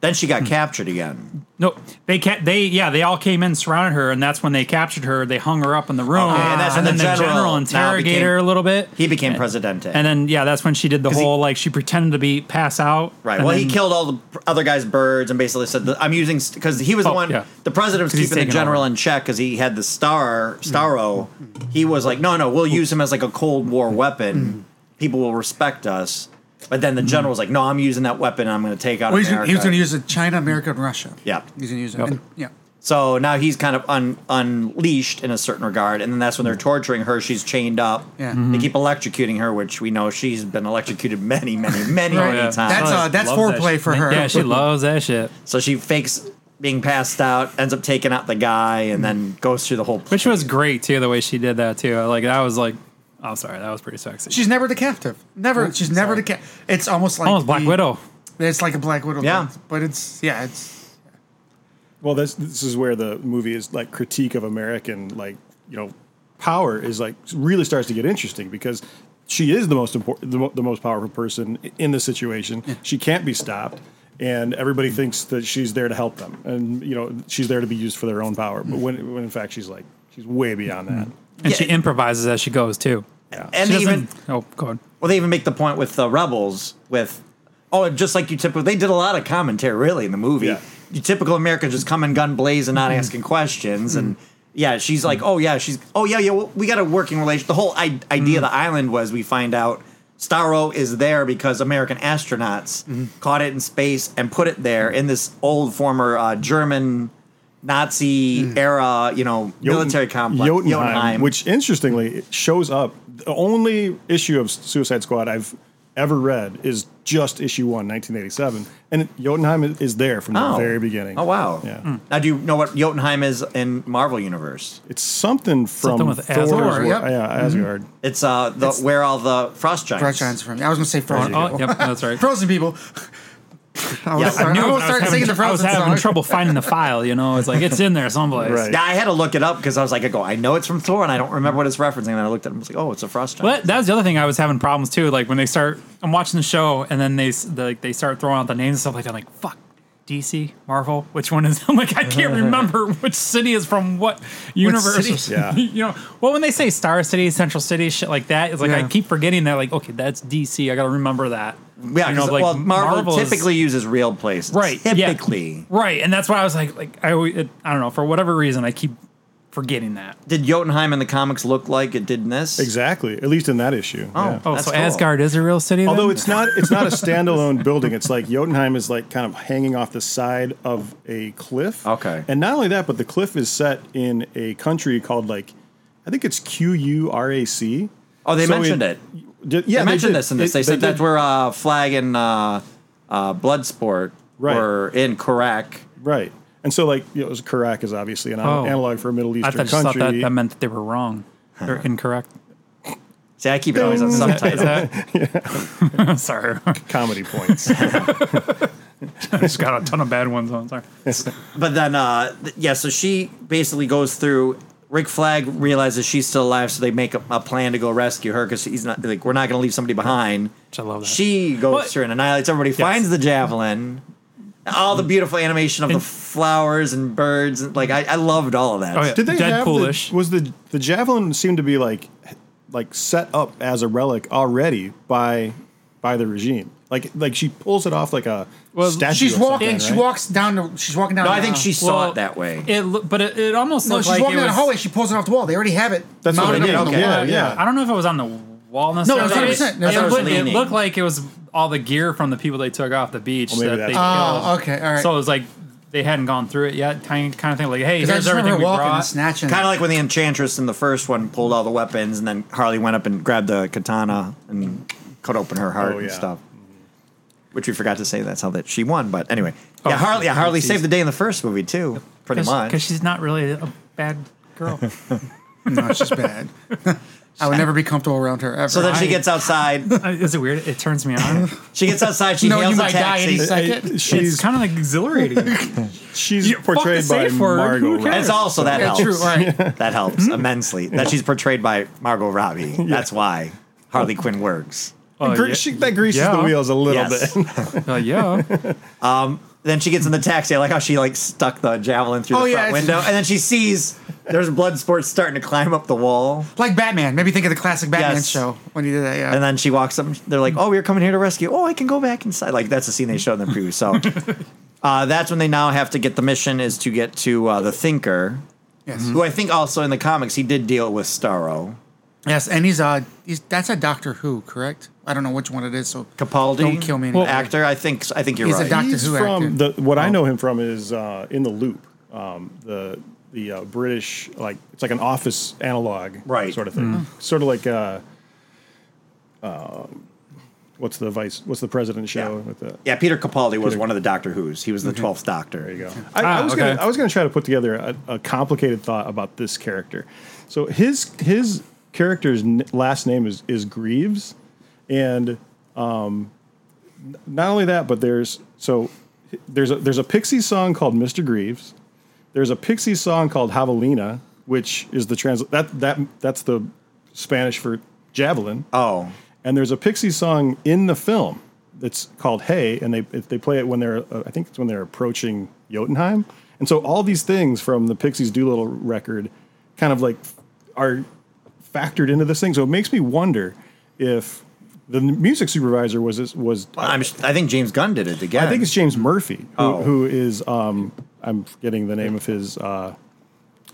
Speaker 2: then she
Speaker 4: Hmm.
Speaker 2: got captured again.
Speaker 4: no, they ca- they yeah, they all came in, surrounded her, and that's when they captured her. They hung her up in the room,
Speaker 2: Okay, and that's when
Speaker 4: then
Speaker 2: the
Speaker 4: the general,
Speaker 2: general now
Speaker 4: interrogated
Speaker 2: became-
Speaker 4: her a little bit.
Speaker 2: He became presidente.
Speaker 4: and then yeah, that's when she did the
Speaker 2: 'Cause he-
Speaker 4: whole like she pretended to be pass out.
Speaker 2: right.
Speaker 4: and
Speaker 2: well, he
Speaker 4: then-
Speaker 2: killed all the pr- other guys' birds and basically said, that, "I'm using because he was the
Speaker 4: Oh,
Speaker 2: one.
Speaker 4: yeah.
Speaker 2: The president was
Speaker 4: 'Cause he's
Speaker 2: keeping the
Speaker 4: taking
Speaker 2: general
Speaker 4: over.
Speaker 2: in check because he had the star Starro. He was like, "No, no, we'll use him as like a Cold War weapon. People will respect us." But then the general was like, "No, I'm using that weapon. and I'm going to take out
Speaker 3: well, he's gonna,
Speaker 2: America."
Speaker 3: he was going to use it China, America, and Russia.
Speaker 2: Yeah.
Speaker 3: He's going to use it.
Speaker 4: Yep.
Speaker 3: and- yeah.
Speaker 2: So now he's kind of un, unleashed in a certain regard, and then that's when they're torturing her. She's chained up.
Speaker 3: Yeah. Mhm.
Speaker 4: Mm-hmm.
Speaker 2: They keep electrocuting her, which we know she's been electrocuted many, many, many,
Speaker 4: Oh,
Speaker 2: many
Speaker 4: yeah.
Speaker 2: times.
Speaker 3: That's, uh,
Speaker 4: Loves-
Speaker 3: that's
Speaker 4: loves that
Speaker 3: foreplay
Speaker 4: shit.
Speaker 3: for her.
Speaker 4: Yeah, she loves that shit.
Speaker 2: so she fakes being passed out, ends up taking out the guy, and then goes through the whole.
Speaker 4: Which was great too, the way she did that too. Like that was like, I'm sorry, that was pretty sexy.
Speaker 3: She's never the captive. Never. she's never the captive. It's almost like
Speaker 4: almost Oh, Black
Speaker 3: the-
Speaker 4: Widow.
Speaker 3: It's like a Black Widow.
Speaker 2: Yeah.
Speaker 3: but- but it's yeah, it's
Speaker 5: Well, this this is where the movie is like critique of American like you know power is like really starts to get interesting because she is the most important the, mo- the most powerful person i- in the situation. She can't be stopped. And everybody thinks that she's there to help them, and you know she's there to be used for their own power. But when, when in fact she's like she's way beyond that.
Speaker 4: and
Speaker 2: Yeah.
Speaker 4: she improvises as she goes too.
Speaker 2: and
Speaker 4: She
Speaker 2: they even
Speaker 4: doesn't- oh, go on.
Speaker 2: well, they even make the point with the rebels with oh, and just like you typical. They did a lot of commentary really in the movie.
Speaker 5: Yeah.
Speaker 2: You typical Americans just come and gun blaze and
Speaker 5: Mm-hmm.
Speaker 2: not asking questions and. Yeah, she's like, oh yeah, she's oh yeah, yeah. well, We got a working relation. The whole I-
Speaker 5: Mm-hmm.
Speaker 2: idea of the island was we find out Starro is there because American astronauts
Speaker 5: Mm-hmm.
Speaker 2: caught it in space and put it there in this old former uh, German Nazi era, you know, military complex.
Speaker 5: Mm-hmm. Jotunheim,
Speaker 2: Jotunheim.
Speaker 5: which interestingly it shows up. The only issue of Suicide Squad I've ever read is just issue one, 1987, and Jotunheim is- is there from the
Speaker 2: Oh.
Speaker 5: very beginning.
Speaker 2: Oh wow!
Speaker 5: Yeah.
Speaker 4: Hmm.
Speaker 2: Now do you know what Jotunheim is in Marvel universe?
Speaker 5: It's something from
Speaker 4: Something with
Speaker 5: Thor's
Speaker 4: Asgard. Mm-hmm.
Speaker 5: wor-
Speaker 3: Yep.
Speaker 5: yeah, Asgard.
Speaker 2: It's uh the where all the frost giants.
Speaker 3: Bright shines from me. I was gonna say frozen.
Speaker 4: Oh,
Speaker 3: people.
Speaker 4: yep, that's right.
Speaker 3: Frozen people. I was,
Speaker 2: Yeah, I
Speaker 3: starting-
Speaker 4: knew
Speaker 3: I
Speaker 4: it,
Speaker 3: almost
Speaker 4: but
Speaker 3: started
Speaker 4: having,
Speaker 3: singing the
Speaker 4: I was
Speaker 3: Frozen
Speaker 4: having
Speaker 3: song.
Speaker 4: trouble finding the file. You know, it's like it's in there someplace.
Speaker 5: Right.
Speaker 2: Yeah, I had to look it up because I was like, I go, I know it's from Thor, and I don't remember what it's referencing. And I looked at it, and I was like, oh, it's a frost giant.
Speaker 4: But that's the other thing I was having problems too. Like when they start, I'm watching the show, and then they s- they, like they start throwing out the names and stuff like that. I'm like, fuck, DC, Marvel, which one is? I'm like, I can't remember which city is from what universe.
Speaker 3: city?
Speaker 5: Yeah.
Speaker 4: you know. Well, when they say Star City, Central City, shit like that, it's like I
Speaker 3: Yeah.
Speaker 4: keep forgetting that. Like, okay, that's DC. I got to remember that.
Speaker 2: Yeah,
Speaker 4: you know,
Speaker 2: 'cause,
Speaker 4: like
Speaker 2: well, Marvel,
Speaker 4: is-
Speaker 2: typically uses real places.
Speaker 4: right yeah.
Speaker 2: Typically,
Speaker 4: right, and that's why I was like, like I always- it, I don't know for whatever reason I keep forgetting that.
Speaker 2: did Jotunheim in the comics look like it did in this?
Speaker 5: Exactly, at least in that issue.
Speaker 2: Oh,
Speaker 5: yeah.
Speaker 4: Oh,
Speaker 2: That's
Speaker 4: so
Speaker 2: cool.
Speaker 4: Asgard is a real city. then?
Speaker 5: Although it's not, it's not a standalone building. It's like Jotunheim is like kind of hanging off the side of a cliff.
Speaker 2: Okay.
Speaker 5: And not only that, but the cliff is set in a country called like, I think it's Q U R A C.
Speaker 2: Oh, they mentioned it.
Speaker 5: Did, yeah,
Speaker 2: they mentioned this in this. They, said
Speaker 5: did.
Speaker 2: that's where uh, Flag and uh, uh, Bloodsport
Speaker 5: Right.
Speaker 2: were in Korak.
Speaker 5: right. And so like you know, Karak is obviously an
Speaker 4: Oh.
Speaker 5: analog for a Middle
Speaker 4: I
Speaker 5: Eastern
Speaker 4: thought, just thought
Speaker 5: country. Uh-huh.
Speaker 4: that, that meant that they were wrong. They're incorrect.
Speaker 2: See, I keep it always on subtitles.
Speaker 4: Is that? sorry,
Speaker 5: Comedy points.
Speaker 4: I just got a ton of bad ones on. Sorry.
Speaker 2: But then, uh, th- yeah, so she basically goes through. Rick Flag realizes she's still alive, so they make a, a plan to go rescue her because he's not like we're not going to leave somebody behind.
Speaker 4: Which I love that.
Speaker 2: She goes
Speaker 4: What?
Speaker 2: through and annihilates everybody, finds the javelin, all the beautiful animation of the
Speaker 4: And-
Speaker 2: flowers and birds. and, Like I, I loved all of that.
Speaker 4: Oh, yeah.
Speaker 5: Did they
Speaker 4: Deadpool-ish.
Speaker 5: have the, was the the javelin seemed to be like like set up as a relic already by by the regime? Like like she pulls it off like a
Speaker 4: Well,
Speaker 5: statue.
Speaker 3: She's
Speaker 5: or
Speaker 3: walking.
Speaker 5: something,
Speaker 3: She
Speaker 5: right?
Speaker 3: walks down. The, she's walking down.
Speaker 2: No,
Speaker 3: the
Speaker 2: I think
Speaker 3: aisle.
Speaker 2: she saw
Speaker 4: Well,
Speaker 2: it that way.
Speaker 4: It lo- but it, it almost
Speaker 3: No,
Speaker 4: looked
Speaker 3: she's
Speaker 4: like
Speaker 3: walking
Speaker 4: it
Speaker 3: down the
Speaker 4: was-
Speaker 3: hallway. She pulls it off the wall. They already have it.
Speaker 5: That's what I
Speaker 3: mounted
Speaker 5: did.
Speaker 3: up on the
Speaker 2: okay.
Speaker 3: wall.
Speaker 5: Yeah, yeah.
Speaker 4: I don't know if it was on the wall
Speaker 3: it
Speaker 4: necessarily.
Speaker 3: was 100%. That's
Speaker 4: It,
Speaker 3: what I was
Speaker 4: looked, it
Speaker 2: leaning.
Speaker 4: looked like it was all the gear from the people they took off the beach
Speaker 5: maybe
Speaker 4: that
Speaker 5: that's
Speaker 4: they
Speaker 3: what- Oh,
Speaker 4: killed.
Speaker 3: okay, all right.
Speaker 4: So it was like they hadn't gone through it yet, kind kind of thing. Like, hey,
Speaker 3: Because I
Speaker 4: here's
Speaker 3: just remember
Speaker 4: everything
Speaker 3: her
Speaker 4: we
Speaker 3: walking and
Speaker 4: brought.
Speaker 3: snatching.
Speaker 2: Kind of like when the Enchantress in the first one pulled all the weapons, and then Harley went up and grabbed the katana and cut open her heart
Speaker 5: Oh,
Speaker 2: and
Speaker 5: yeah.
Speaker 2: stuff. Which we forgot to say that's how that she won. But anyway, yeah,
Speaker 4: Oh,
Speaker 2: Harley, yeah, Harley
Speaker 4: geez.
Speaker 2: saved the day in the first movie too, pretty much.
Speaker 4: because she's not really a bad girl.
Speaker 3: no, she's bad. I would never be comfortable around her ever.
Speaker 2: so then she
Speaker 4: I-
Speaker 2: gets outside.
Speaker 4: Uh, Is it weird? It turns me on.
Speaker 2: She gets outside. She
Speaker 3: No,
Speaker 2: hails
Speaker 3: you
Speaker 2: a
Speaker 3: might die
Speaker 2: taxi.
Speaker 3: any
Speaker 5: Hey,
Speaker 3: second.
Speaker 5: She's
Speaker 4: it's kind of like exhilarating. Oh,
Speaker 5: she's
Speaker 4: Yeah, fuck the
Speaker 5: portrayed by
Speaker 4: safe word.
Speaker 5: Margot.
Speaker 4: Who
Speaker 5: Robbie.
Speaker 4: cares?
Speaker 2: It's also that
Speaker 3: yeah,
Speaker 2: helps.
Speaker 3: true. All right. Hmm?
Speaker 2: That helps immensely. That she's portrayed by Margot Robbie. That's why Harley Quinn works.
Speaker 4: Oh,
Speaker 5: Gre-
Speaker 4: yeah.
Speaker 5: she- that greases
Speaker 4: Yeah.
Speaker 5: the wheels a little
Speaker 2: Yes.
Speaker 5: bit.
Speaker 4: Uh, yeah.
Speaker 2: Then she gets in the taxi. I like how she like stuck the javelin through
Speaker 3: Oh,
Speaker 2: the
Speaker 3: yeah,
Speaker 2: front
Speaker 3: it's-
Speaker 2: window, and then she sees there's blood sports starting to climb up the wall.
Speaker 3: Like Batman. Maybe think of the classic Batman
Speaker 2: Yes.
Speaker 3: show when he did that. Yeah.
Speaker 2: And then she walks up. and They're like, "Oh, we were coming here to rescue. Oh, I can go back inside." Like that's the scene they showed in the preview. So uh, that's when they now have to get the mission is to get to uh, the Thinker,
Speaker 3: yes.
Speaker 2: who I think also in the comics he did deal with Starro
Speaker 3: Yes. And he's uh he's that's a Doctor Who, correct? I don't know which one it is. So
Speaker 2: Capaldi.
Speaker 3: Don't kill me.
Speaker 2: the actor. I think I think you're
Speaker 3: He's a
Speaker 2: right.
Speaker 3: doc- Doctor
Speaker 5: He's
Speaker 3: Who
Speaker 5: from the
Speaker 3: actor.
Speaker 5: what
Speaker 2: Oh.
Speaker 5: I know him from is uh, in the Loop, um, the the uh, British like it's like an office analog,
Speaker 2: Right. Mm-hmm.
Speaker 5: Sort of thing, sort of like uh, uh, um, what's the vice? What's the president show
Speaker 2: Yeah.
Speaker 5: with the?
Speaker 2: yeah, Peter Capaldi was one of the Doctor Who's. He was the twelfth Doctor.
Speaker 5: There you go. I, I
Speaker 4: Ah,
Speaker 5: was
Speaker 4: okay.
Speaker 5: gonna I was gonna try to put together a, a complicated thought about this character. So his his character's n- last name is is Greaves, and um, n- not only that, but there's so h- there's a there's a Pixie song called Mr. Greaves. There's a Pixie song called Javelina, which is the trans that that that's the Spanish for javelin.
Speaker 2: Oh,
Speaker 5: And there's a Pixie song in the film that's called "Hey," and they they play it when they're uh, I think it's when they're approaching Jotunheim. And so all these things from the Pixies' Doolittle record, kind of like are factored into this thing. So it makes me wonder if the music supervisor was was
Speaker 2: I'm, sh- I think James Gunn did it again.
Speaker 5: I think it's James Murphy, who,
Speaker 2: Oh.
Speaker 5: who is um, I'm forgetting the name of his uh,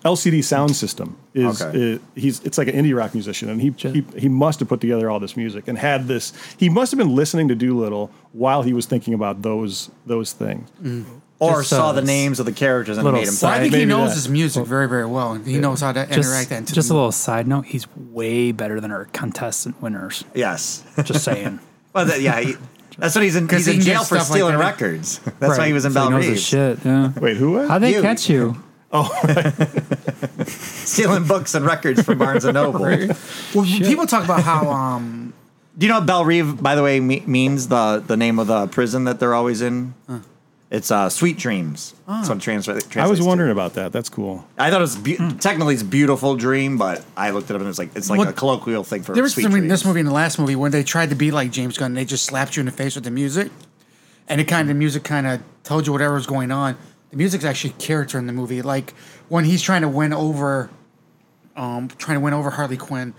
Speaker 5: LCD sound system. Is
Speaker 2: Okay.
Speaker 5: uh, he's it's like an indie rock musician, and he, he he must have put together all this music and had this. He must have been listening to Doolittle while he was thinking about those those things.
Speaker 2: or
Speaker 4: just,
Speaker 2: saw
Speaker 4: uh,
Speaker 2: the names of the characters and
Speaker 4: little
Speaker 2: made him.
Speaker 3: Well, I
Speaker 4: side-
Speaker 3: think he
Speaker 5: maybe
Speaker 3: knows
Speaker 5: that.
Speaker 3: his music very, very well. and He knows how to interact that.
Speaker 4: Just,
Speaker 3: into
Speaker 4: just
Speaker 3: the
Speaker 4: a little side note, he's way better than our contestant winners.
Speaker 2: Yes.
Speaker 4: Just saying.
Speaker 2: well, that, yeah. He, that's what he's in. He's
Speaker 3: he
Speaker 2: in
Speaker 3: can get
Speaker 2: jail for
Speaker 3: stuff like
Speaker 2: stealing
Speaker 3: that.
Speaker 2: records. That's why he was in
Speaker 4: So
Speaker 2: Bell
Speaker 4: knows his
Speaker 2: Reeves.
Speaker 4: shit. Yeah.
Speaker 5: Wait, who was?
Speaker 4: How'd they
Speaker 2: You.
Speaker 4: catch you?
Speaker 2: stealing books and records from Barnes and Noble.
Speaker 3: Well, people talk about how um,
Speaker 2: Do you know what Bell Reeve, by the way, me- means the the name of the prison that they're always in? It's uh, Sweet Dreams.
Speaker 3: Oh.
Speaker 2: That's what it transfer-
Speaker 5: I was
Speaker 2: translates to.
Speaker 5: wondering about that. That's cool.
Speaker 2: I thought it was be- technically it's beautiful dream, but I looked it up and it's like it's like
Speaker 3: Hmm. What-
Speaker 2: a colloquial thing for
Speaker 3: there was
Speaker 2: sweet
Speaker 3: between
Speaker 2: dreams.
Speaker 3: this movie and the last movie when they tried to be like James Gunn, they just slapped you in the face with the music, and it kind of the music kind of told you whatever was going on. The music's actually character in the movie, like when he's trying to win over, um, trying to win over Harley Quinn.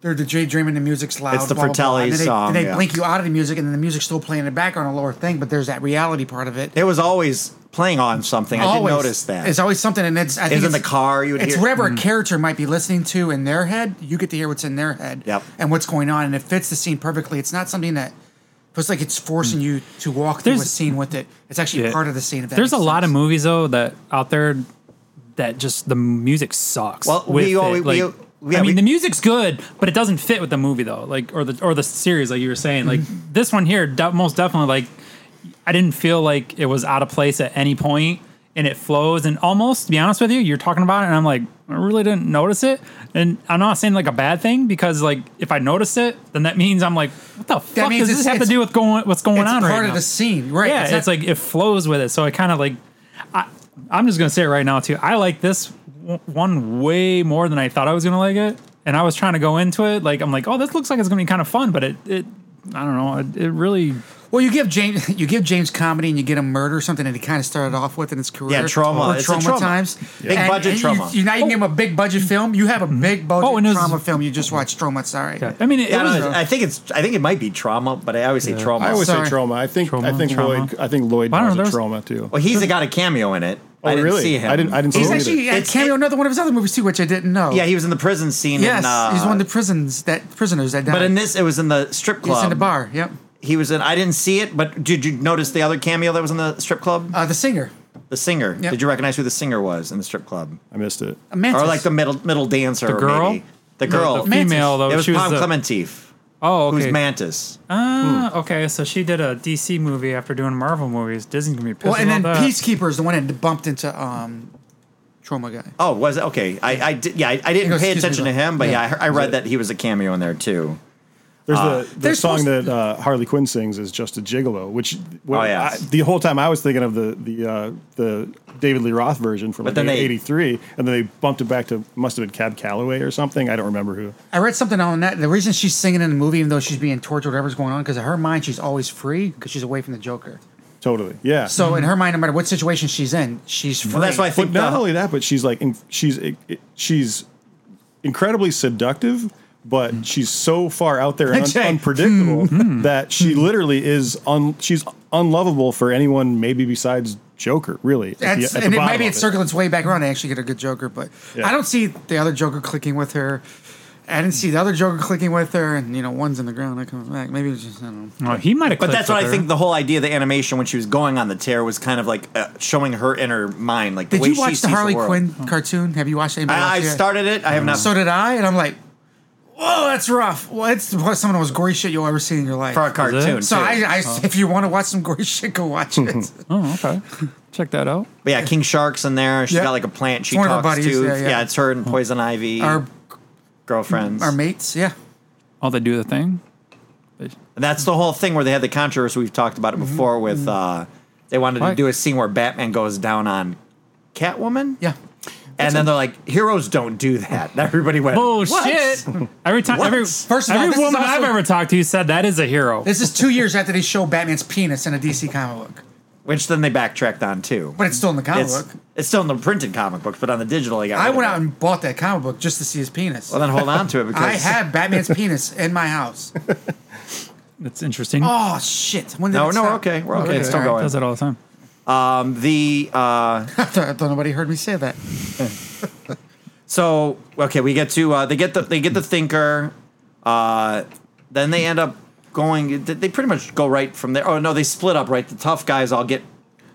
Speaker 3: They're the J Dream and the music's loud.
Speaker 2: It's the
Speaker 3: blah, blah,
Speaker 2: Fratelli
Speaker 3: blah. And then they,
Speaker 2: song,
Speaker 3: They
Speaker 2: yeah.
Speaker 3: blink you out of the music, and then the music's still playing in the background, a lower thing. But there's that reality part of it.
Speaker 2: It was always playing on something. I did
Speaker 3: always.
Speaker 2: notice that.
Speaker 3: It's always something, and it's I think
Speaker 2: It's in
Speaker 3: it's-
Speaker 2: the car, you would
Speaker 3: it's
Speaker 2: hear-
Speaker 3: whatever a character might be listening to in their head. You get to hear what's in their head,
Speaker 2: Yep.
Speaker 3: and what's going on, and it fits the scene perfectly. It's not something that feels like it's forcing you to walk through a
Speaker 4: There's-
Speaker 3: scene with it. It's actually
Speaker 4: Yeah.
Speaker 3: part of the scene. If that
Speaker 4: There's a
Speaker 3: makes
Speaker 4: lot of
Speaker 3: sense.
Speaker 4: movies though that out there that just the music sucks.
Speaker 2: Well, we
Speaker 4: with it.
Speaker 2: always- we-
Speaker 4: Like,
Speaker 2: yeah,
Speaker 4: I mean,
Speaker 2: we-
Speaker 4: the music's good, but it doesn't fit with the movie though. Like or the or the series, like you were saying. Like
Speaker 3: Mm-hmm.
Speaker 4: this one here, de- most definitely. Like I didn't feel like it was out of place at any point, and it flows. And almost, to be honest with you, you're talking about it, and I'm like, I really didn't notice it. And I'm not saying like a bad thing because like if I notice it, then that means I'm like, what the fuck
Speaker 3: means
Speaker 4: does this
Speaker 3: it's-
Speaker 4: have to
Speaker 3: it's-
Speaker 4: do with going what's going
Speaker 3: It's
Speaker 4: on
Speaker 3: part
Speaker 4: right
Speaker 3: of
Speaker 4: now?
Speaker 3: the scene, right?
Speaker 4: Yeah, it's,
Speaker 3: not-
Speaker 4: like it flows with it. So I kind of like, I, I'm just gonna say it right now too. I like this w- one way more than I thought I was gonna like it, and I was trying to go into it like I'm like, oh, this looks like it's gonna be kind of fun, but it, it, I don't know, it, it really
Speaker 3: well, you give James, you give James comedy, and you get him murder something that he kind of started off with in his career.
Speaker 2: trauma.
Speaker 3: or
Speaker 2: It's a
Speaker 3: trauma,
Speaker 2: trauma.
Speaker 3: times,
Speaker 2: Big budget
Speaker 3: you-
Speaker 2: trauma.
Speaker 3: You, now you can give him a big budget film. You have a big budget
Speaker 4: Oh, and it was-
Speaker 3: trauma film. You just watched trauma. Sorry.
Speaker 4: I mean, it, it
Speaker 2: Yeah,
Speaker 4: was.
Speaker 2: I, don't know. I think it's. I think it might be trauma, but I always say trauma.
Speaker 5: I always
Speaker 3: Sorry.
Speaker 5: say trauma. I think
Speaker 4: Trauma,
Speaker 5: I think
Speaker 4: trauma.
Speaker 5: Lloyd I think Lloyd
Speaker 4: I don't know,
Speaker 5: has
Speaker 4: there's-
Speaker 5: a trauma too.
Speaker 2: well, he's got a cameo in it.
Speaker 5: Oh,
Speaker 2: I didn't
Speaker 5: really?
Speaker 2: see him.
Speaker 5: I didn't- I didn't see
Speaker 3: He's
Speaker 5: him
Speaker 3: actually
Speaker 5: either.
Speaker 3: he had
Speaker 2: It's-
Speaker 3: cameo
Speaker 2: it-
Speaker 3: in another one of his other movies too, which I didn't know.
Speaker 2: Yeah, he was in the prison scene.
Speaker 3: yes,
Speaker 2: in, uh,
Speaker 3: he's one of the prisons that prisoners that died.
Speaker 2: But in this, it was in the strip club.
Speaker 3: he's in the bar. Yep,
Speaker 2: He was in. I didn't see it, but did you notice the other cameo that was in the strip club?
Speaker 3: uh, the singer,
Speaker 2: the singer.
Speaker 3: yep.
Speaker 2: Did you recognize who the singer was in the strip club?
Speaker 5: I missed it.
Speaker 3: Mantis.
Speaker 2: Or like the middle middle dancer?
Speaker 4: The girl?
Speaker 2: Maybe. The girl.
Speaker 4: the female though.
Speaker 2: it was
Speaker 4: she was
Speaker 2: Pom
Speaker 4: the-
Speaker 2: Clementif,
Speaker 4: Oh, okay.
Speaker 2: who's Mantis.
Speaker 4: Ah, okay. So she did a DC movie after doing Marvel movies. Disney's gonna be pissed
Speaker 3: well, and then
Speaker 4: about that.
Speaker 3: Peacekeeper is the one that bumped into um, trauma guy.
Speaker 2: Oh, was it? Okay. I, I did, yeah, I, I didn't
Speaker 3: goes,
Speaker 2: pay
Speaker 3: "Excuse me,
Speaker 2: attention to
Speaker 3: but-"
Speaker 2: him, but yeah,
Speaker 3: Yeah.
Speaker 2: I, I read that he was a cameo in there too.
Speaker 5: There's the, the
Speaker 3: they're
Speaker 5: song
Speaker 3: supposed-
Speaker 5: that uh, Harley Quinn sings is "Just a Gigolo," which well,
Speaker 2: Oh, yeah.
Speaker 5: I- the whole time I was thinking of the the uh, the David Lee Roth version from
Speaker 2: But
Speaker 5: like
Speaker 2: then they-
Speaker 5: '83, and then they bumped it back to must have been Cab Calloway or something. I don't remember who.
Speaker 3: I read something on that. The reason she's singing in the movie, even though she's being tortured, whatever's going on, because in her mind she's always free because she's away from the Joker.
Speaker 5: Totally, yeah.
Speaker 3: So in her mind, no matter what situation she's in, she's free.
Speaker 2: Mm-hmm. Well, that's why I think
Speaker 5: but not
Speaker 2: the-
Speaker 5: only that, but she's like in, she's she's incredibly seductive,
Speaker 2: Mm.
Speaker 5: but she's so far out there and un-
Speaker 2: Jay.
Speaker 5: unpredictable
Speaker 2: Mm-hmm.
Speaker 5: that she literally is un, she's unlovable for anyone maybe besides Joker. Really, at the-
Speaker 3: That's,
Speaker 5: at the
Speaker 3: and it,
Speaker 5: bottom
Speaker 3: maybe
Speaker 5: of
Speaker 3: it circles its way back around. I actually get a good Joker, but
Speaker 5: Yeah.
Speaker 3: I don't see the other Joker clicking with her. I didn't see the other Joker clicking with her, and you know, one's in the ground that comes back. Maybe it's just I don't know.
Speaker 4: Oh, he might have.
Speaker 2: But
Speaker 4: clicked
Speaker 2: that's what
Speaker 4: with
Speaker 2: I
Speaker 4: her.
Speaker 2: think the whole idea of the animation when she was going on the tear was kind of like uh, showing her inner mind. Like, the
Speaker 3: Did
Speaker 2: way
Speaker 3: you
Speaker 2: she
Speaker 3: watch
Speaker 2: sees
Speaker 3: the Harley
Speaker 2: world.
Speaker 3: Quinn cartoon? Have you watched anybody?
Speaker 2: I, I
Speaker 3: watch it?
Speaker 2: started it. I have not.
Speaker 3: So did I, and I'm like, whoa, that's rough. Well, it's one of some of the most gory shit you'll ever see in your life.
Speaker 2: for a cartoon.
Speaker 3: so
Speaker 2: too.
Speaker 3: I, I if you want to watch some gory shit, go watch it. it's
Speaker 4: Oh, okay. Check that out.
Speaker 2: But yeah, King Shark's in there. She's
Speaker 3: Yeah.
Speaker 2: got like a plant she
Speaker 3: It's one of our
Speaker 2: talks
Speaker 3: buddies,
Speaker 2: to.
Speaker 3: yeah,
Speaker 2: Yeah,
Speaker 3: yeah.
Speaker 2: it's her and Poison Ivy,
Speaker 3: our
Speaker 2: girlfriends.
Speaker 3: our mates, yeah.
Speaker 4: Oh, they do the thing.
Speaker 2: And that's the whole thing where they had the controversy. We've talked about it
Speaker 3: Mm-hmm.
Speaker 2: before with uh, they wanted to
Speaker 4: Right.
Speaker 2: do a scene where Batman goes down on Catwoman.
Speaker 3: Yeah.
Speaker 2: And then they're like, heroes don't do that. And everybody went,
Speaker 4: Oh
Speaker 2: "What?"
Speaker 4: shit! Every time, every
Speaker 3: First of all,
Speaker 4: every
Speaker 3: this is
Speaker 4: woman
Speaker 3: also-
Speaker 4: I've ever talked to said that is a hero.
Speaker 3: This is two years after they show Batman's penis in a DC comic book.
Speaker 2: which then they backtracked on too.
Speaker 3: But it's still in the comic
Speaker 2: It's,
Speaker 3: book.
Speaker 2: it's still in the printed comic books, but on the digital, they got.
Speaker 3: I
Speaker 2: rid of
Speaker 3: went
Speaker 2: it.
Speaker 3: out and bought that comic book just to see his penis.
Speaker 2: Well, then hold on to it because
Speaker 3: I have Batman's penis in my house.
Speaker 4: That's interesting.
Speaker 3: Oh shit! When did
Speaker 2: No,
Speaker 3: it
Speaker 2: no, we're
Speaker 3: stop?
Speaker 2: okay. We're okay. It's still
Speaker 3: all right.
Speaker 2: going.
Speaker 4: Does it all the time.
Speaker 2: the uh,
Speaker 3: I thought, I thought nobody heard me say that.
Speaker 2: So okay, we get to uh, they get the they get the thinker, uh, then they end up going. They they pretty much go right from there. Oh no, they split up. Right, the tough guys all get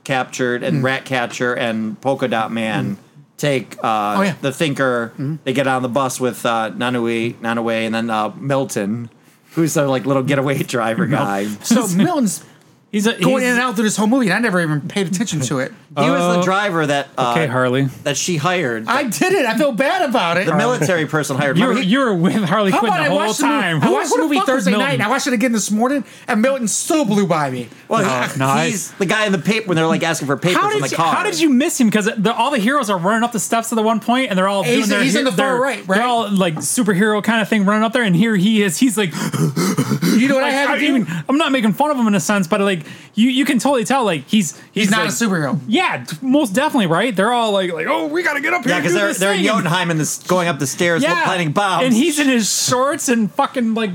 Speaker 2: captured,
Speaker 3: Mm.
Speaker 2: and Ratcatcher and Polka Dot Man take uh,
Speaker 3: Oh, yeah. Mm-hmm.
Speaker 2: the thinker. They get on the bus with uh, Nanui Nanaway, and then uh, Milton, who's their like little getaway driver guy.
Speaker 3: So Milton's
Speaker 4: He's a,
Speaker 3: going
Speaker 4: he's-
Speaker 3: in and out through this whole movie, and I never even paid attention to it.
Speaker 2: He was the
Speaker 4: Oh.
Speaker 2: driver that uh,
Speaker 4: Okay, Harley.
Speaker 2: that she hired.
Speaker 3: I did it. I feel bad about it.
Speaker 2: the military person hired.
Speaker 4: You were,
Speaker 2: Remember, he-
Speaker 4: you were with Harley
Speaker 3: How
Speaker 4: Quinn
Speaker 3: about
Speaker 4: the
Speaker 3: I
Speaker 4: whole
Speaker 3: watched
Speaker 4: time.
Speaker 3: the movie,
Speaker 4: Who-
Speaker 3: I watched
Speaker 4: who
Speaker 3: the
Speaker 4: the
Speaker 3: movie
Speaker 4: fuck was
Speaker 3: Thursday night,
Speaker 4: Milton?
Speaker 3: and I watched it again this morning, and Milton still blew by me.
Speaker 2: Well,
Speaker 4: No, no, I-
Speaker 2: he's the guy in the paper when they're like asking for papers
Speaker 4: Oh, How
Speaker 2: in the
Speaker 4: did, you,
Speaker 2: car.
Speaker 4: how did you miss him? Because all the heroes are running up the steps at the one point, and they're all
Speaker 3: He's-
Speaker 4: doing their,
Speaker 3: he's in the far
Speaker 4: their-
Speaker 3: right, right?
Speaker 4: They're all like superhero kind of thing running up there, and here he is. He's like,
Speaker 3: You know what I
Speaker 4: like,
Speaker 3: had to
Speaker 4: I
Speaker 3: do?
Speaker 4: mean, I'm not making fun of him in a sense, but like you, you can totally tell like he's
Speaker 3: He's not
Speaker 4: like-
Speaker 3: a superhero.
Speaker 4: Yeah, t- most definitely, right? They're all like, like, oh, we gotta get up here.
Speaker 2: Yeah,
Speaker 4: because
Speaker 2: because they're they're in
Speaker 4: thing. and-
Speaker 2: Jotunheim and this going up the stairs,
Speaker 4: yeah,
Speaker 2: planting bombs.
Speaker 4: and he's in his shorts and fucking like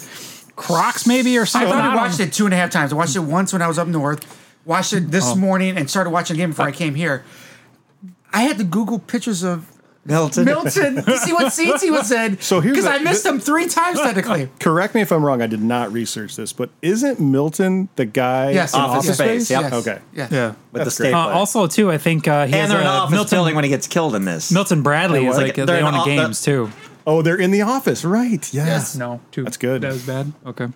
Speaker 4: Crocs maybe or
Speaker 3: I
Speaker 4: something.
Speaker 3: thought I
Speaker 4: don't
Speaker 3: watched
Speaker 4: know.
Speaker 3: it two and a half times. I watched it once when I was up north, watched it
Speaker 4: Oh.
Speaker 3: this morning, and started watching again
Speaker 4: Uh.
Speaker 3: before I came here. I had to Google pictures of
Speaker 2: Milton.
Speaker 3: Milton to see what scenes he was in.
Speaker 5: So here's
Speaker 3: because
Speaker 5: the-
Speaker 3: I missed him three times technically.
Speaker 5: Correct me if I'm wrong. I did not research this, but isn't Milton the guy?
Speaker 3: Yes,
Speaker 5: in
Speaker 2: Office Space, yep.
Speaker 3: Yes,
Speaker 5: Okay.
Speaker 3: yes.
Speaker 4: Yeah.
Speaker 2: with the
Speaker 5: That's great.
Speaker 2: staple.
Speaker 4: Uh, also, too, I think uh, he has
Speaker 2: and they're in
Speaker 4: a
Speaker 2: the office
Speaker 4: Milton,
Speaker 2: building when he gets killed in this.
Speaker 4: Milton Bradley is
Speaker 5: what?
Speaker 4: like
Speaker 2: They're
Speaker 4: they
Speaker 2: in
Speaker 4: own
Speaker 2: all- they're-
Speaker 4: games too.
Speaker 5: Oh, they're in the office, right? Yeah.
Speaker 3: Yes.
Speaker 4: No, two.
Speaker 5: That's good.
Speaker 4: That was bad. Okay.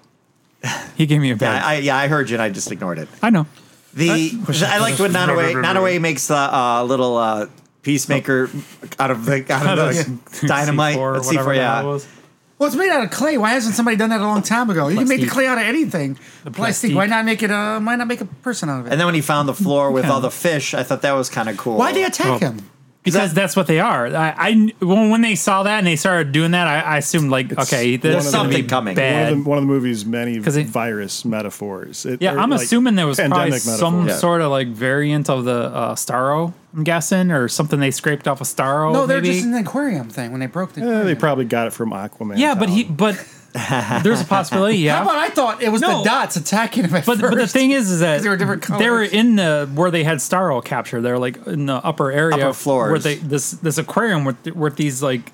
Speaker 4: He gave me a
Speaker 2: Yeah,
Speaker 4: bad.
Speaker 2: I, yeah, I heard you, and I just ignored it.
Speaker 4: I, know.
Speaker 2: The I, liked when Nanaway Nanaway makes the uh, little uh, peacemaker
Speaker 4: Oh.
Speaker 2: out of the out of the dynamite
Speaker 4: C4 or
Speaker 2: C4,
Speaker 4: whatever
Speaker 2: yeah.
Speaker 4: that was.
Speaker 3: Well, it's made out of clay. Why hasn't somebody done that a long time ago? You can make the
Speaker 4: Plastique.
Speaker 3: clay out of anything. plastic.
Speaker 4: plastique.
Speaker 3: Why not make it? Uh, why not make a person out of it?
Speaker 2: And then when he found the floor with all the fish, I thought that was kind of cool.
Speaker 3: Why'd they attack
Speaker 4: Oh.
Speaker 3: him?
Speaker 4: Because that's what they are. I, I kn- when, when they saw that and they started doing that, I, I assumed like, okay,
Speaker 2: There's
Speaker 4: there's
Speaker 2: something coming.
Speaker 4: something
Speaker 5: One
Speaker 4: bad.
Speaker 5: of, the, one of the movie's many
Speaker 4: 'Cause it-
Speaker 5: virus metaphors. It-
Speaker 4: yeah,
Speaker 5: or,
Speaker 4: I'm
Speaker 5: like,
Speaker 4: assuming there was probably
Speaker 5: pandemic
Speaker 4: some
Speaker 5: metaphors.
Speaker 4: sort of like variant of the uh, Starro. I'm guessing, or something they scraped off a Starro.
Speaker 3: No, they're
Speaker 4: maybe? Uh,
Speaker 3: just in the aquarium thing when they broke the.
Speaker 5: Yeah, they probably got it from Aquaman.
Speaker 4: yeah, but
Speaker 5: Town.
Speaker 4: he but there's a possibility. Yeah,
Speaker 3: How about I thought it was
Speaker 4: No.
Speaker 3: the dots attacking him at
Speaker 4: But,
Speaker 3: first?
Speaker 4: but the thing is, is that
Speaker 3: 'Cause they were different
Speaker 4: They were
Speaker 3: colors.
Speaker 4: in the where they had Starro captured. They're like in the upper area,
Speaker 2: Upper floors.
Speaker 4: where they this this aquarium with with these like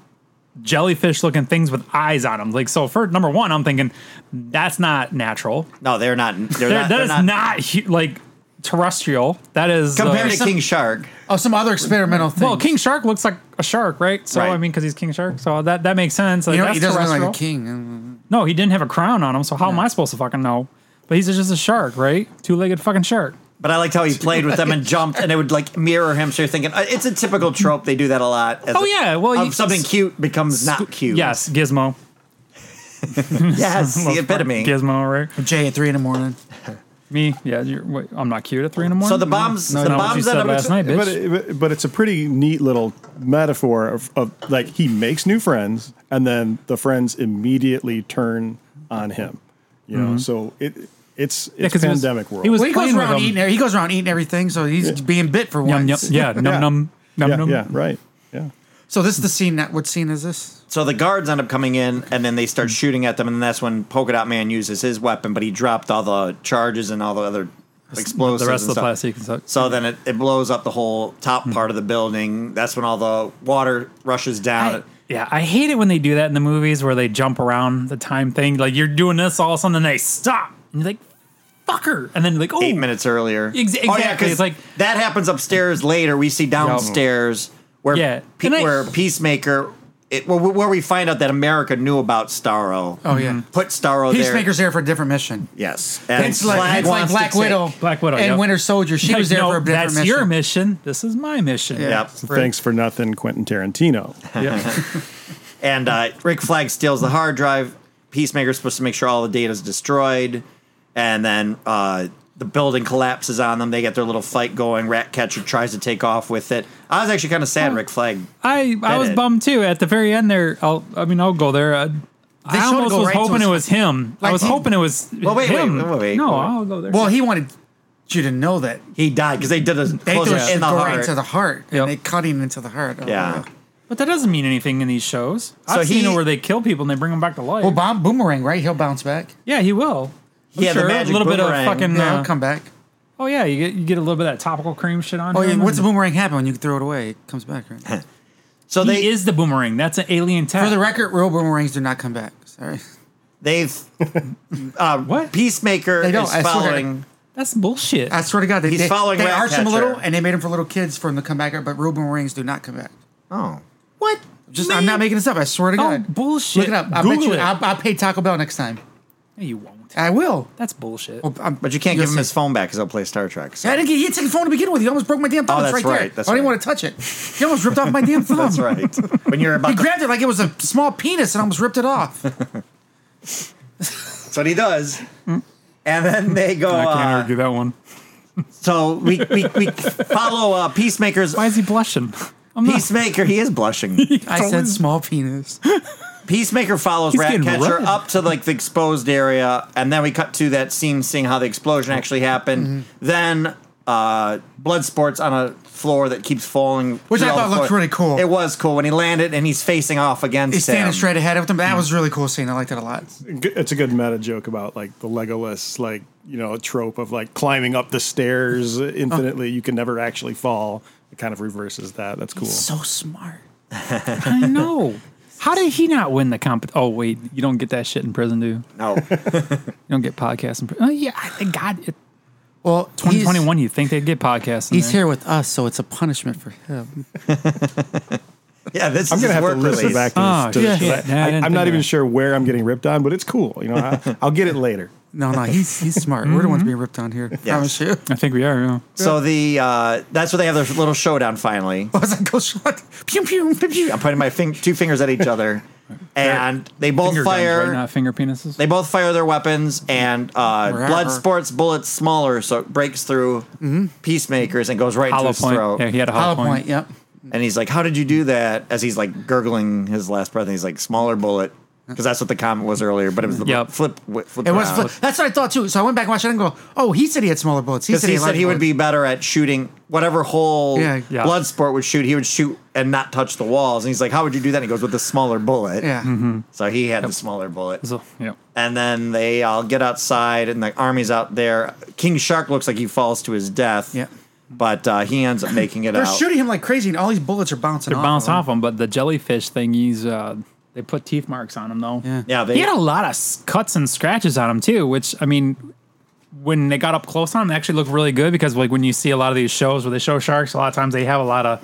Speaker 4: jellyfish looking things with eyes on them. Like so, for number one, I'm thinking that's not natural.
Speaker 2: No, they're not. They're,
Speaker 4: They're-
Speaker 2: not.
Speaker 4: that
Speaker 2: They're
Speaker 4: is
Speaker 2: not,
Speaker 4: not, hu- like terrestrial. That is
Speaker 2: compared
Speaker 4: uh,
Speaker 2: to King Shark.
Speaker 3: oh, some other experimental thing.
Speaker 4: Well, King Shark looks like a shark, right? So
Speaker 2: Right.
Speaker 4: I mean, because he's King Shark, so that that makes sense. Like,
Speaker 3: you know,
Speaker 4: that's
Speaker 3: he doesn't look like
Speaker 4: terrestrial.
Speaker 3: a king.
Speaker 4: No, he didn't have a crown on him. So how am I supposed to fucking know? But he's just a shark, right? Two legged fucking shark.
Speaker 2: But I liked how he played with them and jumped, and it would like mirror him. So you're thinking uh, it's a typical trope. They do that a lot. as
Speaker 4: Oh,
Speaker 2: a-
Speaker 4: yeah, well,
Speaker 2: of
Speaker 4: you-
Speaker 2: something cute becomes not cute.
Speaker 4: Yes, Gizmo.
Speaker 2: yes, the epitome.
Speaker 4: Gizmo, right?
Speaker 3: Jay at three in the morning.
Speaker 4: Me, yeah. You're, wait, I'm not cute at three in the morning.
Speaker 2: So the bombs-
Speaker 4: No,
Speaker 2: the
Speaker 4: no,
Speaker 2: bombs
Speaker 4: you
Speaker 2: that
Speaker 4: said
Speaker 2: I'm
Speaker 4: last
Speaker 2: ex-
Speaker 4: night, bitch.
Speaker 5: But, it, but it's a pretty neat little metaphor of, of like he makes new friends and then the friends immediately turn on him. You know, so it it's it's
Speaker 4: Mm-hmm. 'cause he was-
Speaker 5: pandemic world.
Speaker 4: He was
Speaker 3: Well, he goes
Speaker 4: playing with
Speaker 3: around
Speaker 4: him.
Speaker 3: eating. He goes around eating everything, so he's being bit for
Speaker 4: Yum
Speaker 3: once.
Speaker 4: yum. Yeah, num
Speaker 5: Yeah.
Speaker 4: num num
Speaker 5: yeah,
Speaker 4: num.
Speaker 5: yeah, right. Yeah.
Speaker 3: So this is the scene. That what scene is this?
Speaker 2: So the guards end up coming in, and then they start shooting at them, and that's when Polka Dot Man uses his weapon, but he dropped all the charges and all the other explosives.
Speaker 4: The rest
Speaker 2: and
Speaker 4: of the
Speaker 2: stuff.
Speaker 4: plastic. and stuff.
Speaker 2: So then it, it blows up the whole top part of the building. That's when all the water rushes down.
Speaker 4: Yeah, I hate it when they do that in the movies where they jump around the time thing. Like you're doing this, all of a sudden, and they stop, and you're like, "Fucker!" And then you're like, "Oh,
Speaker 2: Eight minutes earlier. Oh,
Speaker 4: Ex- exactly.
Speaker 2: 'cause
Speaker 4: It's like-
Speaker 2: that happens upstairs later. We see downstairs where
Speaker 4: Yeah.
Speaker 2: pe-
Speaker 4: And I-
Speaker 2: where Peacemaker, it, where, where we find out that America knew about Starro.
Speaker 3: Oh yeah.
Speaker 2: Put Starro there.
Speaker 3: Peacemaker's there for a different mission.
Speaker 2: Yes.
Speaker 3: It's like,
Speaker 2: Flag
Speaker 3: it's like
Speaker 2: wants to
Speaker 3: Black
Speaker 2: take-
Speaker 3: Widow,
Speaker 4: Black Widow,
Speaker 3: and
Speaker 4: yep.
Speaker 3: Winter Soldier. She
Speaker 4: Like,
Speaker 3: was there
Speaker 4: no,
Speaker 3: for a different
Speaker 4: that's
Speaker 3: mission.
Speaker 4: your mission. This is my mission."
Speaker 2: Yep.
Speaker 5: Thanks for nothing, Quentin Tarantino.
Speaker 4: Yeah.
Speaker 2: And uh, Rick Flag steals the hard drive. Peacemaker's supposed to make sure all the data is destroyed. And then uh, the building collapses on them. They get their little fight going. Ratcatcher tries to take off with it. I was actually kind of sad Rick Flag.
Speaker 4: I I was
Speaker 2: it.
Speaker 4: bummed too at the very end there. I'll, I mean, I'll go there. I, I
Speaker 3: showed it
Speaker 4: almost
Speaker 3: go
Speaker 4: was
Speaker 3: right to
Speaker 4: hoping
Speaker 3: his-
Speaker 4: it was him. I
Speaker 3: Like
Speaker 4: was
Speaker 3: he-
Speaker 4: hoping it was
Speaker 2: wait, wait,
Speaker 4: him.
Speaker 2: wait, wait, wait,
Speaker 4: no,
Speaker 2: wait.
Speaker 4: I'll go there.
Speaker 3: Well, he wanted you to know that
Speaker 2: He died because they did a
Speaker 3: they
Speaker 2: close
Speaker 3: threw
Speaker 2: up in the
Speaker 3: Shigure
Speaker 2: heart.
Speaker 3: into the heart,
Speaker 4: Yep.
Speaker 3: and they cut him into the heart. Oh,
Speaker 2: yeah.
Speaker 4: But that doesn't mean anything in these shows. I've
Speaker 2: So
Speaker 4: seen
Speaker 2: he-
Speaker 4: it where they kill people and they bring them back to life.
Speaker 3: Well, bomb, boomerang, right? He'll bounce back.
Speaker 4: yeah, he will. I'm
Speaker 2: Yeah, the magic
Speaker 4: a little
Speaker 2: boomerang.
Speaker 4: bit of fucking.
Speaker 3: Yeah,
Speaker 4: uh,
Speaker 3: he'll come back.
Speaker 4: oh yeah, you get you get a little bit of that topical cream shit on.
Speaker 3: Oh,
Speaker 4: him
Speaker 3: yeah.
Speaker 4: and-
Speaker 3: What's the boomerang happen when you throw it away? It comes back, right? For
Speaker 2: So
Speaker 4: He
Speaker 2: they
Speaker 4: is the boomerang. That's an alien tech.
Speaker 3: the record, real boomerangs do not come back. Sorry.
Speaker 2: they've uh,
Speaker 4: What?
Speaker 2: Peacemaker
Speaker 3: They don't,
Speaker 2: is
Speaker 3: I swear.
Speaker 2: following.
Speaker 4: That's bullshit.
Speaker 3: I swear to God, they,
Speaker 2: He's
Speaker 3: they,
Speaker 2: following
Speaker 3: they
Speaker 2: Ratcatcher.
Speaker 3: arched him a little, and they made him for little kids for him to come back. But real boomerangs do not come back.
Speaker 2: Oh, what?
Speaker 3: Just I'm not making this up. I swear to
Speaker 4: Oh,
Speaker 3: God.
Speaker 4: bullshit.
Speaker 3: Look it up. I
Speaker 4: Google
Speaker 3: bet you.
Speaker 4: it.
Speaker 3: I'll, I'll pay Taco Bell next time.
Speaker 4: No, you won't.
Speaker 3: I will.
Speaker 4: That's bullshit.
Speaker 3: Well, I'm-
Speaker 2: But you can't
Speaker 3: you'll
Speaker 2: give him
Speaker 3: see.
Speaker 2: his phone back because he'll play Star Trek. So.
Speaker 3: I didn't get. He had taken the phone to begin with. He almost broke my damn thumb.
Speaker 2: Oh,
Speaker 3: It's
Speaker 2: that's
Speaker 3: right,
Speaker 2: right.
Speaker 3: there.
Speaker 2: That's
Speaker 3: I didn't
Speaker 2: right.
Speaker 3: want to touch it. He almost ripped off my damn thumb.
Speaker 2: That's right. When you're
Speaker 3: He
Speaker 2: about, to,
Speaker 3: grabbed it like it was a small penis and almost ripped it off.
Speaker 2: that's what he does. And
Speaker 3: Hmm.
Speaker 2: then they go.
Speaker 4: I can't
Speaker 2: Uh,
Speaker 4: argue that one.
Speaker 2: so we, we, we follow uh, Peacemaker's
Speaker 4: Why is he blushing? I'm not.
Speaker 2: Peacemaker. He is blushing.
Speaker 3: I said small penis.
Speaker 2: Peacemaker follows
Speaker 4: He's getting
Speaker 2: Ratcatcher
Speaker 4: red.
Speaker 2: up to like the exposed area, and then we cut to that scene seeing how the explosion actually happened.
Speaker 3: Mm-hmm.
Speaker 2: Then uh, blood sports on a floor that keeps falling,
Speaker 3: Which I
Speaker 2: through all
Speaker 3: thought
Speaker 2: the
Speaker 3: looked
Speaker 2: floor.
Speaker 3: really cool.
Speaker 2: It was cool when he landed and he's facing off against.
Speaker 3: He's standing
Speaker 2: him.
Speaker 3: straight ahead of them. That
Speaker 2: Hmm.
Speaker 3: was a really cool scene. I liked it a lot.
Speaker 5: G- It's a good meta joke about like the Legolas, like you know, trope of like climbing up the stairs infinitely. You can never actually fall. It kind of reverses that. That's cool.
Speaker 3: So smart.
Speaker 4: I know. How did he not win the comp? Oh wait, you don't get that shit in prison, do you? You
Speaker 2: No,
Speaker 4: don't get podcasts in prison. Oh yeah, I thank God. It,
Speaker 3: Well,
Speaker 4: 2021, you think they'd get podcasts? In
Speaker 3: He's, he's
Speaker 4: there.
Speaker 3: here with us, so it's a punishment for him.
Speaker 2: yeah, this
Speaker 5: I'm
Speaker 2: is
Speaker 5: gonna
Speaker 2: his
Speaker 5: have to
Speaker 2: work
Speaker 5: listen
Speaker 2: release.
Speaker 5: back to this.
Speaker 4: Oh,
Speaker 5: to this,
Speaker 4: shit.
Speaker 5: 'cause I,
Speaker 4: Yeah, I didn't
Speaker 5: am
Speaker 4: think
Speaker 5: not
Speaker 4: of
Speaker 5: even
Speaker 4: that.
Speaker 5: sure where I'm getting ripped on, but it's cool. You know, I, I'll get it later.
Speaker 3: No, no, he's he's smart. We're the ones
Speaker 4: Mm-hmm.
Speaker 3: being ripped on here. Promise you.
Speaker 4: I think we are. Yeah.
Speaker 2: So the uh, that's where they have their little showdown finally.
Speaker 3: Was that go shot? Pew pew pew pew.
Speaker 2: I'm pointing my fing- two fingers at each other, and they both
Speaker 4: Finger guns,
Speaker 2: fire.
Speaker 4: right? Not finger penises.
Speaker 2: They both fire their weapons, and uh,
Speaker 3: Wherever. Mm-hmm.
Speaker 2: blood sports bullets smaller, so it breaks through peacemakers and goes right into
Speaker 4: hollow
Speaker 2: his
Speaker 4: point.
Speaker 2: throat.
Speaker 4: Yeah, he had a hollow,
Speaker 3: Hollow point. Yep.
Speaker 2: And he's like, "How did you do that?" As he's like gurgling his last breath, and he's like, "Smaller bullet," because that's what the comment was earlier. But it was the
Speaker 4: Yep.
Speaker 2: flip, wi- flip.
Speaker 3: It was. That's what I thought too. So I went back and watched it and go, oh, he said he had smaller bullets. He
Speaker 2: because
Speaker 3: said he,
Speaker 2: he said
Speaker 3: had
Speaker 2: he would be better at shooting whatever hole
Speaker 3: Yeah.
Speaker 4: Yeah.
Speaker 2: blood sport would shoot. He would shoot and not touch the walls. And he's like, "How would you do that?" And he goes, "With the smaller bullet."
Speaker 3: Yeah.
Speaker 4: Mm-hmm.
Speaker 2: So he had the smaller bullet.
Speaker 4: So, yeah.
Speaker 2: and then they all get outside, and the army's out there. King Shark looks like he falls to his death.
Speaker 3: Yeah.
Speaker 2: but uh, he ends up making it
Speaker 3: They're
Speaker 2: out.
Speaker 3: shooting him like crazy, and all these bullets are bouncing.
Speaker 4: They're
Speaker 3: off
Speaker 4: bounced
Speaker 3: of him.
Speaker 4: off him, but the jellyfish thing, he's, uh, they put teeth marks on him, though.
Speaker 3: Yeah.
Speaker 2: Yeah, they-
Speaker 4: he had a lot of s- cuts and scratches on him, too, which, I mean, when they got up close on him, they actually looked really good because, like, when you see a lot of these shows where they show sharks, a lot of times they have a lot of,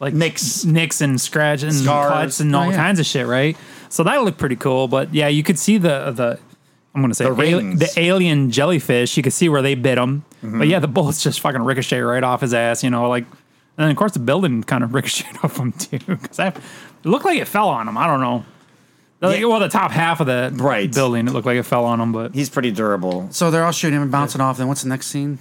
Speaker 4: like,
Speaker 2: Nicks.
Speaker 4: nicks and scratch and
Speaker 2: Scars.
Speaker 4: cuts and all
Speaker 3: yeah.
Speaker 4: kinds of shit, right? So that looked pretty cool. But yeah, you could see the, the, I'm gonna say
Speaker 2: The
Speaker 4: the,
Speaker 2: rings. Mm-hmm.
Speaker 4: the alien jellyfish. You could see where they bit him, but yeah, the bullets just fucking ricochet right off his ass. You know, like, and then of course the building kind of ricocheted off him too because it looked like it fell on him. I don't know. Like,
Speaker 2: Yeah.
Speaker 4: Well, the top half of the
Speaker 2: Right.
Speaker 4: building, it looked like it fell on him, but
Speaker 2: He's pretty durable.
Speaker 3: So they're all shooting him and bouncing off. Then what's the next scene?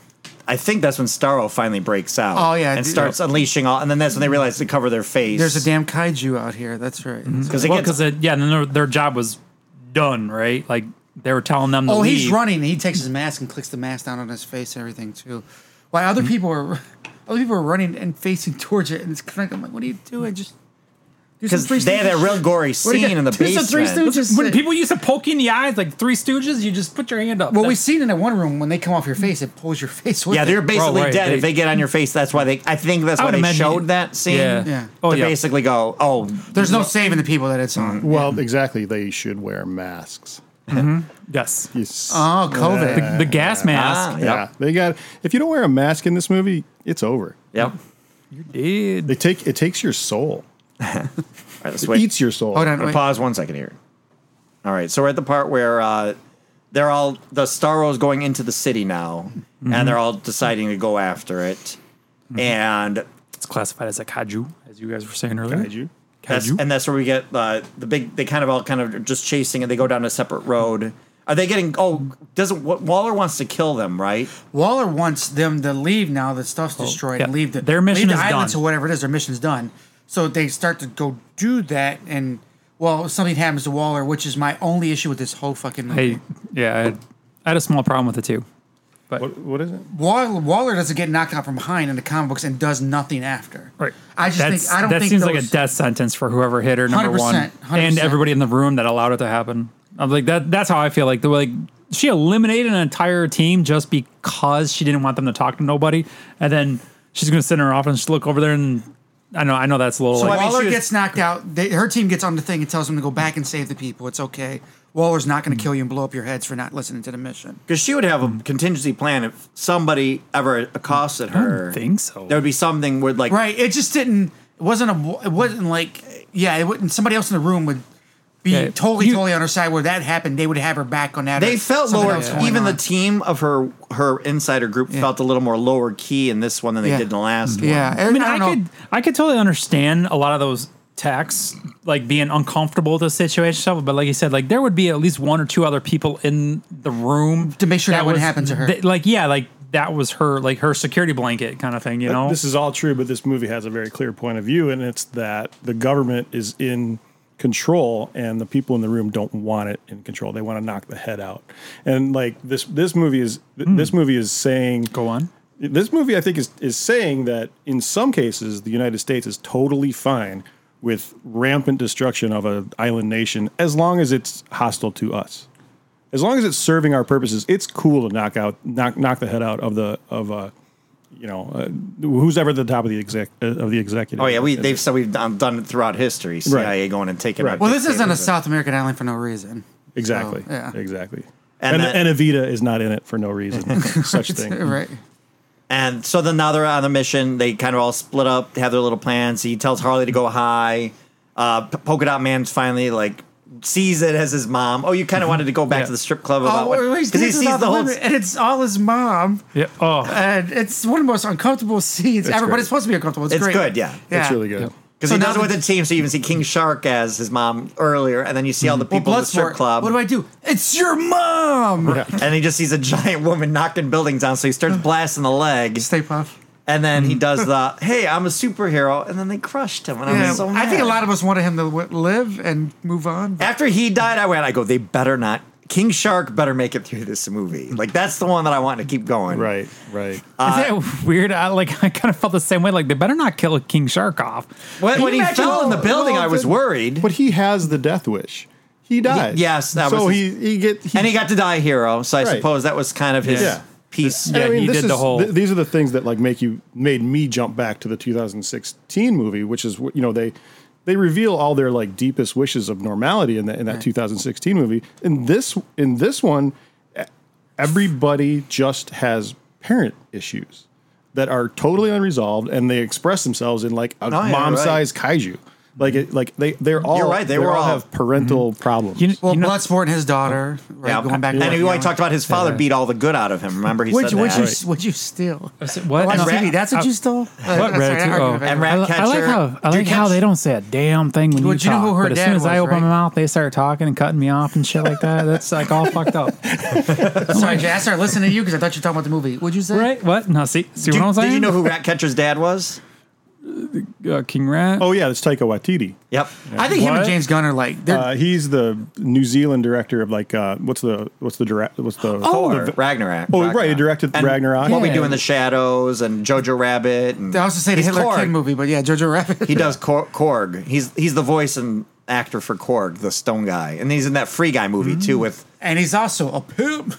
Speaker 2: I think that's when Starro finally breaks out.
Speaker 3: Oh, yeah.
Speaker 2: and starts unleashing all. And then that's when they realize to cover their face.
Speaker 3: There's a damn kaiju out here. That's right.
Speaker 2: because
Speaker 4: well, because yeah, then their, their job was done, right? Like they were telling them. To
Speaker 3: Oh, he's
Speaker 4: leave.
Speaker 3: running. and He takes his mask and clicks the mask down on his face and everything too. While
Speaker 4: Mm-hmm.
Speaker 3: other people are, other people are running and facing towards it, and it's kind of I'm like, what are you doing? Just do some Three
Speaker 2: because they had that
Speaker 3: Stooges
Speaker 2: real
Speaker 3: shit.
Speaker 2: gory
Speaker 3: What do you
Speaker 2: scene
Speaker 3: got?
Speaker 2: in the
Speaker 3: Do some
Speaker 2: basement.
Speaker 3: Three Stooges
Speaker 4: When
Speaker 3: shit.
Speaker 4: people used to poke you in the eyes like Three Stooges, you just put your hand up.
Speaker 3: Well,
Speaker 4: That's-
Speaker 3: we've seen in that one room when they come off your face, it pulls your face. With
Speaker 2: yeah,
Speaker 3: it.
Speaker 2: they're basically
Speaker 4: Oh, right,
Speaker 2: dead
Speaker 4: they-
Speaker 2: if they get on your face. That's why they. I think that's
Speaker 4: I
Speaker 2: why
Speaker 4: would
Speaker 2: they
Speaker 4: imagine-
Speaker 2: showed that scene.
Speaker 4: Yeah.
Speaker 3: Yeah.
Speaker 4: Oh,
Speaker 2: to
Speaker 4: yeah.
Speaker 2: basically go, oh,
Speaker 3: There's no saving the people that it's on.
Speaker 5: Mm, Well, exactly. They should wear masks.
Speaker 4: Yes.
Speaker 5: Yes.
Speaker 3: Oh, COVID.
Speaker 4: The, the gas mask.
Speaker 2: ah,
Speaker 5: yeah,
Speaker 2: yep,
Speaker 5: they got. If you don't wear a mask in this movie, it's over.
Speaker 2: yep. All
Speaker 4: Dude.
Speaker 5: They take it takes your soul.
Speaker 2: right, let's
Speaker 5: It
Speaker 2: wait.
Speaker 5: eats your soul.
Speaker 3: Hold on,
Speaker 2: But
Speaker 3: wait.
Speaker 2: pause one second here. All right, so we're at the part where uh, they're all the Starro's going into the city now,
Speaker 4: Mm-hmm.
Speaker 2: and they're all deciding to go after it, and
Speaker 4: It's classified as a kaiju, as you guys were saying earlier.
Speaker 5: Did you?
Speaker 2: that's
Speaker 4: Kaiju?
Speaker 2: and that's where we get uh, the big. They kind of all kind of are just chasing, and they go down a separate road. Are they getting? Oh, doesn't Wa- Waller wants to kill them, right?
Speaker 3: Waller wants them to leave now that stuff's destroyed and
Speaker 4: Oh, yeah.
Speaker 3: leave the
Speaker 4: Their mission
Speaker 3: leave the
Speaker 4: is
Speaker 3: islands
Speaker 4: done.
Speaker 3: or whatever it is. Their mission's done, so they start to go do that, and well, something happens to Waller, which is my only issue with this whole fucking movie.
Speaker 4: Hey, yeah, I had, I had a small problem with it too. But
Speaker 5: What what is it?
Speaker 3: Waller, Waller doesn't get knocked out from behind in the comic books and does nothing after.
Speaker 4: right,
Speaker 3: I just
Speaker 4: That's-
Speaker 3: think I don't
Speaker 4: that
Speaker 3: think
Speaker 4: seems
Speaker 3: those,
Speaker 4: like a death sentence for whoever hit her number one
Speaker 3: 100%, 100%.
Speaker 4: and everybody in the room that allowed it to happen. I'm like that. That's how I feel. Like the like she eliminated an entire team just because she didn't want them to talk to nobody, and then she's gonna send her off and just look over there and I know I know that's a little
Speaker 2: So
Speaker 4: like,
Speaker 2: I mean,
Speaker 3: Waller
Speaker 2: she was-
Speaker 3: gets knocked out. They, her team gets on the thing and tells them to go back and save the people. It's okay. Waller's not going to kill you and blow up your heads for not listening to the mission.
Speaker 2: Because she would have a
Speaker 4: Mm.
Speaker 2: contingency plan if somebody ever accosted her.
Speaker 4: think so.
Speaker 2: There would be something where, like,
Speaker 3: Right? It just didn't. It wasn't a. It wasn't like. Yeah. It wouldn't. Somebody else in the room would be
Speaker 4: Yeah,
Speaker 3: totally,
Speaker 4: you-
Speaker 3: totally on her side. Where that happened, they would have her back on that. or
Speaker 2: they felt
Speaker 3: something
Speaker 2: lower.
Speaker 3: else going
Speaker 2: Even
Speaker 3: on.
Speaker 2: the team of her her insider group felt a little more lower key in this one than they
Speaker 3: Yeah. Mm-hmm.
Speaker 2: did in the last one.
Speaker 3: Yeah.
Speaker 4: I mean, I,
Speaker 3: don't know.
Speaker 4: could I could totally understand a lot of those texts, like being uncomfortable with the situation stuff. But like you said, like there would be at least one or two other people in the room
Speaker 3: To make sure that wouldn't
Speaker 4: was-
Speaker 3: happen to her.
Speaker 4: that- like yeah, like that was her like her security blanket kind of thing. You know,
Speaker 5: Uh, This is all true, but this movie has a very clear point of view, and it's that the government is in control, and the people in the room don't want it in control. They want to knock the head out, and like this, this movie is th-
Speaker 4: Hmm.
Speaker 5: this movie is saying
Speaker 4: go on.
Speaker 5: this movie I think is is saying that in some cases the United States is totally fine with rampant destruction of an island nation as long as it's hostile to us. As long as it's serving our purposes, it's cool to knock out knock knock the head out of the of uh you know uh, who's ever at the top of the exec uh, of the executive.
Speaker 2: Oh yeah, we they've said we've done, done it throughout history. CIA going and taking
Speaker 5: Right.
Speaker 2: out
Speaker 3: Well, this
Speaker 2: dictators
Speaker 3: isn't a
Speaker 2: and-
Speaker 3: South American island for no reason.
Speaker 5: exactly
Speaker 3: So, yeah.
Speaker 5: exactly.
Speaker 2: And
Speaker 5: And and,
Speaker 2: that-
Speaker 5: Evita is not in it for no reason. such thing.
Speaker 3: Right.
Speaker 2: And so then now they're on the mission. They kind of all split up, have their little plans. He tells Harley to go high. Uh, P- Polka Dot Man's finally like sees it as his mom. Oh, you kind of wanted to go back to the strip club about what
Speaker 3: Mm-hmm. Oh, well, he's
Speaker 2: because he
Speaker 3: dancing
Speaker 2: sees
Speaker 3: without
Speaker 2: the whole.
Speaker 3: limit, and it's all his mom.
Speaker 4: Yeah. Oh,
Speaker 3: And it's one of the most uncomfortable scenes ever, but
Speaker 5: great.
Speaker 3: it's supposed to be uncomfortable. It's,
Speaker 2: It's
Speaker 3: great.
Speaker 2: good, yeah.
Speaker 3: yeah.
Speaker 5: It's really good.
Speaker 2: Because
Speaker 3: So
Speaker 2: he
Speaker 3: now
Speaker 2: does it with
Speaker 3: the-
Speaker 2: the team, so you even see King Shark as his mom earlier, and then you see all the
Speaker 3: Mm-hmm. Well,
Speaker 2: people in the strip
Speaker 3: Bloodsport,
Speaker 2: club.
Speaker 3: What do I do? It's your mom.
Speaker 2: and he just sees a giant woman knocking buildings down, so he starts blasting the leg.
Speaker 3: Stay puff.
Speaker 2: And then he does the, hey, I'm a superhero, and then they crushed him, and
Speaker 3: Yeah,
Speaker 2: I'm so
Speaker 3: I
Speaker 2: mad.
Speaker 3: think a lot of us wanted him to w- live and move on. but-
Speaker 2: after he died, I went, I go, they better not. King Shark better make it through this movie. Like that's the one that I want to keep going.
Speaker 5: Right, right.
Speaker 3: Uh,
Speaker 4: is that weird? I, like I kind of felt the same way. Like they better not kill King Shark off.
Speaker 2: When, when he
Speaker 5: Imagine-
Speaker 2: fell in the building,
Speaker 5: well,
Speaker 2: I was
Speaker 5: the-
Speaker 2: worried,
Speaker 5: But he has the death wish. He dies.
Speaker 2: yes, that
Speaker 5: so
Speaker 2: was
Speaker 5: he
Speaker 2: his-
Speaker 5: he get
Speaker 2: and he got to die a hero. So I
Speaker 5: Right.
Speaker 2: suppose that was kind of his
Speaker 5: Yeah.
Speaker 2: piece.
Speaker 5: And
Speaker 4: Yeah, he
Speaker 5: this
Speaker 4: did the whole-
Speaker 5: th- these are the things that like make you made me jump back to the 2016 movie, which is what- you know they they reveal all their like deepest wishes of normality in that in that 2016 movie. In this in this one, e- everybody just has parent issues that are totally unresolved, and they express themselves in like a
Speaker 4: Oh,
Speaker 2: No, you're
Speaker 5: mom size kaiju. Like it, like they they're all
Speaker 2: right, they
Speaker 5: they're
Speaker 2: were all-
Speaker 5: have parental problems.
Speaker 4: Mm-hmm. You,
Speaker 3: well,
Speaker 4: you know,
Speaker 3: Bloodsport and his daughter. Right,
Speaker 2: Yeah.
Speaker 3: going back.
Speaker 2: and
Speaker 3: to
Speaker 2: he
Speaker 3: that,
Speaker 2: always
Speaker 3: yeah.
Speaker 2: talked about his father beat all the good out of him. Remember he
Speaker 3: What'd
Speaker 2: said
Speaker 3: you, what'd
Speaker 2: that.
Speaker 3: you, what'd you steal?
Speaker 4: what?
Speaker 3: Watch
Speaker 4: No.
Speaker 3: TV. That's what
Speaker 4: I-
Speaker 3: you stole.
Speaker 4: What rat too- oh.
Speaker 2: And rat-
Speaker 4: I, li- I like
Speaker 2: catcher,
Speaker 4: how I
Speaker 2: Drew
Speaker 4: like how
Speaker 2: Catch-
Speaker 4: they don't say a damn thing when
Speaker 3: Well,
Speaker 4: you
Speaker 3: do you know
Speaker 4: talk.
Speaker 3: who her
Speaker 4: but as
Speaker 3: dad
Speaker 4: soon as I
Speaker 3: was,
Speaker 4: open
Speaker 3: right?
Speaker 4: my mouth, they start talking and cutting me off and shit like that. That's like all fucked up,
Speaker 3: Sorry, Jay. I started listening to you because I thought you were talking about the movie. What'd you say?
Speaker 4: right? What? No, see, see
Speaker 2: Do-
Speaker 4: what I'm
Speaker 2: did
Speaker 4: saying?
Speaker 2: you know who Ratcatcher's dad was?
Speaker 4: uh, King Rat?
Speaker 5: oh yeah, it's Taika Waititi.
Speaker 2: Yep.
Speaker 3: I think him and
Speaker 4: What?
Speaker 3: James Gunn are like. they're-
Speaker 5: Uh, he's the New Zealand director of like uh, what's the what's the direct what's the
Speaker 2: Thor,
Speaker 5: Oh, the-
Speaker 2: Ragnarok.
Speaker 5: Oh, right, he directed
Speaker 2: And
Speaker 5: Ragnarok.
Speaker 2: What we
Speaker 5: Yeah.
Speaker 2: do in the shadows and Jojo Rabbit. And
Speaker 3: I also say the
Speaker 2: He's
Speaker 3: Hitler
Speaker 2: Korg.
Speaker 3: Kid movie, but yeah, Jojo Rabbit.
Speaker 2: He does Kor- Korg. He's he's the voice and actor for Korg, the stone guy, and he's in that Free Guy movie
Speaker 5: Mm.
Speaker 2: too. With
Speaker 3: and he's also a pimp.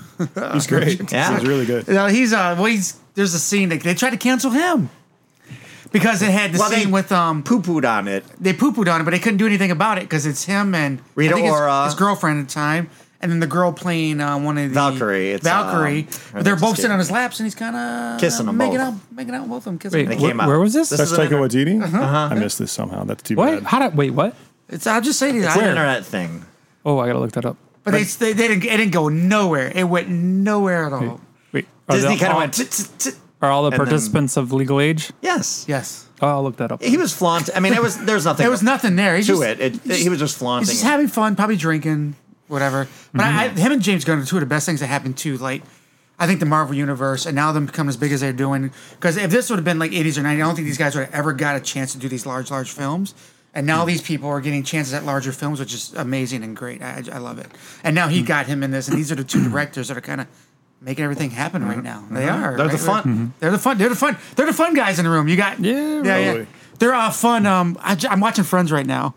Speaker 5: he's great.
Speaker 2: Yeah.
Speaker 5: he's really good.
Speaker 3: No, he's uh, well, he's there's a scene that they tried to cancel him because it had the
Speaker 2: well,
Speaker 3: scene
Speaker 2: they
Speaker 3: with um,
Speaker 2: poo pooed on it.
Speaker 3: they poo pooed on it, but they couldn't do anything about it because it's him and I
Speaker 2: Rita
Speaker 3: think his-
Speaker 2: Ora.
Speaker 3: his, girlfriend at the time, and then the girl playing uh, one of the
Speaker 2: Valkyrie, it's,
Speaker 3: Valkyrie.
Speaker 2: um,
Speaker 3: But they're
Speaker 2: it's
Speaker 3: both sitting
Speaker 2: escaping.
Speaker 3: on his laps, and he's kind of
Speaker 2: Kissing 'em
Speaker 3: making
Speaker 2: both.
Speaker 3: out, making out with both of them, kissing.
Speaker 4: Wait,
Speaker 2: They
Speaker 3: them.
Speaker 4: wh-
Speaker 2: came out.
Speaker 4: where was this?
Speaker 2: is
Speaker 5: That's
Speaker 2: an
Speaker 5: Taika
Speaker 2: inter-
Speaker 5: Waititi.
Speaker 3: Uh-huh.
Speaker 5: I missed this somehow. That's too
Speaker 4: what?
Speaker 5: bad.
Speaker 4: How did? Wait, what?
Speaker 3: It's I'll just say it.
Speaker 2: It's an
Speaker 3: I,
Speaker 2: internet thing.
Speaker 4: Oh, I gotta look that up.
Speaker 3: but it's, they, they didn't. It didn't go nowhere. It went nowhere at all.
Speaker 4: Wait, are
Speaker 2: Disney
Speaker 4: they
Speaker 2: kind of
Speaker 4: all-
Speaker 2: went. "Tch, tch, tch."
Speaker 4: Are all the
Speaker 2: and then-
Speaker 4: participants of legal age?
Speaker 2: Yes.
Speaker 3: Yes,
Speaker 4: Oh, I'll look that up.
Speaker 2: He was flaunting. I mean, it was there's nothing.
Speaker 3: there was nothing there. He
Speaker 2: to
Speaker 3: just-
Speaker 2: it. it, He was just flaunting.
Speaker 3: He's just
Speaker 2: it.
Speaker 3: having fun, probably drinking, whatever. But I, I, him and James Gunn are two of the best things that happened to like. I think the Marvel universe and now them become as big as they're doing. Because if this would have been like 80s or 90s, I don't think these guys would have ever got a chance to do these large, large films. And now these people are getting chances at larger films, which is amazing and great. I, I love it. And now he got him in this, and these are the two directors that are kind of making everything happen right now. They are.
Speaker 1: They're the
Speaker 3: right?
Speaker 1: fun- Mhm.
Speaker 3: They're the fun. They're the fun. They're the fun guys in the room. You got
Speaker 5: Yeah, really.
Speaker 3: They're uh, fun. Um, I, am watching Friends right now.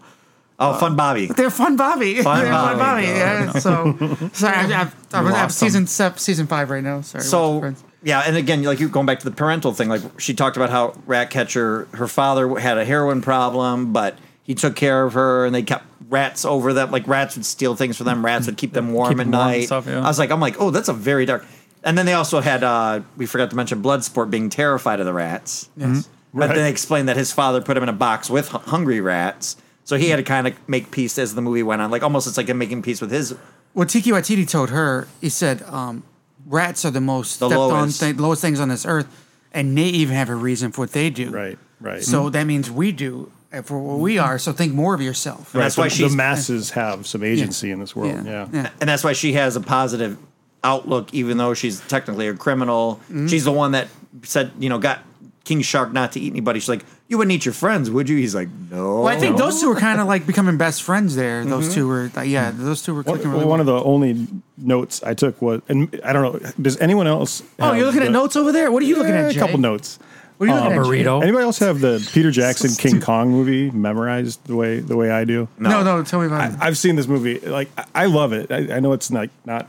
Speaker 2: Oh, fun Bobby.
Speaker 3: They're fun, Bobby.
Speaker 2: Fun
Speaker 3: They're
Speaker 2: Bobby.
Speaker 3: Yeah. So sorry, I, I, I was
Speaker 2: Lost
Speaker 3: at
Speaker 2: 'em.
Speaker 3: season se- season five right now. Sorry. watching
Speaker 2: So
Speaker 3: Friends.
Speaker 2: yeah, and again, like you going back to the parental thing, like she talked about how Ratcatcher, her father had a heroin problem, but he took care of her, and they kept rats over them. Like rats would steal things from them. Rats would keep them warm
Speaker 4: Keep
Speaker 2: at
Speaker 4: them warm and
Speaker 2: night.
Speaker 4: stuff, yeah.
Speaker 2: I was like, I'm like, oh, that's a very dark. And then they also had uh, we forgot to mention Bloodsport being terrified of the rats.
Speaker 3: yes.
Speaker 4: Mm-hmm.
Speaker 2: But
Speaker 5: Right.
Speaker 2: then they explained that his father put him in a box with hu- hungry rats, so he had to kind of make peace as the movie went on. Like almost, it's like him making peace with his
Speaker 3: Well, Tiki Watiti told her, he said, um, rats are the most
Speaker 2: The
Speaker 3: stepped on
Speaker 2: lowest.
Speaker 3: thing, lowest things on this earth, and they even have a reason for what they do.
Speaker 5: Right, right.
Speaker 3: So
Speaker 2: Hmm.
Speaker 3: that means we do uh, for what we are. So think more of yourself.
Speaker 2: Right. that's why
Speaker 5: the,
Speaker 2: she's-
Speaker 5: the masses have some agency in this world. Yeah.
Speaker 2: and that's why she has a positive outlook, even though she's technically a criminal. She's the one that said, you know, got King Shark not to eat anybody. She's like, you wouldn't eat your friends, would you? He's like, no.
Speaker 3: Well, I think those two were
Speaker 2: Oh.
Speaker 3: kind of like becoming best friends there. Those
Speaker 2: Mm-hmm.
Speaker 3: two were, like, yeah, those two were
Speaker 5: One,
Speaker 3: clicking really
Speaker 5: one
Speaker 3: well.
Speaker 5: of the only notes I took was, and I don't know, does anyone else? Eh,
Speaker 3: Oh, you're looking at notes over there? What are you looking at,
Speaker 5: A
Speaker 3: Jay?
Speaker 5: couple notes. Uh,
Speaker 3: What are you looking at, Jay?
Speaker 4: burrito.
Speaker 5: Anybody else have the Peter Jackson King Kong movie memorized the way the way I do?
Speaker 3: No, no, tell me about it.
Speaker 5: I've seen this movie. Like I- I love it. I, I know it's like not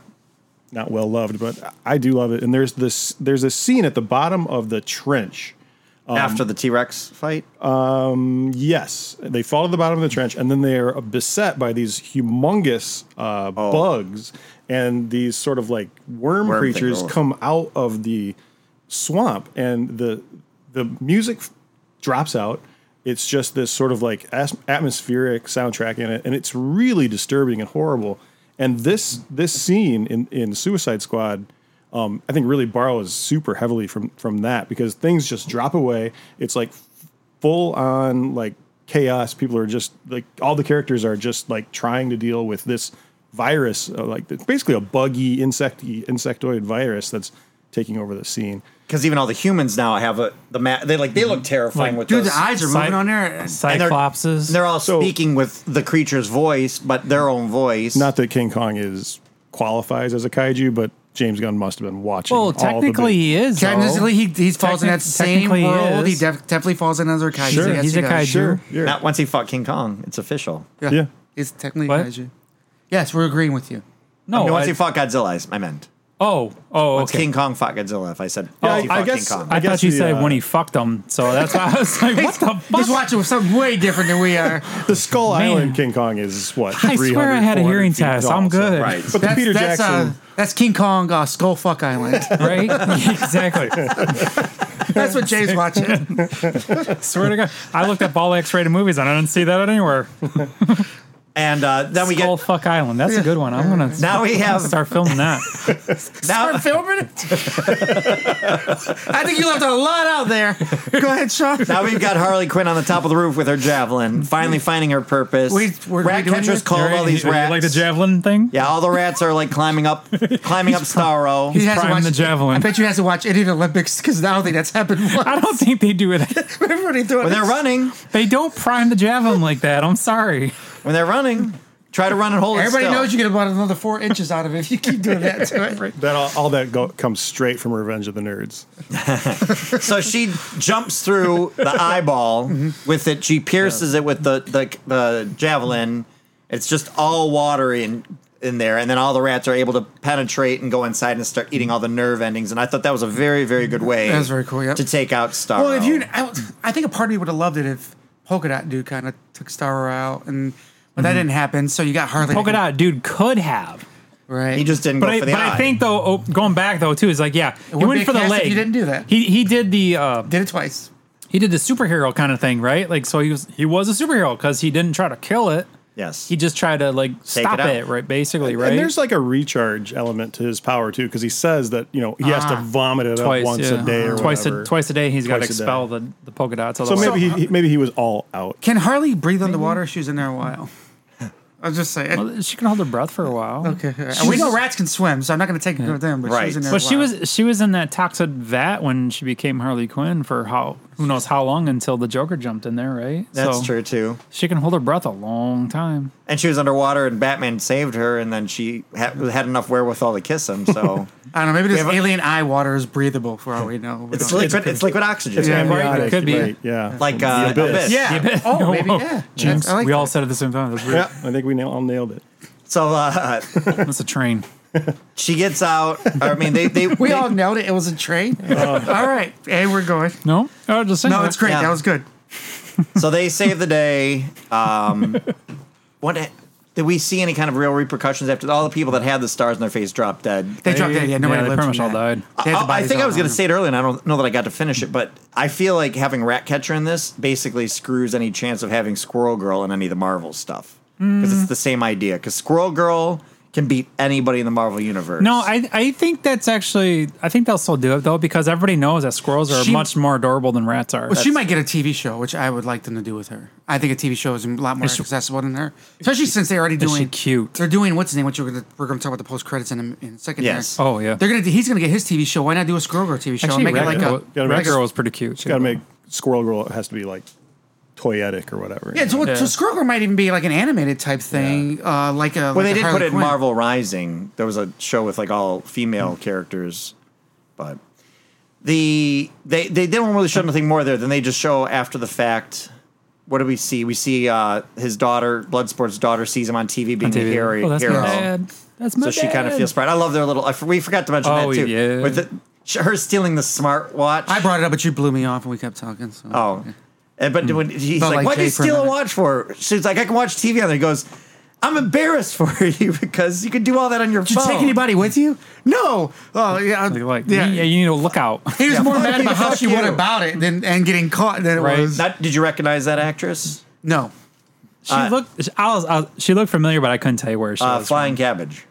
Speaker 5: not well loved, but I do love it. And there's this there's a scene at the bottom of the trench.
Speaker 2: after the T Rex fight, uh,
Speaker 5: Yes, they fall to the bottom of the trench, and then they are beset by these humongous uh, bugs and these sort of like worm,
Speaker 2: Worm thing,
Speaker 5: creatures
Speaker 2: oh.
Speaker 5: come out of the swamp, and the the music f- drops out. It's just this sort of like as- atmospheric soundtrack in it, and it's really disturbing and horrible. And this this scene in in Suicide Squad um, I think really borrows super heavily from from that because things just drop away. It's like full on like chaos. People are just like all the characters are just like trying to deal with this virus, uh, like it's basically a buggy insecty insectoid virus that's taking over the scene.
Speaker 2: because even all the humans now have a the ma- they Mm-hmm. like they look terrifying
Speaker 4: Like,
Speaker 2: with
Speaker 3: Dude,
Speaker 2: those-
Speaker 3: the eyes are
Speaker 4: Cy-
Speaker 3: moving on there.
Speaker 2: and they're-
Speaker 4: Cyclopses.
Speaker 2: They're all
Speaker 5: So-
Speaker 2: speaking with the creature's voice, but their own voice.
Speaker 5: Not that King Kong is qualifies as a kaiju, but James Gunn must have been watching. all
Speaker 4: well,
Speaker 5: the big-
Speaker 4: Oh, technically he is. though.
Speaker 3: Technically, he, he falls in
Speaker 4: Technic-
Speaker 3: that same
Speaker 4: technically he
Speaker 3: world. He
Speaker 4: is.
Speaker 3: def- definitely falls in another kaiju.
Speaker 5: Sure,
Speaker 3: Yes,
Speaker 4: he's
Speaker 3: he
Speaker 4: a
Speaker 3: does.
Speaker 4: kaiju.
Speaker 5: sure, yeah.
Speaker 2: not once he fought King Kong. It's official.
Speaker 5: Yeah.
Speaker 3: It's technically
Speaker 4: What?
Speaker 3: kaiju. Yes, we're agreeing with you.
Speaker 4: no.
Speaker 2: no, once
Speaker 4: I-
Speaker 2: he fought Godzilla, I, I meant.
Speaker 4: oh, oh,
Speaker 2: Once
Speaker 4: okay.
Speaker 2: King Kong fought Godzilla, if I said,
Speaker 5: Yeah,
Speaker 2: once he
Speaker 5: I- I
Speaker 2: fought
Speaker 5: guess-
Speaker 2: King Kong.
Speaker 4: I,
Speaker 5: I
Speaker 4: thought
Speaker 5: guess
Speaker 4: you
Speaker 5: the,
Speaker 4: said
Speaker 5: uh,
Speaker 4: when he fucked them, so that's why I was like, "What the
Speaker 3: He's
Speaker 4: fuck?"
Speaker 3: watching with something way different than we are.
Speaker 5: The Skull
Speaker 4: Man.
Speaker 5: Island King Kong is what?
Speaker 4: I swear I had a
Speaker 5: 300,
Speaker 4: hearing
Speaker 5: 400 feet
Speaker 4: test.
Speaker 5: tall,
Speaker 4: I'm
Speaker 5: so-
Speaker 4: good.
Speaker 2: Right.
Speaker 5: But the
Speaker 3: That's,
Speaker 5: Peter
Speaker 3: that's,
Speaker 5: Jackson,
Speaker 3: Uh, that's King Kong uh, Skull Fuck Island.
Speaker 4: Right? exactly.
Speaker 3: That's what Jay's watching.
Speaker 4: Swear to God, I looked up all X-rated movies and I didn't see that anywhere.
Speaker 2: and uh, then we
Speaker 4: Skull
Speaker 2: get
Speaker 4: Fuck Island. That's a good one. I'm gonna
Speaker 2: now we have
Speaker 4: start filming that.
Speaker 2: now
Speaker 3: Filming it. I think you left a lot out there. Go ahead, Sean.
Speaker 2: Now we've got Harley Quinn on the top of the roof with her javelin, finally finding her purpose.
Speaker 3: We- we're-
Speaker 2: Rat
Speaker 3: we're doing
Speaker 2: catchers
Speaker 3: this?
Speaker 2: called all these
Speaker 4: You
Speaker 2: rats.
Speaker 4: Like the javelin thing.
Speaker 2: yeah, all the rats are like climbing up, climbing up Starro.
Speaker 3: He has to watch
Speaker 4: priming the javelin.
Speaker 3: I bet you he has to watch Indian Olympics because I don't think that's happened. Once.
Speaker 4: I don't think they do it.
Speaker 3: Everybody doing
Speaker 2: When they're running,
Speaker 4: They don't prime the javelin like that. I'm sorry.
Speaker 2: when they're running, try to run and hold
Speaker 3: Everybody
Speaker 2: it still.
Speaker 3: knows you get about another four inches out of it if you keep doing that to it.
Speaker 5: that all, all that go, comes straight from Revenge of the Nerds.
Speaker 2: So she jumps through the eyeball
Speaker 3: Mm-hmm.
Speaker 2: with it. She pierces it with the, the the javelin. It's just all watery in in there, and then all the rats are able to penetrate and go inside and start eating all the nerve endings. And I thought that was a very very good way.
Speaker 3: That was very cool, yeah.
Speaker 2: To take out Starro.
Speaker 3: Well, if you, I, I think a part of me would have loved it if Polka Dot Dude kind of took Starro out, and but that didn't happen. So you got Harley
Speaker 4: Polka dot dude could have.
Speaker 3: right?
Speaker 2: He just didn't
Speaker 4: But
Speaker 2: go
Speaker 4: I,
Speaker 2: for the
Speaker 4: but
Speaker 2: eye.
Speaker 4: I think though, oh, going back though too, is like yeah, he
Speaker 3: wouldn't be
Speaker 4: went
Speaker 3: a
Speaker 4: for the
Speaker 3: cast if
Speaker 4: leg.
Speaker 3: you didn't do that.
Speaker 4: He he did the uh,
Speaker 3: did it twice.
Speaker 4: he did the superhero kind of thing, right? Like so he was he was a superhero because he didn't try to kill it.
Speaker 2: yes.
Speaker 4: He just tried to like stop
Speaker 2: it out.
Speaker 4: it, right? Basically, right?
Speaker 5: And there's like a recharge element to his power too, because he says that you know he has to
Speaker 3: Ah.
Speaker 5: vomit it
Speaker 4: twice
Speaker 5: up once
Speaker 4: yeah.
Speaker 5: a day or
Speaker 4: twice
Speaker 5: whatever.
Speaker 4: a twice a day he's got to
Speaker 5: Twice a day.
Speaker 4: expel the, the polka dots.
Speaker 5: So
Speaker 4: otherwise-
Speaker 5: maybe he- he maybe he was all out.
Speaker 3: Can Harley breathe underwater? She was in there a while. I was just saying.
Speaker 4: she can hold her breath for a while.
Speaker 3: okay, and we know rats can swim, so I'm not going to take it with them. But she
Speaker 2: Right.
Speaker 3: was in there. a
Speaker 4: But she
Speaker 3: while.
Speaker 4: was she was in that toxic vat when she became Harley Quinn for how who knows how long until the Joker jumped in there, right?
Speaker 2: That's
Speaker 4: So
Speaker 2: true too.
Speaker 4: She can hold her breath a long time.
Speaker 2: And she was underwater, and Batman saved her, and then she ha- had enough wherewithal to kiss him. So
Speaker 3: I don't know. Maybe this
Speaker 2: have a-
Speaker 3: alien eye water is breathable for all we know. We
Speaker 2: it's
Speaker 3: don't-
Speaker 2: liquid. It's liquid oxygen,
Speaker 4: Yeah, right,
Speaker 5: Amniotic,
Speaker 4: it could be.
Speaker 5: right, yeah.
Speaker 2: like uh,
Speaker 5: abyss.
Speaker 2: abyss.
Speaker 3: yeah. Oh, maybe.
Speaker 4: Whoa.
Speaker 3: Yeah.
Speaker 4: Jinx.
Speaker 3: That's- I like
Speaker 4: we all
Speaker 3: that.
Speaker 4: said it at the same time. That's weird.
Speaker 5: yeah, I think we nail, all nailed it.
Speaker 2: So uh,
Speaker 4: That's a train.
Speaker 2: she gets out. I mean, they they
Speaker 3: We
Speaker 2: they-
Speaker 3: all nailed it. It was a train. all right. Hey, we're going.
Speaker 4: No, oh, just saying.
Speaker 3: No, it's great.
Speaker 2: Yeah.
Speaker 3: That was good.
Speaker 2: So they save the day. Um, what did we see any kind of real repercussions after all the people that had the stars in their face dropped dead? Oh,
Speaker 3: They dropped that. Yeah, nobody
Speaker 4: yeah, they
Speaker 3: lived
Speaker 4: pretty
Speaker 3: from
Speaker 4: much all
Speaker 3: that.
Speaker 4: died.
Speaker 3: They had the
Speaker 2: I- I
Speaker 3: bodies
Speaker 2: think I
Speaker 3: all
Speaker 2: was going to
Speaker 3: around.
Speaker 2: say it earlier, and I don't know that I got to finish it, but I feel like having Ratcatcher in this basically screws any chance of having Squirrel Girl in any of the Marvel stuff because it's the same idea. Because Squirrel Girl can beat anybody in the Marvel universe.
Speaker 4: No, I I think that's actually I think they'll still do it though because everybody knows that squirrels are
Speaker 3: She-
Speaker 4: much more adorable than rats are.
Speaker 3: Well, she might get a TV show, which I would like them to do with her. I think a TV show is a lot more accessible than her, especially since they're already
Speaker 4: is
Speaker 3: doing
Speaker 4: she cute?
Speaker 3: They're doing what's his name, which we're gonna, we're going to talk about the post credits in a, in a second. here.
Speaker 2: Yes.
Speaker 4: Oh, yeah.
Speaker 3: They're gonna he's gonna get his TV show. Why not do a Squirrel Girl TV show
Speaker 4: Actually,
Speaker 3: and make
Speaker 4: rat,
Speaker 3: it like
Speaker 4: girl,
Speaker 3: a
Speaker 5: gotta
Speaker 4: rat
Speaker 5: make-
Speaker 4: girl was pretty cute.
Speaker 5: Got to make Squirrel Girl it has to be like toyetic or whatever.
Speaker 3: yeah, so,
Speaker 4: Yeah.
Speaker 3: so Squirrel Girl might even be like an animated type thing, uh, like a.
Speaker 2: Well,
Speaker 3: like
Speaker 2: they
Speaker 3: a
Speaker 2: did
Speaker 3: Harley
Speaker 2: put it in
Speaker 3: Quinn.
Speaker 2: Marvel Rising. There was a show with like all female
Speaker 4: Mm-hmm.
Speaker 2: characters, but the they they didn't really show nothing more there than they just show after the fact. What do we see? We see uh, his daughter, Bloodsport's daughter, sees him on TV being a hero.
Speaker 4: oh, that's
Speaker 2: hero.
Speaker 4: my dad. That's my
Speaker 2: So she kind of
Speaker 4: dad.
Speaker 2: feels pride. I love their little. I, f- we forgot to mention
Speaker 4: Oh,
Speaker 2: that too.
Speaker 4: yeah.
Speaker 2: With the, sh- her stealing the smartwatch.
Speaker 3: I brought it up, but you blew me off, and we kept talking. So.
Speaker 2: Oh. And, but when he's
Speaker 3: Felt
Speaker 2: like,
Speaker 3: Hmm. like
Speaker 2: why'd you
Speaker 3: Jay for a
Speaker 2: steal a
Speaker 3: minute."
Speaker 2: watch for? She's like, I can watch TV on there. He goes, I'm embarrassed for you because you can do all that on your
Speaker 3: Did you
Speaker 2: phone.
Speaker 3: take anybody with you? No. Oh yeah,
Speaker 4: Like, like
Speaker 3: yeah.
Speaker 4: yeah. You, you need to look out.
Speaker 3: He was more mad about how
Speaker 2: Fuck
Speaker 3: she went
Speaker 2: you.
Speaker 3: about it than and getting caught than it
Speaker 4: Right.
Speaker 3: was.
Speaker 2: Not, did you recognize that
Speaker 3: Mm-hmm.
Speaker 2: actress?
Speaker 3: no.
Speaker 4: She
Speaker 2: Uh,
Speaker 4: looked. I was, I was, she looked familiar, but I couldn't tell you where she
Speaker 2: Uh,
Speaker 4: was.
Speaker 2: Flying Cabbage.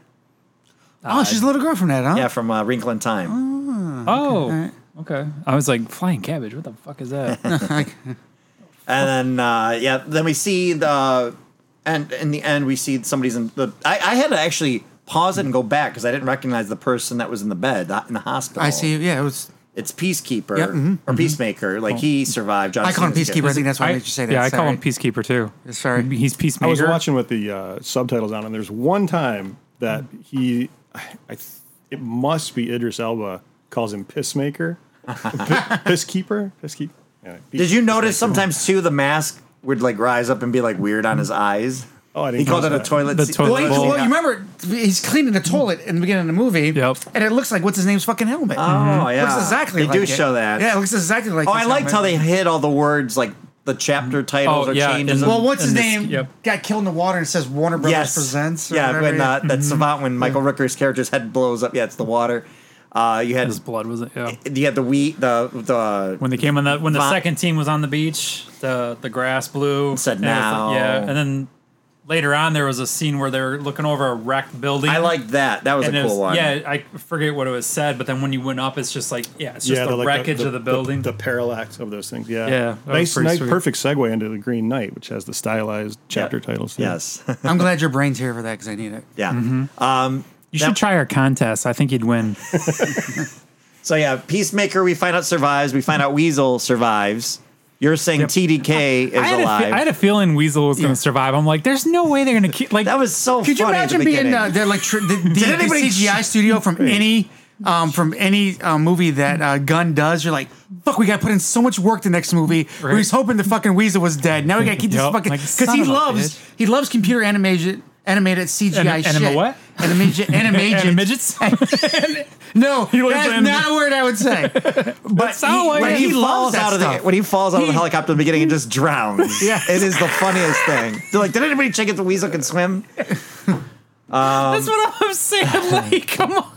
Speaker 3: Oh, she's a little girl from that, huh?
Speaker 2: Yeah, from uh, Wrinkle in Time.
Speaker 4: from. Oh, okay. I was like flying cabbage. What the fuck is that?
Speaker 2: And then, uh, yeah, then we see the. And in the end, we see somebody's in the. I, I had to actually pause it and go back because I didn't recognize the person that was in the bed the- in the hospital.
Speaker 3: I see. Yeah, it was.
Speaker 2: It's Peacekeeper
Speaker 3: Yep, mhm,
Speaker 2: or Peacemaker. Like he survived. John
Speaker 3: I call him
Speaker 2: Cena's kid.
Speaker 3: Peacekeeper. I think that's why I,
Speaker 4: I-
Speaker 3: made you say that.
Speaker 4: Yeah, I call
Speaker 3: Sorry.
Speaker 4: him Peacekeeper too.
Speaker 3: Sorry.
Speaker 4: He's
Speaker 5: I
Speaker 4: Peacemaker.
Speaker 5: was watching with the uh, subtitles on, and there's one time that he, I, I th- it must be Idris Elba calls him pissmaker, pisskeeper, pisskeeper.
Speaker 2: Did you notice sometimes too the mask would like rise up and be like weird on his eyes?
Speaker 5: Oh, I didn't
Speaker 2: He called it
Speaker 5: notice
Speaker 2: a
Speaker 5: that.
Speaker 2: toilet.
Speaker 4: The
Speaker 2: seat.
Speaker 4: toilet
Speaker 2: Well,
Speaker 4: bowl.
Speaker 2: he-
Speaker 3: Well,
Speaker 2: well,
Speaker 3: you remember he's cleaning the toilet in the beginning of the movie.
Speaker 4: Yep.
Speaker 3: And it looks like what's his name's fucking helmet.
Speaker 2: Oh yeah,
Speaker 3: Mm-hmm. Looks exactly.
Speaker 2: They
Speaker 3: like
Speaker 2: do
Speaker 3: it.
Speaker 2: show that.
Speaker 3: Yeah, it looks exactly Mm-hmm. like.
Speaker 2: Oh,
Speaker 3: his
Speaker 2: I liked
Speaker 3: helmet.
Speaker 2: how they hid all the words like the chapter titles
Speaker 4: Oh,
Speaker 2: or
Speaker 4: yeah,
Speaker 2: changes.
Speaker 4: and-
Speaker 2: of-
Speaker 3: Well, what's his
Speaker 4: And this-
Speaker 3: name?
Speaker 4: yep.
Speaker 3: Got killed in the water and it says Warner Brothers
Speaker 2: yes,
Speaker 3: presents. Or
Speaker 2: yeah,
Speaker 3: whatever, Mm-hmm.
Speaker 2: when uh, that savant when Michael Rooker's character's head blows up. Yeah, it's the water. Uh, you had
Speaker 4: His blood was it? Yeah.
Speaker 2: you had the wheat the the
Speaker 4: When they came on the when the
Speaker 2: Va-
Speaker 4: second team was on the beach, the the grass blew.
Speaker 2: Said
Speaker 4: and it was like-
Speaker 2: now.
Speaker 4: yeah, and then later on there was a scene where they were looking over a wrecked building.
Speaker 2: I liked that. That was
Speaker 4: And
Speaker 2: a
Speaker 4: it
Speaker 2: cool
Speaker 4: was-
Speaker 2: one.
Speaker 4: Yeah, I forget what it was said, but then when you went up, it's just like yeah, it's just the,
Speaker 5: like,
Speaker 4: wreckage of the building.
Speaker 5: the, parallax of those things.
Speaker 4: Yeah,
Speaker 5: Yeah,
Speaker 4: that was
Speaker 5: Nice,
Speaker 4: pretty
Speaker 5: nice
Speaker 4: sweet.
Speaker 5: perfect segue into the Green Knight, which has the stylized chapter titles. too.
Speaker 2: Yes.
Speaker 3: I'm glad your brain's here for that because I need it.
Speaker 2: yeah. Um,
Speaker 4: you
Speaker 2: that-
Speaker 4: should try our contest. I think you'd win.
Speaker 2: So yeah, Peacemaker. We find out survives. We find out Weasel survives. You're saying TDK is
Speaker 4: I, had a fe-
Speaker 2: alive.
Speaker 4: I had a feeling Weasel was
Speaker 3: Yeah.
Speaker 4: going to survive. I'm like, there's no way they're going to keep like
Speaker 2: that was so.
Speaker 3: Could you
Speaker 2: funny at the
Speaker 3: imagine being
Speaker 2: beginning.
Speaker 3: uh, they're like tr- the, the, the
Speaker 2: anybody-
Speaker 3: CGI studio from any um, from any uh, movie that uh, Gunn does? You're like, fuck, we got to put in so much work the next movie. We
Speaker 4: Right.
Speaker 3: was hoping the fucking Weasel was dead. Now we got to keep this
Speaker 4: Yup,
Speaker 3: fucking
Speaker 4: like,
Speaker 3: because
Speaker 4: son
Speaker 3: he
Speaker 4: of a
Speaker 3: loves
Speaker 4: bitch.
Speaker 3: he loves computer animation. Animated CGI
Speaker 4: Anim-
Speaker 3: shit.
Speaker 4: anima what?
Speaker 3: Animagi- animagi-
Speaker 4: Animidgets?
Speaker 3: no,
Speaker 4: You like
Speaker 3: that's
Speaker 4: anim-
Speaker 3: not a word I would say. But
Speaker 4: sound like
Speaker 3: when
Speaker 2: when
Speaker 4: it.
Speaker 2: he,
Speaker 3: he
Speaker 2: falls
Speaker 3: loves that
Speaker 2: out of the
Speaker 3: stuff.
Speaker 2: when he falls out of the
Speaker 3: He-
Speaker 2: helicopter at the beginning and just drowns.
Speaker 3: Yeah.
Speaker 2: it is the funniest thing. They're like, did anybody check if the Weasel can swim?
Speaker 4: That's what I'm saying. Like, come on.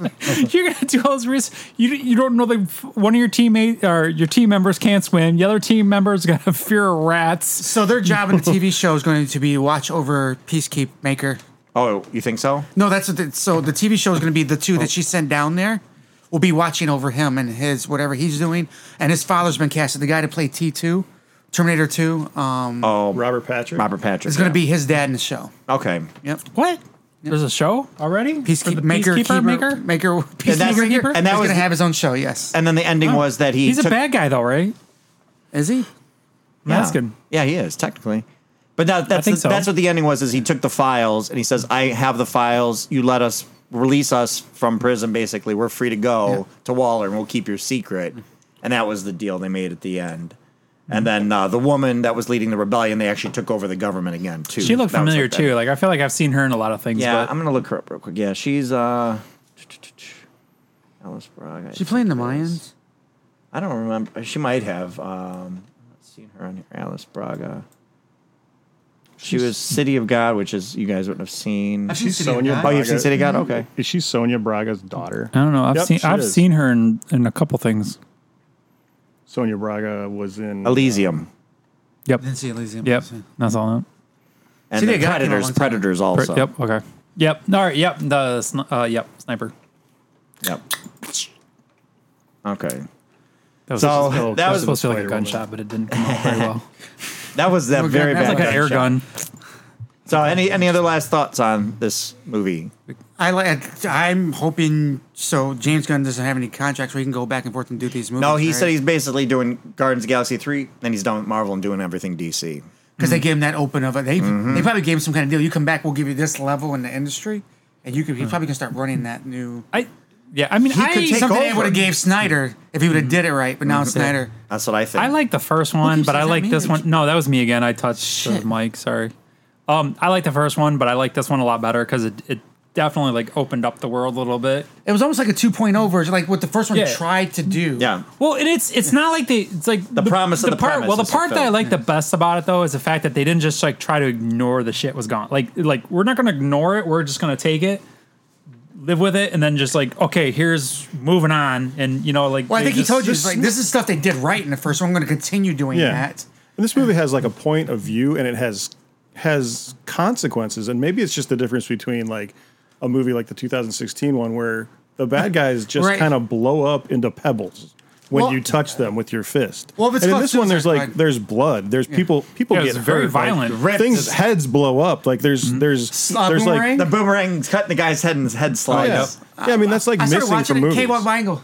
Speaker 4: You're gonna do all this risk. You you don't know that one of your teammates or your team members can't swim. The other team member's gonna fear rats.
Speaker 3: So their job in the TV show is going to be watch over Peacekeeper Maker.
Speaker 2: Oh, you think so?
Speaker 3: No, that's what. The, so the TV show is going to be the two that she sent down there. will be watching over him and his whatever he's doing. And his father's been casted. The guy to play T two, Terminator two, um,
Speaker 5: Robert Patrick.
Speaker 2: Robert Patrick
Speaker 3: is going to
Speaker 2: yeah.
Speaker 3: be his dad in the show.
Speaker 2: okay.
Speaker 3: Yep.
Speaker 4: What? There's a show already. For the
Speaker 3: Peacekeeper Maker,
Speaker 4: peacekeeper
Speaker 3: keeper,
Speaker 4: maker.
Speaker 3: maker, peacekeeper,
Speaker 2: that's-
Speaker 3: maker,
Speaker 2: and that
Speaker 3: is
Speaker 2: was-
Speaker 3: going to have his own show. Yes.
Speaker 2: And then the ending was that he
Speaker 4: He's a
Speaker 2: took,
Speaker 4: bad guy though, right?
Speaker 3: Is he?
Speaker 4: I'm asking.
Speaker 2: Yeah, he is technically. But that, that's
Speaker 4: think
Speaker 2: the-
Speaker 4: so.
Speaker 2: that's what the ending was. Is he took the files and he says, "I have the files. You let us release us from prison. Basically, we're free to go to Waller, and we'll keep your secret." And that was the deal they made at the end. And then uh, the woman that was leading the rebellion, they actually took over the government again too.
Speaker 4: She looked
Speaker 2: That was
Speaker 4: familiar
Speaker 2: like that.
Speaker 4: too. Like I feel like I've seen her in a lot of things.
Speaker 2: Yeah,
Speaker 4: but
Speaker 2: I'm gonna look her up real quick. Yeah, she's uh, Alice Braga. I
Speaker 3: She playing the
Speaker 2: think it is.
Speaker 3: Mayans?
Speaker 2: I don't remember. She might have. Um, I've not seen her on here. Alice Braga. She was City of God, which is you guys wouldn't have seen.
Speaker 5: She's Sonia
Speaker 2: Oh,
Speaker 5: Braga.
Speaker 2: you've seen City of God? Okay.
Speaker 5: Is she Sonia Braga's daughter?
Speaker 4: I don't know. I've
Speaker 5: Yep,
Speaker 4: seen
Speaker 5: she
Speaker 4: I've
Speaker 5: is.
Speaker 4: seen her in, in a couple things.
Speaker 5: Sonia Braga was in
Speaker 2: Elysium.
Speaker 4: Yep.
Speaker 3: Didn't see Elysium.
Speaker 4: Yep. That's all. I know.
Speaker 2: And
Speaker 3: City
Speaker 2: the
Speaker 3: of God came out
Speaker 2: Predators.
Speaker 3: one time.
Speaker 2: Predators
Speaker 4: Pre-
Speaker 2: also.
Speaker 4: Yep. Okay. Yep. All right. Yep. The sni- uh, yep sniper.
Speaker 2: Yep. Okay.
Speaker 4: That was,
Speaker 2: So,
Speaker 4: supposed-
Speaker 2: that was-
Speaker 4: supposed to be like a
Speaker 5: Spider-Man.
Speaker 4: gunshot, but it didn't come out very well.
Speaker 2: That was that
Speaker 3: Okay,
Speaker 2: very
Speaker 3: that's
Speaker 2: bad.
Speaker 4: That's like an air
Speaker 2: gunshot.
Speaker 4: gun.
Speaker 2: So any any other last thoughts on this movie?
Speaker 3: I like. I'm hoping so. James Gunn doesn't have any contracts where he can go back and forth and do these movies.
Speaker 2: No, he said
Speaker 3: right?
Speaker 2: he's basically doing Guardians of the Galaxy 3, then he's done with Marvel and doing everything DC.
Speaker 3: because
Speaker 5: Mm-hmm.
Speaker 3: they gave him that open of it. They they probably gave him some kind of deal. You come back, we'll give you this level in the industry, and you could he probably can start running that new.
Speaker 4: I. Yeah. I mean,
Speaker 2: He
Speaker 4: I
Speaker 2: could take
Speaker 3: Something they
Speaker 2: over.
Speaker 3: would have gave Snyder if he would have
Speaker 5: Mm-hmm.
Speaker 3: did it right, but now it's Snyder.
Speaker 2: That's what I think.
Speaker 4: I like the first one,
Speaker 3: keeps
Speaker 4: but I
Speaker 3: saying that
Speaker 4: like
Speaker 3: me?
Speaker 4: this one. No, that was me again. I touched
Speaker 3: Shit.
Speaker 4: the mic. Sorry. Um, I like the first one, but I like this one a lot better because it, it definitely like opened up the world a little bit.
Speaker 3: It was almost like a 2.0 version, like what the first one
Speaker 4: Yeah.
Speaker 3: tried to do.
Speaker 2: yeah.
Speaker 4: Well, and it's it's not like they it's like the,
Speaker 2: promise of the
Speaker 4: part.
Speaker 2: premise
Speaker 4: Well, the
Speaker 2: is
Speaker 4: part that I
Speaker 2: fulfilled.
Speaker 4: like the best about it though is the fact that they didn't just like try to ignore the shit was gone. Like like we're not gonna ignore it. We're just gonna take it, live with it, and then just like okay, here's moving on. And you know like
Speaker 3: Well, I
Speaker 4: they
Speaker 3: think he
Speaker 4: just-
Speaker 3: told you
Speaker 5: just-
Speaker 3: like this is stuff they did right in the first one. I'm going to continue doing
Speaker 5: Yeah.
Speaker 3: that.
Speaker 5: And this movie has like a point of view and it has has consequences. And maybe it's just the difference between like a movie like the 2016 one where the bad guys just
Speaker 3: Right.
Speaker 5: kind of blow up into pebbles when
Speaker 3: Well-
Speaker 5: you touch them with your fist.
Speaker 3: Well, if it's
Speaker 5: and in
Speaker 3: called
Speaker 5: this one there's
Speaker 3: Suicide
Speaker 5: like
Speaker 3: Squad-
Speaker 5: there's blood. There's people people
Speaker 4: Yeah,
Speaker 5: get
Speaker 4: it's very
Speaker 5: hurt. Like,
Speaker 4: violent. Ripped
Speaker 5: things heads blow up. Like there's there's
Speaker 3: Uh,
Speaker 5: there's
Speaker 3: Boomerang?
Speaker 2: The
Speaker 5: like
Speaker 2: boomerang's cutting the guy's head and his
Speaker 3: Oh,
Speaker 2: head
Speaker 5: yeah.
Speaker 2: slides.
Speaker 5: yeah, I mean that's like
Speaker 3: I started
Speaker 5: missing
Speaker 3: watching
Speaker 5: from
Speaker 3: it.
Speaker 5: movies.
Speaker 3: K. Bob Bangle.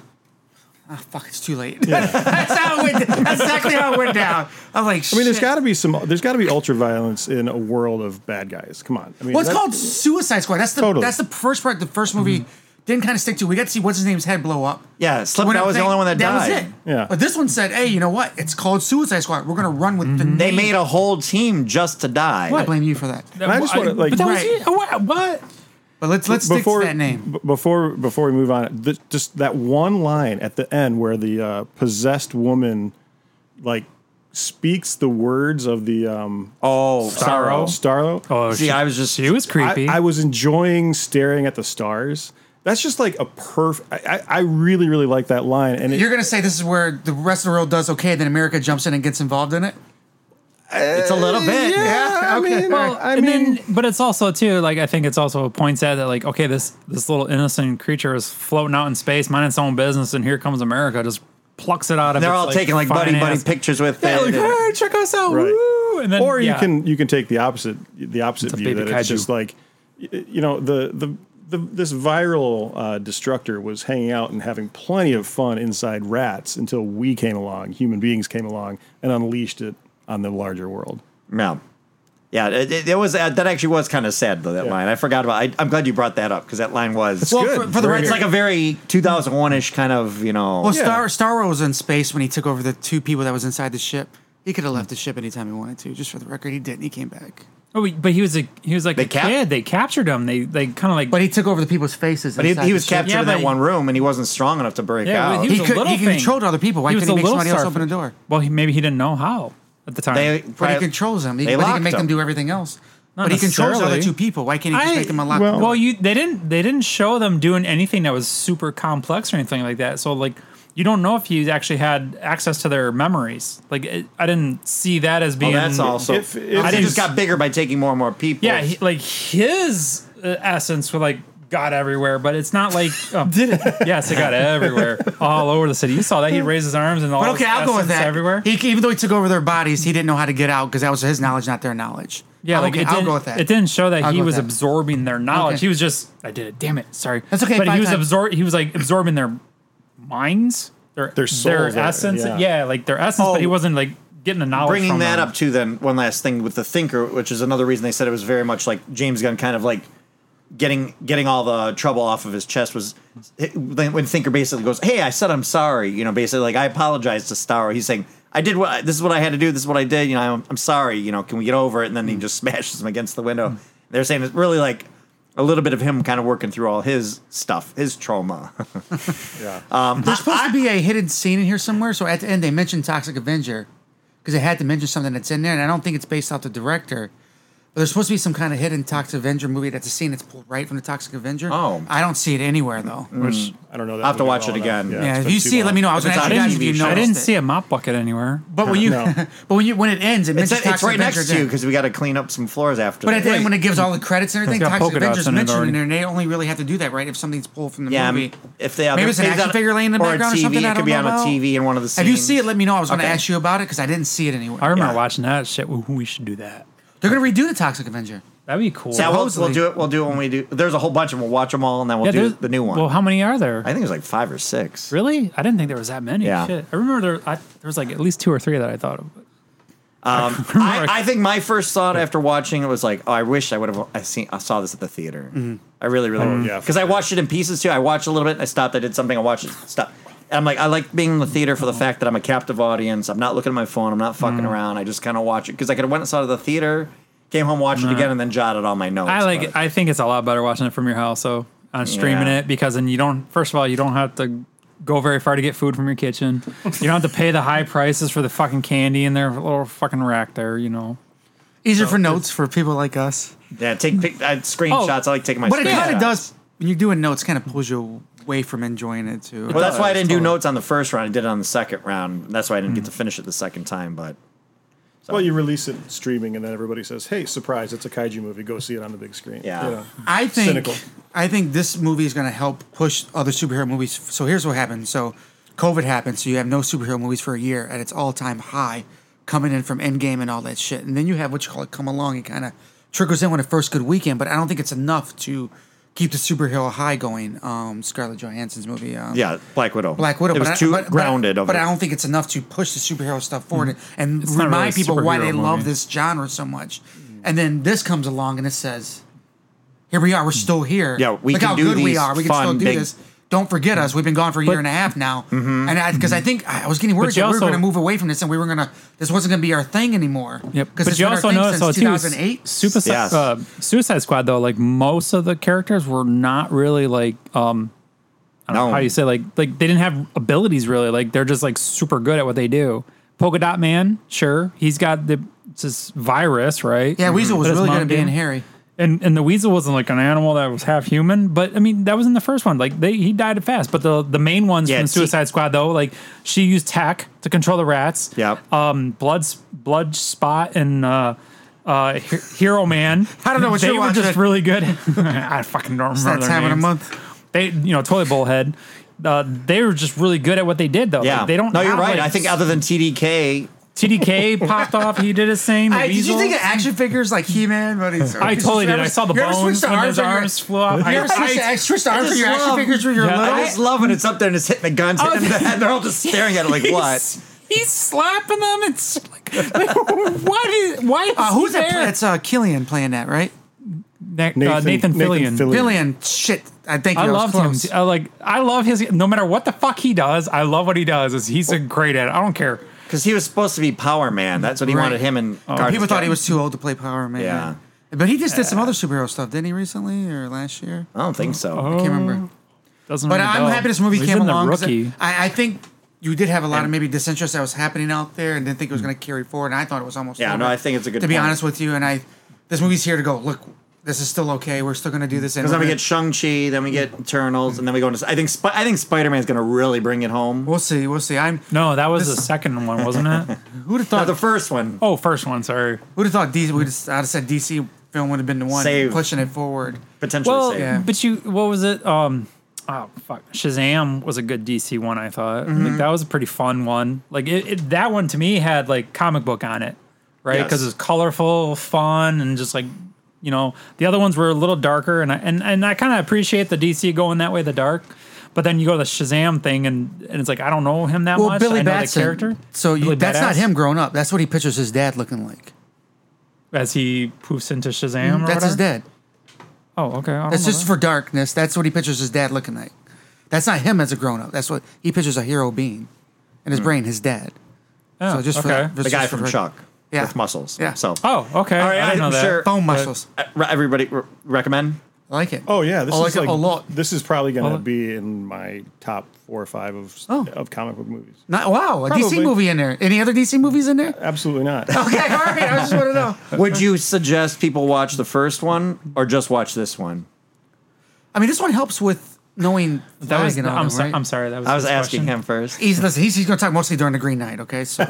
Speaker 3: Ah, fuck! It's too late. that's how it went. That's exactly how it went down. I'm like,
Speaker 5: I mean, there's got
Speaker 3: to.
Speaker 5: to be some. There's got to be ultra violence in a world of bad guys. Come on. I mean,
Speaker 3: Well, it's
Speaker 5: that-
Speaker 3: called Suicide Squad. That's the
Speaker 5: Totally.
Speaker 3: that's the first part. The first movie didn't kind of stick to. We got to see what's his name's head blow up.
Speaker 2: Yeah, Slipknot
Speaker 3: When I
Speaker 2: was the
Speaker 3: think-
Speaker 2: only one Mm-hmm. that
Speaker 3: was
Speaker 2: died.
Speaker 3: it.
Speaker 5: Yeah.
Speaker 3: But this one said, "Hey, you know what? It's called Suicide Squad. We're gonna run with the name."
Speaker 2: They made a whole team just to die.
Speaker 3: I blame you for that.
Speaker 5: And I just want to like.
Speaker 4: but that was
Speaker 3: Right.
Speaker 4: it. What? what?
Speaker 3: But let's let's stick to that name.
Speaker 5: b- before before we move on, th- just that one line at the end where the uh, possessed woman like speaks the words of the um,
Speaker 2: Oh, sorrow.
Speaker 5: Starro.
Speaker 4: Oh,
Speaker 2: See,
Speaker 4: she,
Speaker 2: I was just
Speaker 4: she was creepy.
Speaker 5: I, I was enjoying staring at the stars. That's just like a perfect. I, I I really really like that line, and it,
Speaker 3: You're gonna say this is where the rest of the world does okay, then America jumps in and gets involved in it.
Speaker 2: It's a little bit.
Speaker 5: yeah, I mean,
Speaker 4: Well,
Speaker 5: I
Speaker 4: and
Speaker 5: mean,
Speaker 4: then, but it's also too like I think it's also points out that like okay, this this little innocent creature is floating out in space, minding its own business, and here comes America, just plucks it out of.
Speaker 2: They're
Speaker 4: its,
Speaker 2: all taking like buddy
Speaker 4: fine
Speaker 2: buddy
Speaker 4: ass-
Speaker 2: pictures with
Speaker 4: Yeah,
Speaker 2: it.
Speaker 4: like, hey, check us out,
Speaker 5: Right.
Speaker 4: woo! And then
Speaker 5: or you
Speaker 4: yeah.
Speaker 5: can you can take the opposite the opposite
Speaker 4: a
Speaker 5: view
Speaker 4: baby
Speaker 5: that
Speaker 4: kaiju.
Speaker 5: it's just like y- you know the the. The, this viral uh, destructor was hanging out and having plenty of fun inside rats until we came along, human beings came along and unleashed it on the larger world.
Speaker 2: No. Yeah, it, it, it was uh, that actually was kind of sad though that line. I forgot about. I, I'm glad you brought that up because that line was
Speaker 3: Well, good. for- for the
Speaker 2: it's like
Speaker 3: record-
Speaker 2: a very 2001 ish kind of you know.
Speaker 3: Well, Star Star Wars was in space when he took over the two people that was inside the ship. He could have left the ship anytime he wanted to. Just for the record, he didn't. He came back,
Speaker 4: Oh, but he was a he was like
Speaker 2: They
Speaker 4: a
Speaker 2: cap-
Speaker 4: kid. They captured him. They they kind of like.
Speaker 3: but he took over the people's faces.
Speaker 2: but he,
Speaker 3: inside
Speaker 2: he
Speaker 3: the
Speaker 2: was
Speaker 3: ship.
Speaker 2: captured
Speaker 4: Yeah,
Speaker 2: in
Speaker 4: but
Speaker 2: that
Speaker 4: he-
Speaker 2: one room and he wasn't strong enough to break
Speaker 4: yeah,
Speaker 2: out.
Speaker 4: he was
Speaker 3: He
Speaker 4: a
Speaker 3: could-
Speaker 4: little
Speaker 3: he
Speaker 4: thing.
Speaker 3: controlled other people. Why
Speaker 4: was
Speaker 3: couldn't
Speaker 4: a
Speaker 3: he make
Speaker 4: little
Speaker 3: somebody else
Speaker 4: star-
Speaker 3: open a door?
Speaker 4: Well, he, maybe he didn't know how at the time.
Speaker 2: They-
Speaker 3: But he
Speaker 2: probably-
Speaker 3: controls them. He,
Speaker 2: They
Speaker 3: but he
Speaker 2: locked
Speaker 3: can make
Speaker 2: him.
Speaker 3: them do everything else.
Speaker 4: Not
Speaker 3: but he controls the other
Speaker 4: necessarily.
Speaker 3: two people. Why can't he just
Speaker 4: I-
Speaker 3: make them unlock?
Speaker 5: well-
Speaker 4: Well, you they didn't they didn't show them doing anything that was super complex or anything like that. So like you don't know if you actually had access to their memories. Like it, I didn't see that as
Speaker 2: Oh,
Speaker 4: being
Speaker 2: that's also.
Speaker 5: If- if-
Speaker 2: I
Speaker 4: I
Speaker 2: just
Speaker 4: didn't-
Speaker 2: got bigger by taking more and more people.
Speaker 4: Yeah, he, like his uh, essence was like got everywhere, but it's not like um, did it? Yes, it got everywhere, all over the city. You saw that he raised his arms and all.
Speaker 3: but okay,
Speaker 4: his
Speaker 3: I'll go with
Speaker 4: essence
Speaker 3: that.
Speaker 4: Everywhere.
Speaker 3: He, even though he took over their bodies, he didn't know how to get out because that was his knowledge, not their knowledge.
Speaker 4: yeah,
Speaker 3: I'll,
Speaker 4: like
Speaker 3: g-
Speaker 4: it
Speaker 3: I'll
Speaker 4: didn't-
Speaker 3: go with that.
Speaker 4: It didn't show that
Speaker 3: I'll
Speaker 4: he
Speaker 3: go with
Speaker 4: was
Speaker 3: that.
Speaker 4: absorbing their knowledge.
Speaker 3: Okay.
Speaker 4: He was just, I did it. Damn it, sorry.
Speaker 3: That's okay,
Speaker 4: But
Speaker 3: five
Speaker 4: he was
Speaker 3: times.
Speaker 4: absor- He was like absorbing their minds. their
Speaker 5: Their soul there,
Speaker 4: essence.
Speaker 5: yeah.
Speaker 4: Yeah. like their essence, but he
Speaker 2: Oh.
Speaker 4: wasn't like getting the knowledge.
Speaker 2: Bringing
Speaker 4: from
Speaker 2: that
Speaker 3: um,
Speaker 4: them.
Speaker 2: up too, then one last thing with the thinker, which is another reason they said it was very much like James Gunn, kind of like getting getting all the trouble off of his chest was when thinker basically goes, "Hey, I said I'm sorry," you know, basically like I apologize to Starro. He's saying, "I did what this is what I had to do. This is what I did. You know, I'm, I'm sorry. You know, can we get over it?" And
Speaker 3: Mm.
Speaker 2: then he just smashes him against the window. They're saying it's really like a little bit of him kind of working through all his stuff, his trauma.
Speaker 5: Yeah.
Speaker 3: There's supposed to be a hidden scene in here somewhere. So at the end, they mentioned Toxic Avenger because they had to mention something that's in there, and I don't think it's based off the director. But there's supposed to be some kind of hidden Toxic Avenger movie that's a scene that's pulled right from the Toxic Avenger.
Speaker 2: Oh.
Speaker 3: I don't see it anywhere though.
Speaker 5: Which I don't know. That
Speaker 2: I'll have to
Speaker 5: movie
Speaker 2: watch
Speaker 5: well
Speaker 2: it
Speaker 5: enough.
Speaker 2: again.
Speaker 5: it's
Speaker 3: Yeah, if
Speaker 5: been
Speaker 3: you
Speaker 5: too
Speaker 3: see it, let
Speaker 5: long.
Speaker 3: me know. I was
Speaker 2: If
Speaker 3: going to
Speaker 2: it's
Speaker 3: ask you
Speaker 2: on
Speaker 3: guys if
Speaker 2: TV
Speaker 3: you
Speaker 2: show.
Speaker 3: know.
Speaker 4: I didn't see a mop bucket anywhere.
Speaker 3: But when you,
Speaker 5: No.
Speaker 3: but when you, when it ends, it
Speaker 2: It's,
Speaker 3: mentions
Speaker 2: it's
Speaker 3: Toxic
Speaker 2: right
Speaker 3: Avenger
Speaker 2: next to you
Speaker 3: again.
Speaker 2: because we got to clean up some floors after.
Speaker 3: But
Speaker 2: that.
Speaker 3: at the end, when it gives all the credits and everything,
Speaker 4: It's got
Speaker 3: Toxic
Speaker 4: polka dots
Speaker 3: Avenger's
Speaker 4: in it
Speaker 3: mentioned in
Speaker 4: already.
Speaker 3: there, and they only really have to do that, right? If something's pulled from the
Speaker 2: Yeah, I
Speaker 3: movie.
Speaker 2: mean, if they
Speaker 3: Maybe it's an
Speaker 2: they've
Speaker 3: action
Speaker 2: got-
Speaker 3: figure laying in the
Speaker 2: or a
Speaker 3: background or
Speaker 2: TV,
Speaker 3: something, I
Speaker 2: It could
Speaker 3: don't
Speaker 2: be
Speaker 3: know
Speaker 2: on a
Speaker 3: about.
Speaker 2: TV in one of the scenes.
Speaker 3: If you see it, let me know. I was going to
Speaker 2: Okay.
Speaker 3: ask you about it because I didn't see it anywhere.
Speaker 4: I remember
Speaker 2: Yeah.
Speaker 4: watching that shit. We- We should do that.
Speaker 3: They're going to redo the Toxic Avenger.
Speaker 4: That'd be cool.
Speaker 2: Yeah, we'll, we'll
Speaker 3: supposedly-
Speaker 2: do it. We'll do it when we do. There's a whole bunch, and we'll watch them all, and then we'll do
Speaker 4: there's-
Speaker 2: the new one.
Speaker 4: Well, how many are there?
Speaker 2: I think there's like five or six.
Speaker 4: really? I didn't think there was that many.
Speaker 2: Yeah.
Speaker 4: Shit. I remember there. I, there was like at least two or three that I thought of.
Speaker 2: Um, I, I think my first thought after watching it was like, oh, I wish I would have. I seen. I saw this at the theater.
Speaker 3: Mm-hmm.
Speaker 2: I really, really.
Speaker 5: yeah, for
Speaker 2: Because I watched it in pieces too. I watched a little bit. and I stopped. I did something. I watched it. Stop. And I'm like, I like being in the theater for the fact that I'm a captive audience. I'm not looking at my phone. I'm not
Speaker 3: Mm.
Speaker 2: fucking around. I just kind of watch it because I could have went and saw it at the theater, came home, watched it again, and then jotted all my notes.
Speaker 4: I like.
Speaker 2: but-
Speaker 4: it. I think it's a lot better watching it from your house. So on streaming
Speaker 2: Yeah.
Speaker 4: it because then you don't. First of all, you don't have to go very far to get food from your kitchen. you don't have to pay the high prices for the fucking candy in their little fucking rack there. You know.
Speaker 3: Easier for notes for people like us.
Speaker 2: Yeah, take pic- I, screenshots. I like taking my.
Speaker 3: But Oh, it kind
Speaker 2: screenshots.
Speaker 3: of does, when you're doing notes, kind of pulls you away from enjoying it too.
Speaker 2: Well, that's why I didn't do
Speaker 4: Totally.
Speaker 2: notes on the first round. I did it on the second round. That's why I didn't
Speaker 3: Hmm.
Speaker 2: get to finish it the second time. But
Speaker 5: Well, you release it streaming, and then everybody says, "Hey, surprise! It's a kaiju movie. Go see it on the big screen."
Speaker 2: Yeah.
Speaker 5: You know?
Speaker 3: I think
Speaker 5: Cynical.
Speaker 3: I think this movie is going to help push other superhero movies. So here's what happened. So COVID happened, so you have no superhero movies for a year at its all-time high coming in from Endgame and all that shit. And then you have what you call it come along and kind of trickles in with a first good weekend, but I don't think it's enough to keep the superhero high going. Um Scarlett Johansson's movie um,
Speaker 2: yeah, Black Widow.
Speaker 3: Black Widow.
Speaker 2: It was
Speaker 3: but I-
Speaker 2: too
Speaker 3: but- but-
Speaker 2: grounded
Speaker 3: But,
Speaker 2: of it.
Speaker 3: I don't think it's enough to push the superhero stuff forward and
Speaker 4: Mm. not
Speaker 3: remind
Speaker 4: really a
Speaker 3: people why they
Speaker 4: superhero
Speaker 3: love
Speaker 4: movie.
Speaker 3: this genre so much. And then this comes along and it says, "Here we are. We're still here.
Speaker 2: Yeah, we
Speaker 3: Look
Speaker 2: can
Speaker 3: how
Speaker 2: do
Speaker 3: good we
Speaker 2: these
Speaker 3: are. We can
Speaker 2: fun,
Speaker 3: still do
Speaker 2: big-
Speaker 3: this. Don't forget us. We've been gone for a year
Speaker 4: But-
Speaker 3: and
Speaker 4: Mm-hmm.
Speaker 3: a half now. And because I, think I was getting worried that we
Speaker 4: you
Speaker 3: were
Speaker 4: also-
Speaker 3: going to move away from this and we were going to this wasn't going to be our thing anymore.
Speaker 4: Yep.
Speaker 3: Because
Speaker 4: But you also notice how
Speaker 3: since
Speaker 4: too,
Speaker 3: 2008.
Speaker 4: Suicide,
Speaker 2: Yes.
Speaker 4: uh, Suicide Squad though, like most of the characters were not really like um, I don't
Speaker 2: No.
Speaker 4: know how you say like like they didn't have abilities really. Like they're just like super good at what they do. Polka Dot Man, sure, he's got the it's this virus, right?
Speaker 3: yeah, Weasel was
Speaker 4: But his
Speaker 3: really
Speaker 4: mom
Speaker 3: good at being
Speaker 4: didn't.
Speaker 3: Harry.
Speaker 4: And and the weasel wasn't like an animal that was half human, but I mean that was in the first one. Like they he died fast, but the the main ones
Speaker 2: Yeah,
Speaker 4: from
Speaker 2: it's-
Speaker 4: Suicide Squad though, like she used tech to control the rats.
Speaker 2: Yep.
Speaker 4: Um, blood blood spot and uh, uh, He- Hero Man.
Speaker 3: I don't know what
Speaker 4: they
Speaker 3: you're
Speaker 4: were
Speaker 3: watching.
Speaker 4: just really good. I fucking don't remember
Speaker 3: It's that
Speaker 4: their
Speaker 3: time of the
Speaker 4: names.
Speaker 3: month.
Speaker 4: They you know toilet bowl head. Uh, they were just really good at what they did though.
Speaker 2: yeah,
Speaker 4: Like, they don't.
Speaker 2: No, you're
Speaker 4: have,
Speaker 2: right.
Speaker 4: like,
Speaker 2: I think other than TDK,
Speaker 4: TDK popped off. He did his thing. The
Speaker 3: I, did you
Speaker 4: weasel.
Speaker 3: think of action figures like He Man? I
Speaker 4: I totally did. I saw the
Speaker 3: you ever
Speaker 4: bones
Speaker 3: switched to
Speaker 4: when
Speaker 3: arms,
Speaker 4: his
Speaker 3: on your-
Speaker 4: arms flew off.
Speaker 3: You
Speaker 4: I-
Speaker 3: ever switched
Speaker 4: I-
Speaker 3: to, switched to arms for your action
Speaker 2: love-
Speaker 3: figures when you were
Speaker 4: Yeah,
Speaker 3: little? Oh,
Speaker 2: I just love when it's up there and it's hitting the guns, hitting them in the head. They're all just staring at it like, what?
Speaker 4: He's slapping them. It's like, what is? Why is
Speaker 3: Uh, who's
Speaker 4: he
Speaker 3: that?
Speaker 4: there?
Speaker 3: Play? It's uh, Killian playing that, right?
Speaker 4: Na- uh, Nathan, Fillion.
Speaker 3: Killian, shit. I think
Speaker 4: I
Speaker 3: you,
Speaker 4: loved
Speaker 3: was close.
Speaker 4: him. I like. I love his. No matter what the fuck he does, I love what he does. Is he's a great at. it. I don't care.
Speaker 2: Because he was supposed to be Power Man. That's what he
Speaker 3: Right. Oh.
Speaker 2: wanted him and
Speaker 3: People thought he was too old to play Power Man.
Speaker 2: Yeah.
Speaker 3: But he just did some other superhero stuff, didn't he, recently or last year?
Speaker 2: I don't think so.
Speaker 3: I
Speaker 4: Um,
Speaker 3: can't remember.
Speaker 4: Doesn't.
Speaker 3: But
Speaker 4: ring a
Speaker 3: I'm
Speaker 4: bell.
Speaker 3: happy this movie
Speaker 4: He's
Speaker 3: came
Speaker 4: in the
Speaker 3: along. 'cause
Speaker 4: Rookie.
Speaker 3: I, I think you did have a lot of maybe disinterest that was happening out there, and didn't think it was going to carry forward. And I thought it was almost.
Speaker 2: Yeah,
Speaker 3: over,
Speaker 2: no, I think it's a good
Speaker 3: To be
Speaker 2: point.
Speaker 3: honest with you, and I, this movie's here to go. Look, this is still okay. We're still going to do this.
Speaker 2: Because then we get Shang Chi, then we get Eternals, and then we go into. I think Sp- I think Spider Man's going to really bring it home.
Speaker 3: We'll see. We'll see. I'm.
Speaker 4: No, that was the second one, wasn't it?
Speaker 3: Who'd have
Speaker 2: No,
Speaker 3: thought?
Speaker 2: the first one.
Speaker 4: oh, first one. Sorry.
Speaker 3: Who'd have thought? DC. We'd have, I'd have said DC film would have been the one
Speaker 2: Save.
Speaker 3: pushing it forward.
Speaker 2: Potentially
Speaker 4: Well,
Speaker 2: saved.
Speaker 3: Yeah.
Speaker 4: but you. What was it? Um. Oh fuck! Shazam was a good DC one. I thought
Speaker 3: Mm-hmm.
Speaker 4: like that was a pretty fun one. Like it, it, that one to me had like comic book on it, right?
Speaker 2: Yes.
Speaker 4: Because it's colorful, fun, and just like you know the other ones were a little darker, and I and, and I kind of appreciate the DC going that way, the dark. But then you go to the Shazam thing, and, and it's like I don't know him that
Speaker 3: Well,
Speaker 4: much.
Speaker 3: Billy
Speaker 4: I know
Speaker 3: Batson.
Speaker 4: the character.
Speaker 3: So you,
Speaker 4: Billy
Speaker 3: that's not
Speaker 4: Badass,
Speaker 3: him growing up. That's what he pictures his dad looking like.
Speaker 4: as he poofs into Shazam. or
Speaker 3: Mm, That's his
Speaker 4: whatever?
Speaker 3: dad.
Speaker 4: Oh, okay. I don't
Speaker 3: That's
Speaker 4: know
Speaker 3: just
Speaker 4: that.
Speaker 3: for darkness. That's what he pictures his dad looking like. That's not him as a grown up. That's what he pictures a hero being in his brain, his dad.
Speaker 4: Oh,
Speaker 3: so just for
Speaker 4: okay.
Speaker 3: that-
Speaker 2: Hmm. the guy
Speaker 3: just for
Speaker 2: from
Speaker 3: her-
Speaker 2: Chuck
Speaker 3: Yeah.
Speaker 2: with muscles.
Speaker 3: Yeah.
Speaker 2: So
Speaker 4: Oh, okay.
Speaker 2: All right,
Speaker 4: I didn't know
Speaker 2: I'm
Speaker 4: that.
Speaker 2: sure-
Speaker 3: Bone muscles.
Speaker 2: Uh, re- everybody re- recommend.
Speaker 3: I like it.
Speaker 5: Oh yeah, this
Speaker 3: I like
Speaker 5: is
Speaker 3: it
Speaker 5: like
Speaker 3: a lot.
Speaker 5: This is probably going
Speaker 4: Oh.
Speaker 5: to be in my top four or five of
Speaker 3: Oh.
Speaker 5: of comic book movies.
Speaker 3: Not, wow, a DC
Speaker 5: Probably.
Speaker 3: movie in there. Any other DC movies in there?
Speaker 5: Absolutely not.
Speaker 3: Okay, all right. I just want to know.
Speaker 2: Would you suggest people watch the first one or just watch this one?
Speaker 3: I mean, this one helps with knowing
Speaker 4: That was.
Speaker 3: Flag and all
Speaker 4: I'm,
Speaker 3: that,
Speaker 4: so-
Speaker 3: right?
Speaker 4: I'm sorry. That was.
Speaker 2: I was
Speaker 4: his
Speaker 2: asking
Speaker 4: question.
Speaker 2: him first.
Speaker 3: He's listen. He's, he's going to talk mostly during the Green Knight. Okay, so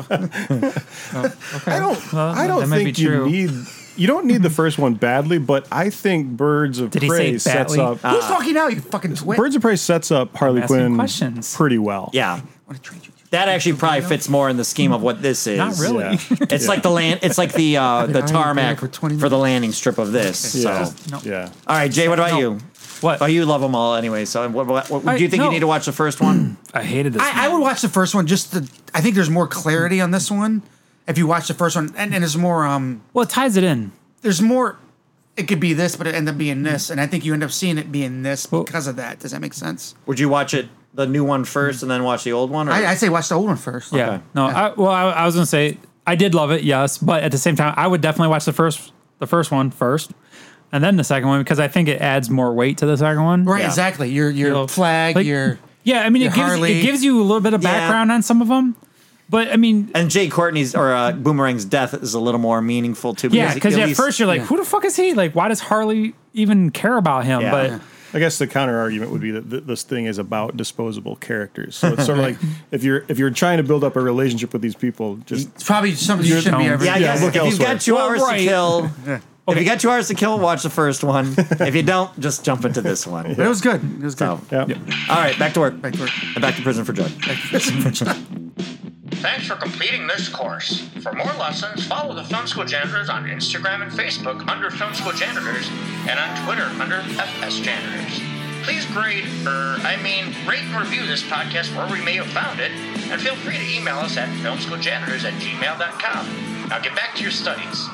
Speaker 4: Okay.
Speaker 5: I don't.
Speaker 4: Well,
Speaker 5: I don't
Speaker 4: that may be
Speaker 5: think you
Speaker 4: true. Mm-hmm.
Speaker 5: need. You don't need the first one badly, but I think Birds of
Speaker 4: Did he say
Speaker 5: Prey sets
Speaker 4: badly? Uh,
Speaker 5: up.
Speaker 3: who's talking now? You fucking twit.
Speaker 5: Birds of Prey sets up Harley
Speaker 4: asking
Speaker 5: Quinn
Speaker 4: questions.
Speaker 5: pretty well.
Speaker 2: Yeah,
Speaker 3: want to trade you.
Speaker 2: that actually probably fits more in the scheme of what this is.
Speaker 4: Not really.
Speaker 5: Yeah.
Speaker 2: It's like the land. It's like the uh, the
Speaker 3: eyeing
Speaker 2: tarmac
Speaker 3: for
Speaker 2: for,
Speaker 3: 20
Speaker 2: the landing strip of this.
Speaker 5: Yeah.
Speaker 2: So,
Speaker 4: No.
Speaker 5: Yeah.
Speaker 2: all right, Jay, what about
Speaker 4: No.
Speaker 2: you?
Speaker 4: What?
Speaker 2: Oh, you love them all anyway. So, what, what, what-
Speaker 4: I-
Speaker 2: do you think
Speaker 4: no.
Speaker 2: you need to watch the first one?
Speaker 4: I hated this.
Speaker 3: I, I would
Speaker 4: movie.
Speaker 3: watch the first one just to. I think there's more clarity on this one if you watch the first one, and, and there's more. Um,
Speaker 4: Well, it ties it in.
Speaker 3: there's more. It could be this, but it ended up being this, and I think you end up seeing it being this
Speaker 4: Well-
Speaker 3: because of that. Does that make sense?
Speaker 2: Would you watch it the new one first and then watch the old one? Or?
Speaker 3: I, I say watch the old one first.
Speaker 4: Yeah. No. I, well, I, I was gonna say I did love it, yes, but at the same time, I would definitely watch the first the first one first, and then the second one because I think it adds more weight to the second one.
Speaker 3: Right.
Speaker 2: Yeah.
Speaker 3: Exactly. Your your
Speaker 4: So,
Speaker 3: flag.
Speaker 4: like,
Speaker 3: your
Speaker 4: yeah. I mean,
Speaker 3: your
Speaker 4: it gives
Speaker 3: Harley.
Speaker 4: it gives you a little bit of
Speaker 2: Yeah.
Speaker 4: background on some of them, but I mean,
Speaker 2: and Jay Courtney's or uh, Boomerang's death is a little more meaningful too.
Speaker 4: yeah,
Speaker 2: he-
Speaker 4: because
Speaker 2: at
Speaker 4: at
Speaker 2: least-
Speaker 4: first you're like, who the fuck is he? Like, why does Harley even care about him?
Speaker 2: Yeah.
Speaker 4: But
Speaker 2: Yeah.
Speaker 5: I guess the counter argument would be that th- this thing is about disposable characters. So it's sort of like if you're if you're trying to build up a relationship with these people, just
Speaker 3: it's probably something you shouldn't be
Speaker 4: tone.
Speaker 3: ever.
Speaker 2: Yeah, I
Speaker 5: Yeah,
Speaker 2: guess
Speaker 5: look
Speaker 2: if you've
Speaker 5: elsewhere.
Speaker 2: got two
Speaker 4: Well,
Speaker 2: hours
Speaker 4: right.
Speaker 2: to kill, if
Speaker 4: Okay.
Speaker 2: you got two hours to kill, watch the first one. if you don't, just jump into this one.
Speaker 3: But it was good. It was good.
Speaker 2: So,
Speaker 5: yeah.
Speaker 2: all right, back to work.
Speaker 3: Back to work.
Speaker 2: And back to prison for judge.
Speaker 6: Thanks for completing this course. For more lessons, follow the Film School Janitors on Instagram and Facebook under Film School Janitors and on Twitter under FS Janitors. Please grade, er, I mean, rate and review this podcast where we may have found it, and feel free to email us at filmschooljanitors at gmail.com. Now get back to your studies.